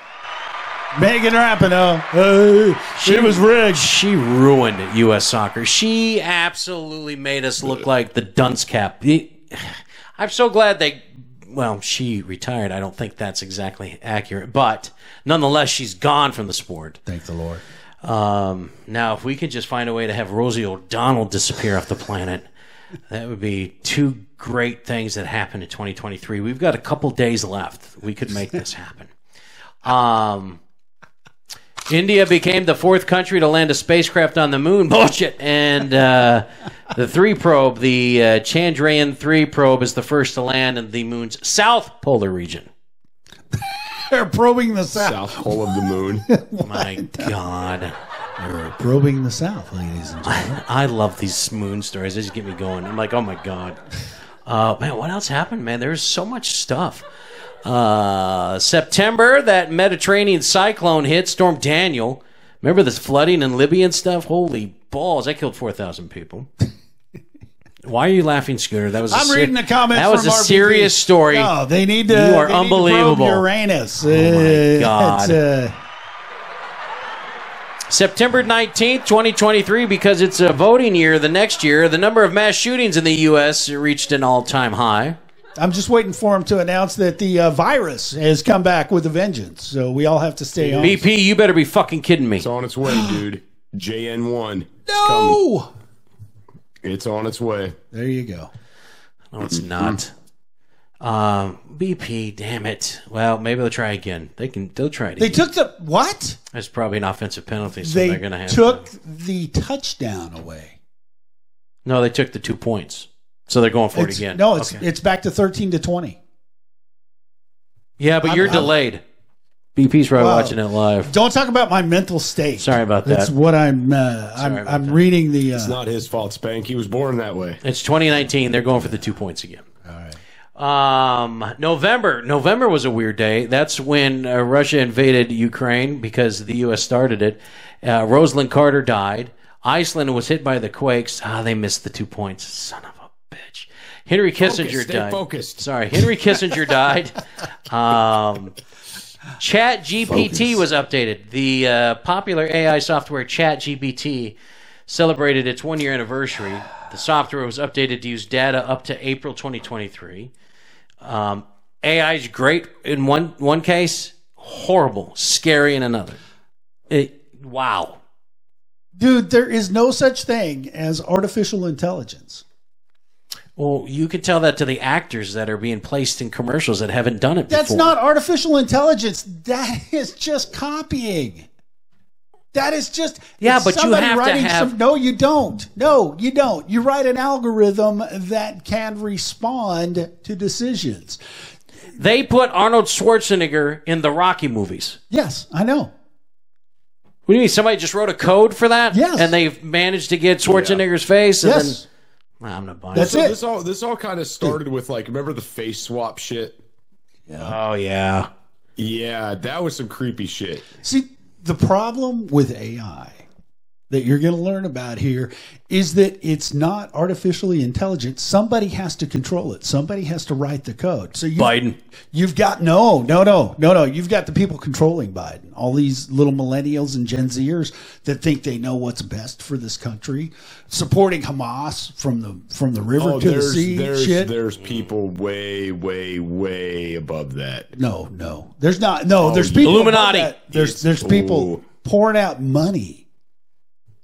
S2: Megan Rapinoe. Hey, it was rigged.
S3: She ruined U.S. soccer. She absolutely made us look like the dunce cap. The- (sighs) I'm so glad they. Well, she retired. I don't think that's exactly accurate, but nonetheless, she's gone from the sport.
S2: Thank the Lord.
S3: Um, now, if we could just find a way to have Rosie O'Donnell disappear off the planet, that would be two great things that happened in 2023. We've got a couple days left. We could make this happen. Um, India became the fourth country to land a spacecraft on the moon. (laughs) Bullshit. And uh, the three probe, the uh, Chandrayaan three probe, is the first to land in the moon's south polar region.
S2: They're probing the South.
S4: South Pole of
S2: (laughs)
S4: the Moon.
S3: My God.
S2: They're probing the South, ladies and gentlemen.
S3: I love these moon stories. They just get me going. I'm like, oh my god, uh, man, what else happened, man? There's so much stuff. Uh, September, that Mediterranean cyclone hit Storm Daniel. Remember this flooding in Libya and stuff? Holy balls! That killed four thousand
S2: (laughs)
S3: people. Why are you laughing, Scooter? That was a
S2: I'm
S3: ser-
S2: reading the comments.
S3: That was
S2: from
S3: a
S2: RBG.
S3: serious story.
S2: No, Oh, they need to.
S3: You are
S2: they need to probe
S3: unbelievable.
S2: Uranus.
S3: Oh, my
S2: Uh,
S3: God.
S2: that's, uh,
S3: September 19th, 2023, because it's a voting year the next year, the number of mass shootings in the U.S. reached an all time high.
S2: I'm just waiting for him to announce that the uh, virus has come back with a vengeance. So we all have to stay on.
S3: BP, you better be fucking kidding me.
S4: It's on its way, dude. JN1.
S2: No.
S4: It's on its way.
S2: There you go.
S3: No, it's not. Um, BP, damn it. Well, maybe they'll try again. They can. They'll try it.
S2: They
S3: again.
S2: took the what?
S3: That's probably an offensive penalty, so
S2: they
S3: are gonna have.
S2: took the touchdown away.
S3: no, they took the two points, so they're going for
S2: It's-
S3: it again.
S2: No, it's
S3: Okay.
S2: it's back to 13 to 20.
S3: yeah, but
S2: I'm-
S3: you're
S2: I'm-
S3: delayed. BP's probably
S2: Wow.
S3: watching it live.
S2: Don't talk about my mental state.
S3: Sorry about that.
S2: That's what I'm. Uh,
S3: Sorry
S2: I'm
S3: about
S2: I'm reading the.
S4: It's
S2: Uh,
S4: not his fault, Spank. He was born that way.
S3: It's 2019. They're going for the two points again. Um, November. November was a weird day. That's when uh, Russia invaded Ukraine because the U.S. started it. Uh, Rosalind Carter died. Iceland was hit by the quakes. Ah, they missed the two points. Son of a bitch. Henry Kissinger
S4: Focus, stay
S3: died.
S4: focused.
S3: Sorry, Henry
S4: (laughs)
S3: Kissinger died. Um, Chat GPT was updated. The uh, popular AI software Chat GPT celebrated its one year anniversary. The software was updated to use data up to April 2023. Um, AI is great in one, one case, horrible, scary in another. It, wow.
S2: dude, there is no such thing as artificial intelligence.
S3: Well, you could tell that to the actors that are being placed in commercials that haven't done it
S2: That's
S3: before.
S2: not artificial intelligence. That is just copying. That is just
S3: Yeah,
S2: it's
S3: but you
S2: somebody
S3: have to
S2: writing
S3: have-
S2: some- no, you don't. No, you don't. You write an algorithm that can respond to decisions.
S3: They put Arnold Schwarzenegger in the Rocky movies.
S2: Yes, I know.
S3: What do you mean? Somebody just wrote a code for that? Yes. And they've managed to get Schwarzenegger's face and
S4: Yes.
S3: then Nah, I'm not buying
S4: So This all this all kind of started with like remember the face swap shit.
S3: Oh yeah.
S4: Yeah, that was some creepy shit.
S2: See, the problem with AI that you're going to learn about here is that it's not artificially intelligent. Somebody has to control it. Somebody has to write the code. So you,
S3: Biden.
S2: You've got no, no, no, no, no. You've got the people controlling Biden. All these little millennials and Gen Zers that think they know what's best for this country, supporting Hamas from the from the river
S4: oh,
S2: to the
S4: there's
S2: sea.
S4: there's
S2: shit.
S4: there's people way way way above that.
S2: No, no. There's not. No,
S4: Oh,
S2: there's people. above
S4: Illuminati.
S2: that. There's
S4: It's-
S2: there's people
S4: ooh.
S2: pouring out money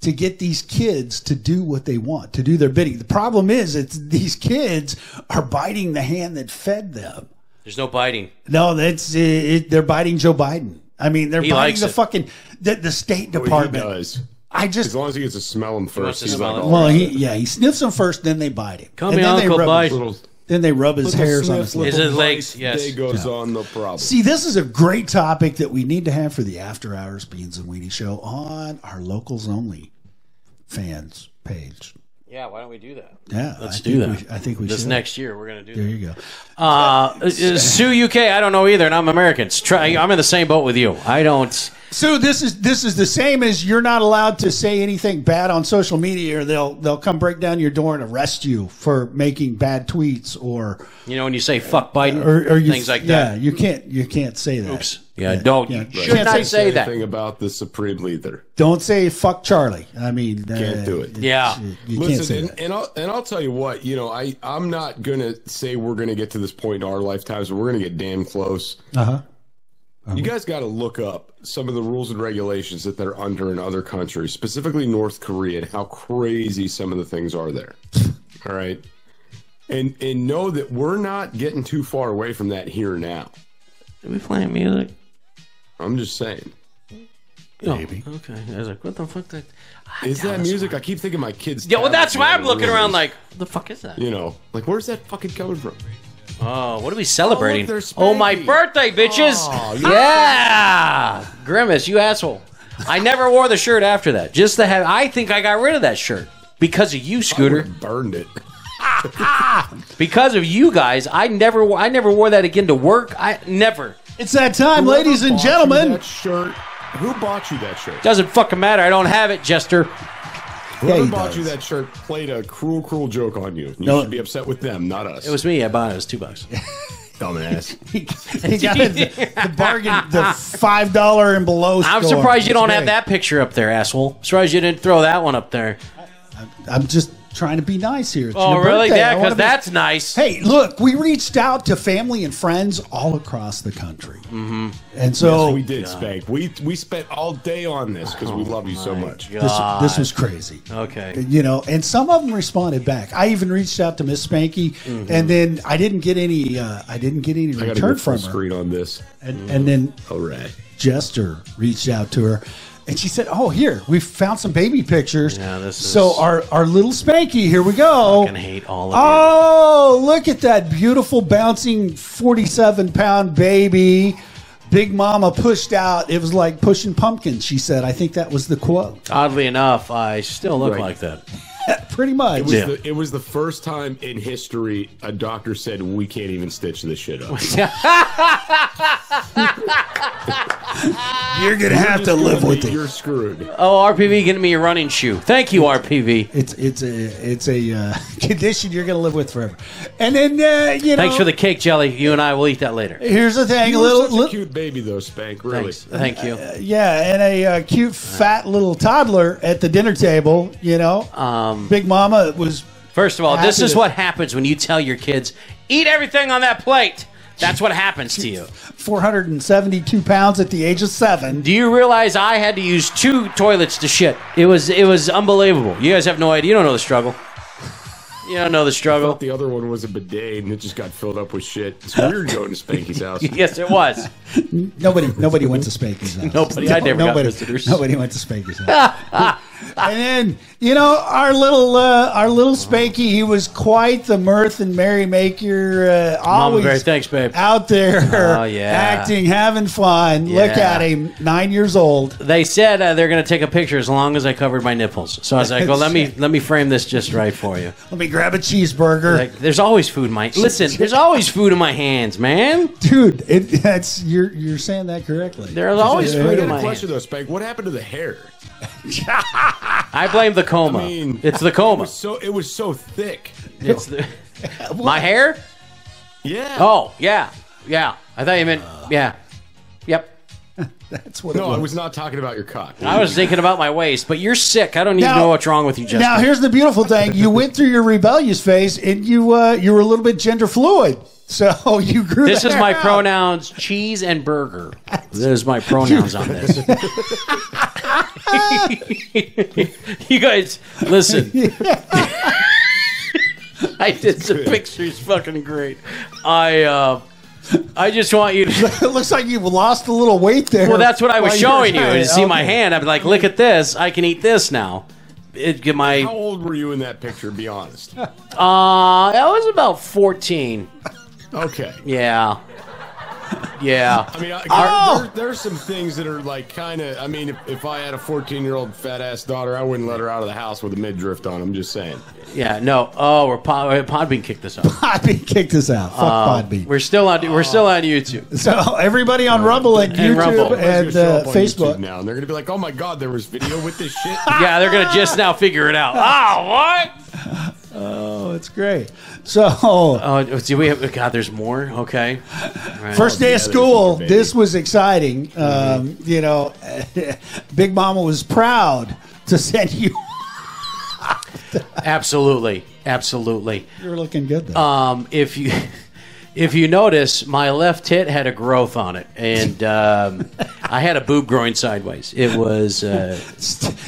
S2: to get these kids to do what they want, to do their bidding. The problem is, it's these kids are biting the hand that fed them.
S3: There's no biting.
S2: No, that's it, it, they're biting Joe Biden. I mean, they're
S3: He
S2: biting
S3: likes
S2: the
S3: it.
S2: fucking the, the State Department.
S4: does.
S2: I just
S4: as long as he gets to smell them
S3: wants
S4: first,
S3: to
S4: he's
S3: smell
S4: like,
S3: it.
S4: "Oh, all
S2: well,
S4: right.
S2: he yeah, he sniffs them first, then they bite him.
S3: Call
S2: and
S3: me
S2: then
S3: Uncle
S2: they rub his-
S3: Biden.
S2: Then they rub his hairs on his
S3: Is
S2: legs.
S3: his legs? Yes.
S4: Day goes on the problem.
S2: See, this is a great topic that we need to have for the After Hours Beans and Weenie Show on our locals only fans page.
S3: Yeah, why don't we do that?
S2: Yeah,
S3: Let's
S2: I
S3: do
S2: think
S3: that.
S2: we- I think we
S3: this
S2: should.
S3: next year we're gonna do
S2: There you go.
S3: that. Uh, uh, Sue UK, I don't know either, and I'm American. It's Try, I'm in the same boat with you. I don't.
S2: So this is this is the same as you're not allowed to say anything bad on social media, or they'll they'll come break down your door and arrest you for making bad tweets or
S3: You know, when you say fuck Biden
S2: or, or you,
S3: things like
S2: yeah,
S3: that.
S2: you can't you can't say that.
S3: Oops. Yeah, don't.
S2: Yeah.
S3: You should
S2: Can't
S3: not
S2: say-
S3: say that.
S4: Thing about the supreme leader.
S2: Don't say fuck Charlie. I mean, uh,
S4: Can't do it.
S3: Yeah.
S2: You can't say
S4: Listen,
S2: that.
S4: and, and I'll and I'll tell you what, you know, I I'm not gonna say we're gonna get to this point in our lifetimes, but we're gonna get damn close.
S2: Uh huh. Uh-huh.
S4: You guys got to look up some of the rules and regulations that they're under in other countries, specifically North Korea, and how crazy some of the things
S2: (laughs)
S4: are there. All right, and and know that we're not getting too far away from that here now.
S3: Are we playing music?
S4: I'm just saying.
S3: Maybe. okay. I was like, what the fuck? That,
S4: Is that music? I keep thinking my kids.
S3: yeah, well, that's why I'm
S4: tablets
S3: looking around
S4: are-
S3: like, what the fuck is that?
S4: you know, like where's that fucking coming from?
S3: Oh, what are we celebrating?
S4: Oh, look,
S3: Oh,
S4: they're
S3: my
S4: Spanky.
S3: birthday, bitches! Ah!
S4: Oh,
S3: yeah. Grimace, you asshole. I never wore the shirt after that. Just the head. I think I got rid of that shirt because of you, Scooter.
S4: Burned it.
S3: Because of you guys, I never, wo- I never wore that again to work. I never.
S2: It's that time, ladies and
S4: Whoever bought you
S2: gentlemen.
S4: that shirt. Who bought you that shirt?
S3: Doesn't fucking matter. I don't have it, Jester.
S4: Whoever
S2: he
S4: bought
S2: does.
S4: you that shirt played a cruel, cruel joke on you. You
S2: No.
S4: should be upset with them, not us.
S3: It was me. I bought it. It was two
S2: (laughs)
S3: bucks.
S4: dumbass.
S2: He got the,
S3: (laughs)
S2: the bargain, the five dollar and below.
S3: I'm
S2: store.
S3: surprised you
S2: That's
S3: don't
S2: great.
S3: have that picture up there, asshole. I'm surprised you didn't throw that one up there.
S2: I'm just trying to be nice here. It's
S3: Oh,
S2: your
S3: really?
S2: birthday. I
S3: Yeah,
S2: wanna
S3: because
S2: be-
S3: that's nice.
S2: Hey, look, we reached out to family and friends all across the country, mm-hmm. and so
S4: Yes, we did, Spank. We we spent all day on this because
S2: Oh
S4: we love you so much.
S2: this this was crazy.
S3: Okay.
S2: You know, and some of them responded back. I even reached out to Miss Spanky, and then I didn't get any. Uh, I didn't get any
S4: Mm-hmm. I got to go
S2: return
S4: full
S2: from her.
S4: screen on this.
S2: And, and then
S4: All right.
S2: Jester reached out to her, and she said, "Oh, here we found some baby pictures.
S3: Yeah, this is-
S2: so our our little Spanky, here we go.
S3: Fucking hate all of
S2: oh, look at that beautiful bouncing forty-seven pound baby." Big Mama pushed out. It was like pushing pumpkins. She said, "I think that was the quote."
S3: Oddly enough, I still look
S4: Right.
S3: like that.
S2: Pretty much.
S4: It was, the, it was the first time in history a doctor said we can't even stitch this shit
S2: (laughs)
S4: up.
S2: You're gonna
S4: You're
S2: have
S4: just
S2: to
S4: gonna
S2: live
S4: be-
S2: with it.
S4: You're screwed.
S3: Oh, RPV, getting me a running shoe. Thank you, RPV.
S2: It's it's a it's a uh, (laughs) condition you're gonna live with forever. And then uh, you know,
S3: Thanks for the cake, Jelly. You and I will eat that later.
S2: here's the thing,
S4: You
S2: a
S4: were
S2: little,
S4: such
S2: little
S4: a cute baby though, Spank. Really.
S3: Thanks. Thank you.
S2: Yeah, and a uh, cute, fat little toddler at the dinner table. You know,
S3: Um,
S2: Big Mama was.
S3: First of all, this
S2: Happy
S3: is
S2: to-
S3: what happens when you tell your kids, eat everything on that plate. That's what happens to you.
S2: 472 pounds at the age of seven.
S3: (laughs) Do you realize I had to use two toilets to shit? It was it was unbelievable. You guys have no idea. You don't know the struggle. You don't know the struggle.
S4: I (laughs) thought the other one was a bidet, and it just got filled up with
S2: (laughs)
S4: shit. It's weird going to Spanky's house.
S3: yes, it was.
S2: Nobody, nobody went to Spanky's house.
S3: Nobody- I never got
S2: nobody,
S3: visitors.
S2: Nobody went to Spanky's
S3: (laughs)
S2: house. and then you know our little uh, our little
S3: Uh-huh.
S2: Spanky, he was quite the mirth and merrymaker. Uh,
S3: Mama
S2: always
S3: Bear, thanks, babe.
S2: out there,
S3: Oh, yeah.
S2: acting, having fun. Look
S3: Yeah.
S2: at him, nine years old.
S3: They said uh, they're going to take a picture as long as I covered my nipples. So I was like,
S2: (laughs)
S3: "Well, let me let me frame this just right for you."
S2: Let me grab a cheeseburger.
S3: Like, there's always food in my listen. There's always food in my hands, man.
S2: Dude, it, that's you're you're saying that correctly.
S3: There's always
S4: I
S3: food in
S4: got
S3: my
S4: a
S3: hands.
S4: question though, Spank. What happened to the hair?
S3: I blame the coma.
S4: I mean,
S3: it's the
S4: It (laughs)
S3: coma.
S4: was so it was so thick.
S3: It's
S4: (laughs)
S3: the, my hair.
S4: Yeah.
S3: Oh yeah, yeah. I thought you meant yeah. Yep.
S2: That's what.
S4: No, I was not talking about your cock.
S3: I was thinking about my waist, but you're sick. I don't even
S2: Now-
S3: know what's wrong with you, Justin.
S2: Now here's the beautiful thing: you went through your rebellious phase, and you uh, you were a little bit gender fluid, (laughs) so you grew.
S3: this
S2: the
S3: is
S2: hair (laughs)
S3: my
S2: out.
S3: pronouns: cheese and burger. There's my pronouns on this. (laughs) you guys, listen. (laughs) I did some pictures, fucking great. I uh, I just want you to.
S2: (laughs) it looks like you've lost a little weight there.
S3: Well, that's what I was
S2: while
S3: showing you.
S2: were
S3: Is see my
S2: okay.
S3: hand? I'm like, look at this. I can eat this now. It get my.
S4: How old were you in that picture? Be
S2: (laughs)
S4: honest.
S3: Uh, I was about 14.
S4: Okay.
S3: Yeah. Yeah.
S4: I mean, I,
S3: Oh!
S4: there, there's some things that are like kind of. I mean, if, if I had a 14 year old fat ass daughter, I wouldn't let her out of the house with a mid drift on. I'm just saying.
S3: Yeah, no. Oh, we're pod, Podbean kicked this off.
S2: Podbean kicked this out. Fuck
S3: Uh,
S2: Podbean.
S3: We're still on. We're still on YouTube.
S2: So everybody on Rumble and
S3: And
S2: YouTube
S3: Rumble.
S2: and
S4: Everybody's gonna
S2: uh,
S4: show up on YouTube
S2: Facebook.
S4: now, and they're gonna be like, "Oh my god, there was video with this shit."
S3: yeah, they're gonna just now figure
S2: (laughs)
S3: it out.
S2: Ah,
S3: Oh, what?
S2: Oh, it's great. So
S3: Oh, do we have? God, there's more. Okay. Right.
S2: First day of
S3: Yeah, there's
S2: school.
S3: more, baby.
S2: This was exciting. Um, you know, (laughs) Big Mama was proud to (laughs) send you.
S3: Absolutely, absolutely.
S2: You're looking good though.
S3: Um, if you (laughs) if you notice, my left tit had a growth on it, and um, I had a boob growing sideways. It was. Uh,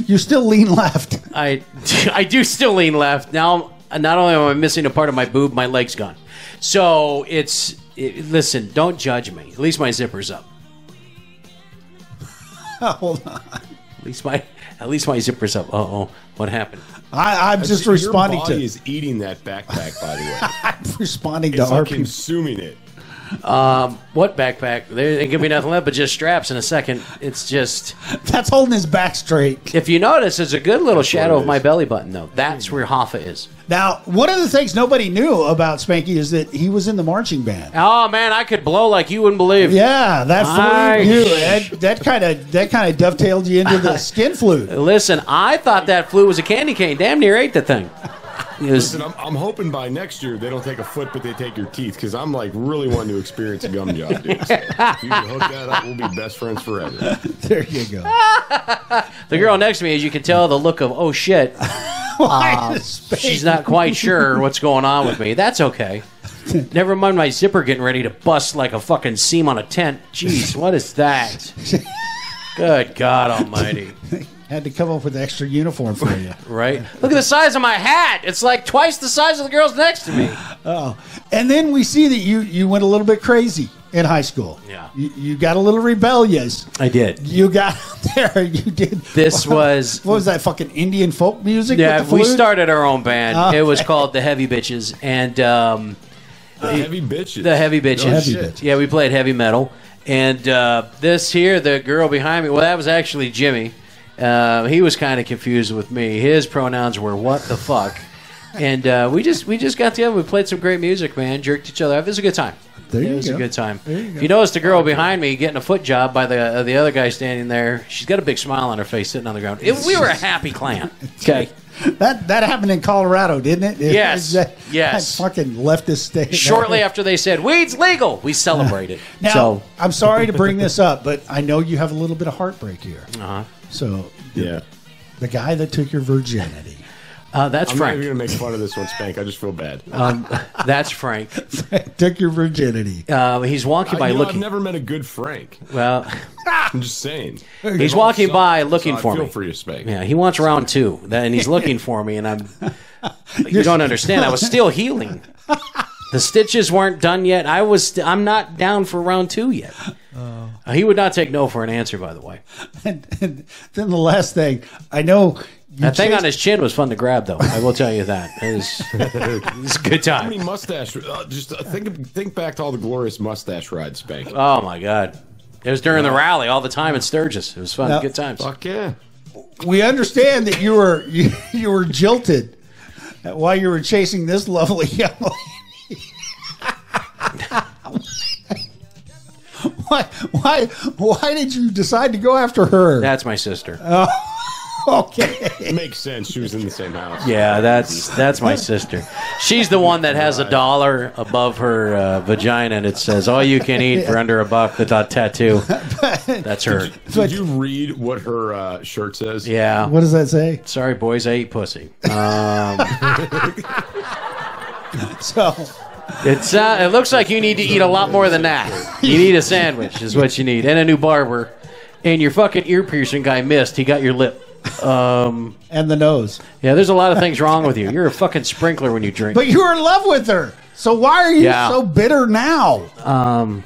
S2: you still lean left.
S3: I (laughs) I do still lean left. Now, I'm- not only am I missing a part of my boob, my leg's gone. So it's it, listen. Don't judge me. At least my zipper's up.
S2: (laughs) Hold on.
S3: At least my at least my zipper's up. Uh oh, what happened?
S2: I, I'm (laughs) just
S4: Your
S2: responding
S4: body
S2: to
S4: is eating that backpack. By the way,
S2: (laughs) I'm responding to
S4: it's like
S2: RP.
S4: consuming it.
S3: Um, what backpack? There ain't gonna be nothing left but just straps in a second. It's just
S2: That's holding his back straight.
S3: if you notice, it's a good little shadow of my belly button though. That's where Hoffa is.
S2: Now, one of the things nobody knew about Spanky is that he was in the marching band.
S3: Oh man, I could blow like you wouldn't believe.
S2: Yeah, that
S3: I-
S2: flute, you that that kind of that kind of dovetailed you into (laughs) the skin flute.
S3: Listen, I thought that flu was a candy cane. Damn near ate the thing. It was-
S4: Listen, I'm, I'm hoping by next year they don't take a foot, but they take your teeth because I'm like really wanting to experience a gum job, dude. So if you can hook that up, we'll be best friends forever.
S2: There you go.
S3: The girl next to me, as you can tell, the look of "oh shit,"
S2: Why
S3: uh,
S2: is Spanky-
S3: she's not quite sure what's going on with me. That's okay. Never mind my zipper getting ready to bust like a fucking seam on a tent. Jeez, what is that? Good God Almighty!
S2: Had to come up with an extra uniform for you.
S3: Right? Look at the size of my hat. It's like twice the size of the girls next to me.
S2: Oh, and then we see that you you went a little bit crazy in high school.
S3: Yeah.
S2: you, you got a little rebellious.
S3: I did.
S2: You got (laughs) out there. You did.
S3: This was
S2: What was that fucking Indian folk music?
S3: yeah.
S2: with the
S3: We
S2: flute?
S3: started our own band. It was
S2: Okay.
S3: called the Heavy Bitches, and um,
S4: The heavy bitches.
S3: The heavy bitches.
S4: No shit.
S3: Yeah, we played heavy metal. And uh, this here, the girl behind me, well, that was actually Jimmy. Uh, he was kind of confused with me. His pronouns were "what the fuck," and uh, we just we just got together. We played some great music, man. Jerked each other up. It was a good time.
S2: There
S3: it
S2: you
S3: was
S2: go.
S3: a good time.
S2: There you
S3: if
S2: go.
S3: you notice the girl behind me getting a foot job by the uh, the other guy standing there, she's got a big smile on her face, sitting on the ground. It- we were a happy clan. Okay.
S2: That that happened in Colorado, didn't it? uh,
S3: Yes.
S2: That-
S3: Yes.
S2: That fucking leftist state.
S3: (laughs) Shortly after they said weed's legal, we celebrated.
S2: (laughs) Now,
S3: so,
S2: I'm sorry to bring this up, but I know you have a little bit of heartbreak here.
S3: uh-huh.
S2: So (laughs)
S4: Yeah.
S2: the guy that took your virginity.
S3: uh, that's
S4: I'm
S3: Frank.
S4: not even gonna make fun of this one, Spank. I just feel bad.
S3: Um, that's
S2: (laughs)
S3: Frank.
S2: took your virginity.
S3: Uh, he's walking
S4: I,
S3: by
S4: you know, I've
S3: looking.
S4: never met a good Frank. (laughs)
S3: well,
S4: I'm just saying.
S3: he's
S4: They all
S3: walking
S4: suck,
S3: by
S4: so
S3: looking
S4: I
S3: for
S4: feel
S3: me.
S4: for you,
S2: (laughs)
S4: Spank.
S3: yeah, he wants round two, and he's looking for me, and I'm But you don't understand. I was still healing. The stitches weren't done yet. I was. St- I'm not down for round two yet.
S2: Oh.
S3: Uh, he would not take no for an answer. By the way,
S2: Then the last thing I know. You
S3: that thing
S2: chased-
S3: on his chin was fun to grab, though. I will tell you that. It was, (laughs) it was a good
S4: How
S3: time.
S4: many mustache? Uh, just uh, think think back to all the glorious mustache rides, Spank.
S3: Oh my god, it was during the rally all the time at Sturgis. It was fun.
S2: Now-
S3: good times. Fuck
S4: yeah.
S2: we understand that you were (laughs) you, you were jilted while you were chasing this (laughs) lovely young lady. why why why did you decide to go after her?
S3: That's my sister.
S2: Oh, okay.
S4: Makes sense. She was in the same house.
S3: Yeah, that's that's my sister. She's the one that has a dollar above her uh, vagina, and it says "all you can eat for under a buck" without tattoo. That's her.
S4: Did you read what her uh, shirt says?
S3: Yeah.
S2: What does that say?
S3: Sorry, boys, I eat pussy. Um,
S2: (laughs) so
S3: it's uh, it looks like you need to eat a lot more than that. You need a sandwich, is what you need, and a new barber, and your fucking ear piercing guy missed. He got your lip. Um,
S2: and the nose.
S3: Yeah, there's a lot of things wrong with you. You're a fucking sprinkler when you drink.
S2: But you were in love with her. So why are you
S3: Yeah.
S2: so bitter now?
S3: um,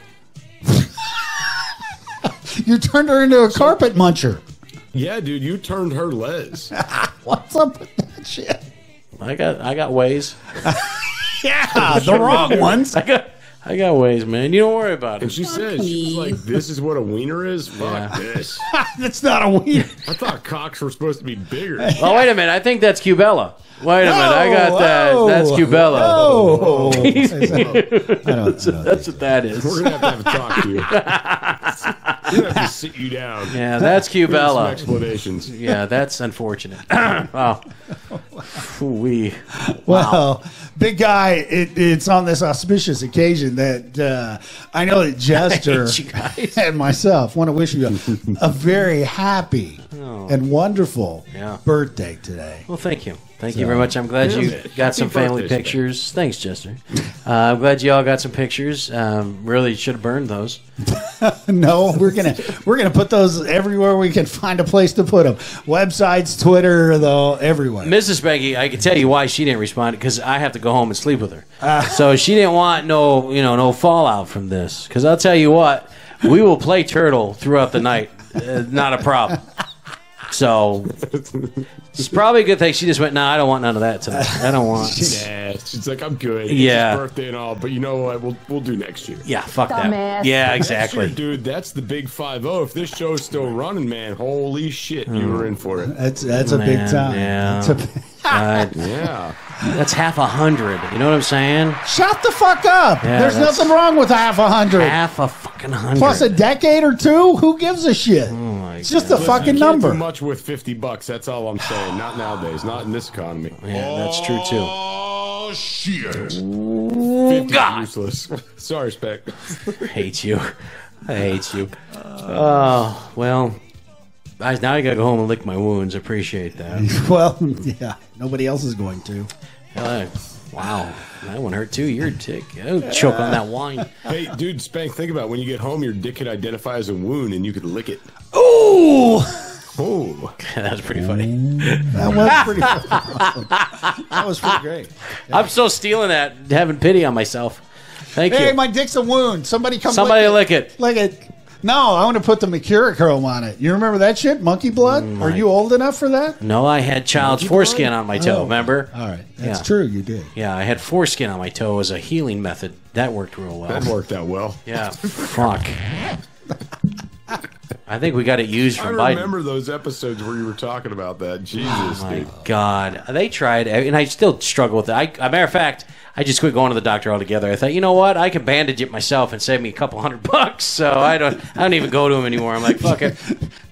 S2: You turned her into a carpet muncher.
S4: Yeah, dude, you turned her les.
S2: What's up with that shit?
S3: I got I got ways.
S2: yeah, the wrong ones.
S3: I got I got ways, man. You don't worry about it.
S4: And she said, she was like, this is what a wiener is? Fuck
S3: (laughs)
S4: this.
S2: That's not a wiener.
S4: I thought cocks were supposed to be bigger.
S3: Oh wait a minute! I think that's Cubella. Wait a minute! I got that. That's Cubella. (laughs)
S4: Oh.
S3: that's, that's what that is.
S4: We're gonna have to have a
S3: (laughs)
S4: talk to you. We're gonna have to sit you down.
S3: Yeah, that's
S4: Give us some
S3: Cubella.
S4: explanations.
S3: Yeah,
S2: (laughs)
S3: that's unfortunate. wow. We.
S2: Well, big guy, it, it's on this auspicious occasion that uh, I know that
S3: (laughs)
S2: Jester
S7: hate you
S2: and myself want to wish you a, a very happy
S3: Oh.
S2: and wonderful
S3: Yeah.
S2: birthday today. (laughs)
S3: Well, thank you. Thank
S2: So-
S3: you very much. I'm glad you
S2: Yeah.
S3: got some
S2: Happy
S3: family
S2: birthday,
S3: pictures. Thanks, Chester. Uh, I'm glad you all got some pictures. Um, really should have burned those.
S2: no, we're gonna we're gonna put those everywhere we can find a place to put them. Websites, Twitter, though, everywhere.
S3: Mrs. Becky, I can tell you why she didn't respond because I have to go home and sleep with her.
S2: Ah.
S3: so she didn't want no, you know, no fallout from this. Because I'll tell you what, we will play turtle throughout the night, uh, not a problem. So it's probably a good thing she just went. No, I don't want none of that tonight. I
S2: (laughs)
S3: don't want.
S4: Yeah, she's like, I'm good. It's
S3: Yeah.
S4: his birthday and all, but you know what? We'll we'll do next year.
S3: Yeah, fuck that. Dumbass. Yeah,
S4: Next
S3: exactly.
S4: year, dude. That's the big five zero. If this show's still running, man, holy shit, you
S3: Hmm.
S4: were in for it.
S2: That's that's a big
S3: Man,
S2: time.
S3: Yeah.
S2: That's a-
S3: God.
S4: yeah.
S3: That's half a hundred. You know what I'm saying?
S2: Shut the fuck up.
S3: Yeah,
S2: There's
S3: that's-
S2: nothing wrong with half a hundred.
S3: Half a fucking hundred. Oh
S2: Plus a decade or two? Who gives a shit? it's just a
S4: Listen,
S2: fucking
S4: you can't do
S2: number.
S4: much with fifty bucks. That's all I'm saying. Not nowadays. Not in this economy.
S3: Yeah, that's true too.
S4: Oh shit. Fifty
S3: God.
S4: useless. (laughs) Sorry, Spec.
S3: I hate you. I hate you. Oh, well. I, now I gotta go home and lick my wounds. Appreciate
S2: (laughs)
S3: that.
S2: well, yeah, nobody else is going to.
S3: Uh, wow. That one hurt too. You're a dick. Oh, choke on that wine.
S4: Hey, dude, Spank, think about it. when you get home, your dick could identify as a wound, and you could lick it.
S2: Ooh.
S4: Oh,
S3: (laughs) that was pretty funny.
S2: That was pretty. (laughs) that was pretty great.
S3: I'm so stealing that, having pity on myself. Thank
S2: hey,
S3: you.
S2: my dick's a wound. Somebody come.
S3: Somebody
S2: lick
S3: it.
S2: Lick it. No, I want to put the Mercurochrome on it. You remember that shit? Monkey blood? Are you old enough for that?
S3: no, I had child's foreskin on my toe, remember? All
S2: Oh. right. That's true. You did.
S3: Yeah, I had foreskin on my toe as a healing method. That worked real well.
S4: That worked out well.
S3: Yeah. Fuck. I think we got it used
S4: I
S3: from Biden.
S4: remember those episodes where you were talking about that. Jesus,
S3: My
S4: dude.
S3: God, they tried, and I still struggle with it. I, a matter of fact, I just quit going to the doctor altogether. I thought, you know what, I can bandage it myself and save me a couple hundred bucks. So I don't, I don't even go to him anymore. I'm like, fuck it.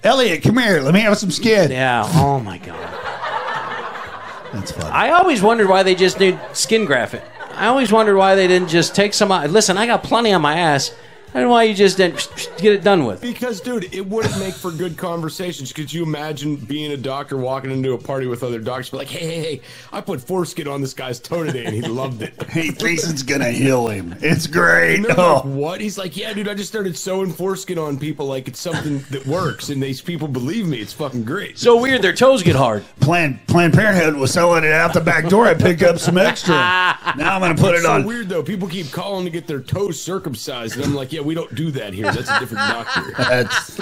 S2: Elliot, come here. Let me have some skin.
S3: Yeah. Oh my god.
S2: That's funny.
S3: I always wondered why they just did skin graft it. I always wondered why they didn't just take some. out- Listen, I got plenty on my ass. I don't know why you just didn't get it done with.
S4: Because, dude, it wouldn't make for good conversations. Could you imagine being a doctor walking into a party with other doctors, be like, hey, hey, hey, I put foreskin on this guy's toe today, and he loved it.
S2: he thinks it's gonna heal him. It's great.
S4: And they're
S3: (laughs)
S4: like,
S2: Oh.
S4: what? He's like, yeah, dude, I just started sewing foreskin on people like it's something that works, and these people believe me. It's fucking great.
S3: So weird, their toes get hard.
S2: Planned Planned Parenthood was selling it out the back door. I picked up some extra. Now I'm gonna put
S4: It's
S2: it
S4: so
S2: on.
S4: Weird though, people keep calling to get their toes circumcised, and I'm like, yeah, we don't do that here. That's
S3: (laughs)
S4: a different doctor.
S2: That's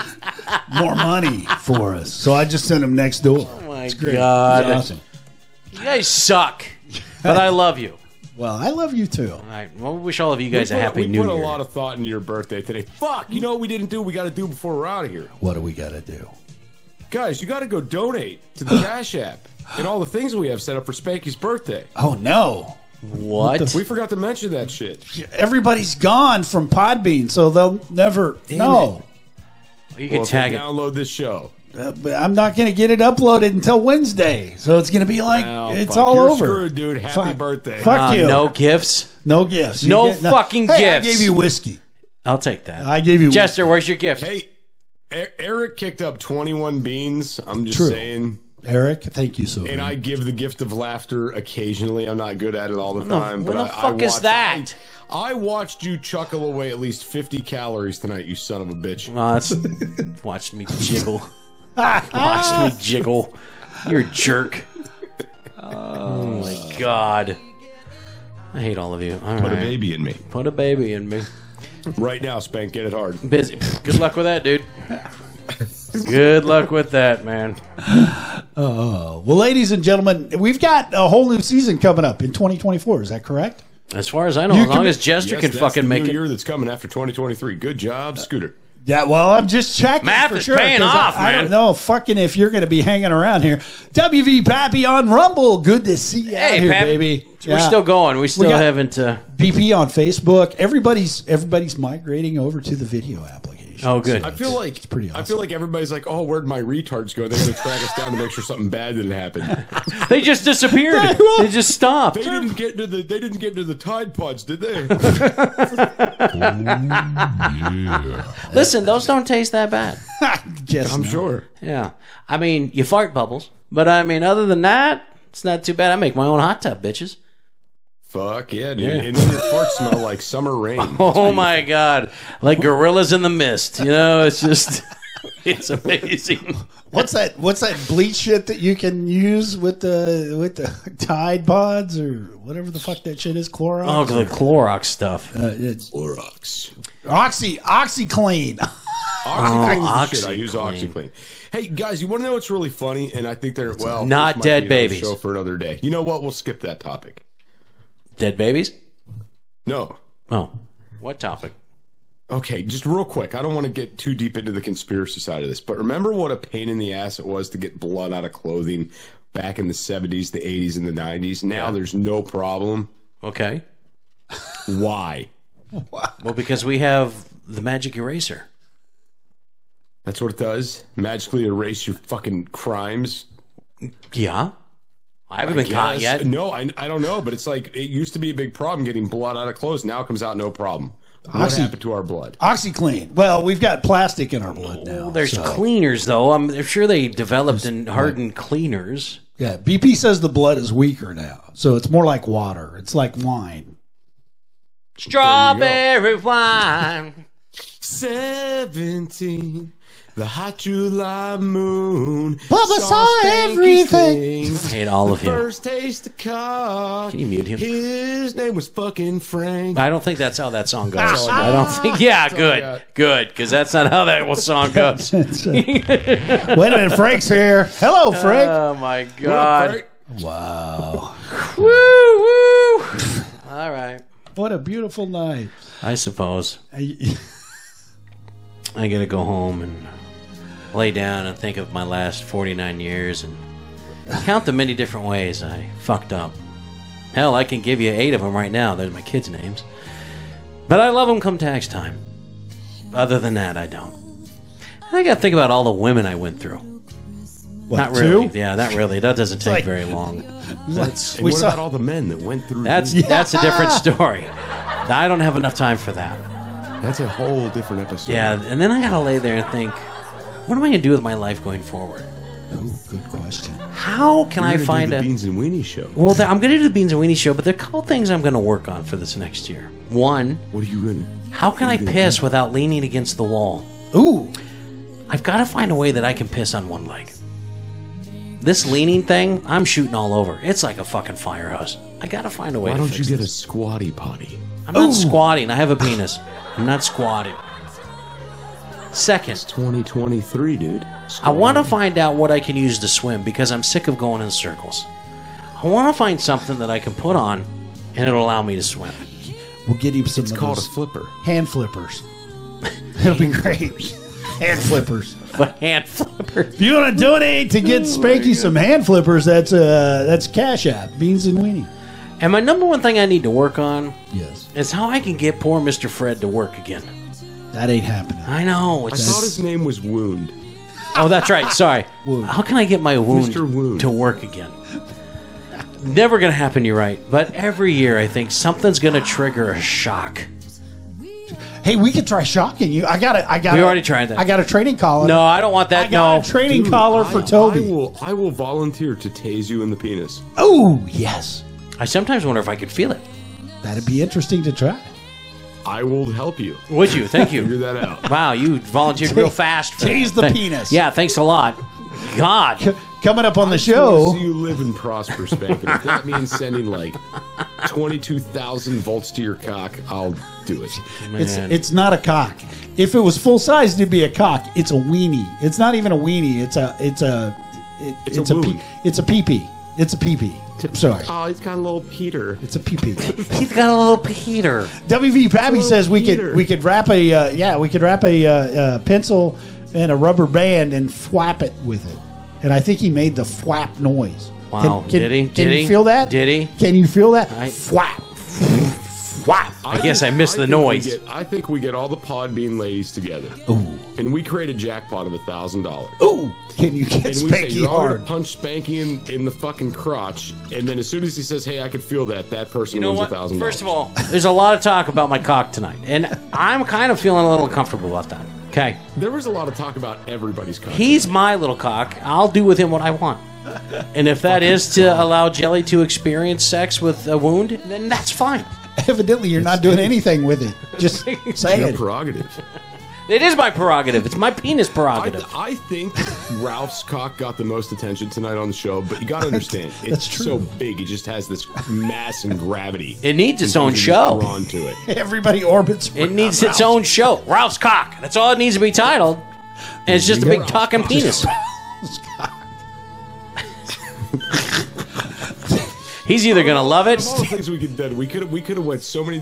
S2: more money for us. So I just sent him next door. Oh
S3: (laughs) my God.
S2: awesome.
S3: You guys suck, but I love you.
S2: Well, I love you too.
S3: All right. Well, we wish all of you guys
S4: we
S3: a
S4: put-
S3: happy
S4: we
S3: new
S4: put
S3: year.
S4: a lot of thought into your birthday today. Fuck, you know what we didn't do? We got to do before we're out of here,
S2: What do we gotta do?
S4: guys. You got to go donate
S3: (gasps)
S4: to the Cash App and all the things we have set up for Spanky's birthday.
S2: Oh no.
S3: What?
S4: We forgot to mention that shit.
S2: Everybody's gone from Podbean, so they'll never know.
S3: You
S4: can
S3: tag it.
S4: Download this show.
S2: Uh, but I'm not going to get it uploaded until Wednesday, so it's going to be like
S4: Well,
S2: it's
S4: fuck,
S2: all
S4: you're
S2: over.
S4: screwed, dude. Happy
S2: Fuck.
S4: birthday.
S2: Fuck
S3: Ah,
S2: you.
S3: No gifts.
S2: No gifts. You
S3: No
S2: get no-
S3: fucking
S2: Hey, I
S3: gifts.
S2: gave you whiskey.
S3: I'll take that.
S2: I gave you
S3: Jester, where's your gift?
S4: Hey, E- Eric kicked up 21 beans. I'm just
S2: True.
S4: saying.
S2: Eric, thank you so much.
S4: And I give the gift of laughter occasionally. I'm not good at it all the
S3: the-
S4: time.
S3: what
S4: but
S3: the
S4: I, I
S3: fuck is
S4: watched-
S3: that?
S4: I, I watched you chuckle away at least 50 calories tonight, you son of a bitch.
S3: Well, that's, (laughs) watched me jiggle. watched me jiggle. You're a jerk. Oh my god. I hate all of you. All
S17: Put a
S3: right.
S17: baby in me.
S3: Put a baby in me.
S4: Right now, Spank, get it hard.
S3: Busy. Good luck with that, dude. Good luck with that, man.
S2: Oh, well, ladies and gentlemen, we've got a whole new season coming up in 2024. Is that correct?
S3: As far as I know,
S2: You
S3: as long
S2: can-
S3: as Jester
S4: Yes,
S3: can
S4: that's
S3: fucking
S4: the
S3: make
S4: new
S3: it. Uh,
S4: year that's coming after 2023. Good job, Scooter.
S2: Yeah, well, I'm just checking.
S3: Math
S2: for
S3: is
S2: sure,
S3: paying
S2: 'cause
S3: off,
S2: I, I
S3: man.
S2: don't know fucking if you're going to be hanging around here. WV Pappy on Rumble. Good to see you out
S3: Hey,
S2: here,
S3: Pappy,
S2: baby.
S3: We're
S2: Yeah.
S3: still going. We still
S2: got-
S3: haven't. Uh,
S2: BP on Facebook. Everybody's everybody's migrating over to the video application.
S3: oh, good.
S4: I feel like I feel like everybody's like, oh, where'd my retards go? They're gonna track us down to make sure something bad didn't happen.
S3: (laughs) They just (laughs) disappeared. they just stopped.
S4: They didn't get into the they didn't get into the Tide Pods, did they?
S17: (laughs)
S3: Listen, those don't taste that bad.
S2: Yes,
S4: I'm sure.
S3: Yeah. I mean, you fart bubbles. But I mean, other than that, it's not too bad. I make my own hot tub, bitches.
S4: Fuck yeah, dude. And then your farts smell like summer
S3: (laughs)
S4: rain.
S3: Oh my God. Like gorillas in the mist. You know, it's just, (laughs) it's amazing.
S2: What's that? What's that bleach shit that you can use with the with the (laughs) Tide Pods or whatever the fuck that shit is? Clorox.
S3: Oh, the Clorox stuff.
S2: Uh, it's
S4: Clorox.
S2: Oxy OxyClean.
S4: OxyClean is the shit. I
S3: Oh, OxyClean.
S4: use OxyClean. Hey guys, you want to know what's really funny? And I think they're well, this
S3: Not
S4: might
S3: dead
S4: be another
S3: babies.
S4: Show for another day. You know what? We'll skip that topic.
S3: Dead babies?
S4: No.
S3: Oh. What topic?
S4: Okay, just real quick. I don't want to get too deep into the conspiracy side of this, but remember what a pain in the ass it was to get blood out of clothing back in the 70s, the 80s, and the 90s. Now there's no problem.
S3: Okay.
S4: Why?
S3: Well, because we have the magic eraser.
S4: That's what it does. Magically erase your fucking crimes.
S3: Yeah. I haven't been caught
S4: Yes.
S3: yet.
S4: No, I, I don't know, but it's like it used to be a big problem getting blood out of clothes. Now it comes out no problem. What
S2: Oxy-
S4: happened to our blood?
S2: OxyClean. Well, we've got plastic in our blood now.
S3: Well, there's
S2: so-
S3: cleaners, though. I'm they're sure they developed and hardened cleaners.
S2: Yeah, BP says the blood is weaker now, so it's more like water. It's like wine.
S3: Strawberry wine.
S4: 17, the hot July moon.
S7: Papa saw Spanky's everything.
S3: I (laughs) hate all of you.
S4: First taste of cock.
S3: Can you mute him?
S4: His name was fucking Frank.
S3: I don't think that's how that song goes. I don't think. (laughs) Yeah, good, good, because that's not how that (laughs) song goes.
S2: Wait a minute, Frank's here. Hello, Frank.
S3: Oh my god!
S2: wow.
S3: Woo woo! All right,
S2: What a beautiful night.
S3: I suppose
S2: I- (laughs)
S3: I gotta go home and lay down and think of my last 49 years and count the many different ways I fucked up. Hell, I can give you eight of them right now. They're my kids' names. But I love them come tax time. Other than that, I don't. I gotta think about all the women I went through.
S2: What,
S3: not really.
S2: two?
S3: Yeah, not really. That doesn't take
S2: like-
S3: very long.
S2: That's,
S4: And
S2: we
S4: what
S2: saw,
S3: (laughs)
S4: about all the men that went through?
S3: That's
S4: these-
S3: that's a different story. I don't have enough time for that.
S4: That's a whole different episode.
S3: Yeah, and then I gotta lay there and think, what am I gonna do with my life going forward?
S4: Oh, good question.
S3: How can I find
S4: the
S3: a
S4: beans and weenie show?
S3: Well, th- I'm gonna do the Beans and Weenie show, but there are a couple things I'm gonna work on for this next year. One,
S4: what are you gonna?
S3: How can I piss without leaning against the wall?
S2: Ooh,
S3: I've got to find a way that I can piss on one leg. This leaning thing, I'm shooting all over. It's like a fucking fire hose. I gotta find a way.
S4: Why
S3: to
S4: don't
S3: fix
S4: you get a squatty potty?
S3: I'm not squatting. I have a penis. I'm not squatting. Second,
S4: 2023, dude.
S3: I want to find out what I can use to swim because I'm sick of going in circles. I want to find something that I can put on and it'll allow me to swim. (laughs)
S2: We'll get you some.
S3: It's
S2: of
S3: called a
S2: those
S4: flipper.
S2: Hand flippers. (laughs) It'll be great. Hand flippers.
S3: But hand flippers.
S2: If you want to donate to get Spanky some hand flippers, that's uh that's Cash App Beans and Weenie.
S3: And my number one thing I need to work on
S2: Yes.
S3: is how I can get poor Mr. Fred to work again.
S2: That ain't happening.
S3: I know.
S4: I
S3: It's
S4: thought his name was Wound.
S3: Oh, that's right. Sorry. How can I get my wound, to work again? Never going to happen, you're right. But every year, I think something's going to trigger a shock.
S2: Hey, we could try shocking you. I got a I got.
S3: We
S2: a-
S3: already tried that.
S2: I got a training collar.
S3: No, I don't want that.
S2: I got
S3: no.
S2: a training
S4: Dude,
S2: collar
S4: I-
S2: for Toby.
S4: I will, I will volunteer to tase you in the penis.
S2: Oh yes,
S3: I sometimes wonder if I could feel it.
S2: that'd be interesting to try.
S4: I will help you.
S3: Would you? Thank
S4: (laughs)
S3: you.
S4: Figure
S2: (laughs)
S4: that out.
S3: Wow, you volunteered real fast. for
S2: Tase
S3: that.
S2: the
S3: Thank-
S2: penis.
S3: Yeah, thanks a lot. God.
S2: Coming up on the
S4: So
S2: show.
S4: you live and prosper, Spankin. If that means sending like twenty-two thousand volts to your cock, I'll do it.
S2: It's it's not a cock. If it was full size, it'd be a cock. It's a weenie. It's not even a weenie. It's a it's a it,
S4: It's
S2: it's,
S4: a
S2: a,
S4: wound.
S2: pee, it's a pee pee. It's a pee pee. I'm sorry.
S4: Oh, he's got a little Peter.
S2: It's a pee pee.
S3: He's got a little Peter.
S2: WV Pappy
S4: Hello,
S2: says we
S4: Peter.
S2: could we could wrap a uh, yeah we could wrap a uh, uh, pencil and a rubber band and flap it with it, and I think he made the flap noise.
S3: Wow, did he?
S2: Can
S3: Did
S2: you
S3: he?
S2: feel that?
S3: Did he?
S2: Can you feel that?
S3: I-
S2: Flap. Flap.
S3: I guess I missed the
S4: think we
S3: noise.
S4: get- I think we get all the Podbean ladies together.
S2: Ooh.
S4: And we create a jackpot of a thousand dollars.
S2: Ooh. Can you get
S4: And we say
S2: Spanky
S4: you're all gonna
S2: hard?
S4: punch Spanky in, in the fucking crotch, and then as soon as he says, "Hey, I could feel that," that person
S3: You know
S4: wins a
S3: what?
S4: thousand dollars.
S3: First of all, there's a lot of talk about my cock tonight, and I'm kind of feeling a little comfortable about that. Okay.
S4: there was a lot of talk about everybody's cock.
S3: He's my little cock. I'll do with him what I want. And if that is to allow Jelly to experience sex with a wound, then that's fine.
S2: Evidently, you're not doing anything with it. Just say
S4: Your
S2: it.
S4: prerogative.
S3: It is my prerogative. It's my penis
S4: I,
S3: prerogative.
S4: I think Ralph's cock got the most attention tonight on the show, but you gotta understand, it's
S2: That's true.
S4: so big, it just has this mass and gravity.
S3: It needs its
S4: And
S3: own
S4: you're just
S3: show.
S4: Drawn to it.
S3: (laughs)
S2: Everybody orbits.
S3: It needs its own show. Ralph's cock. That's all it needs to be titled. And it's just a big talking penis. (laughs) He's either gonna love it.
S4: Of all the things we could done, we could we could have went so many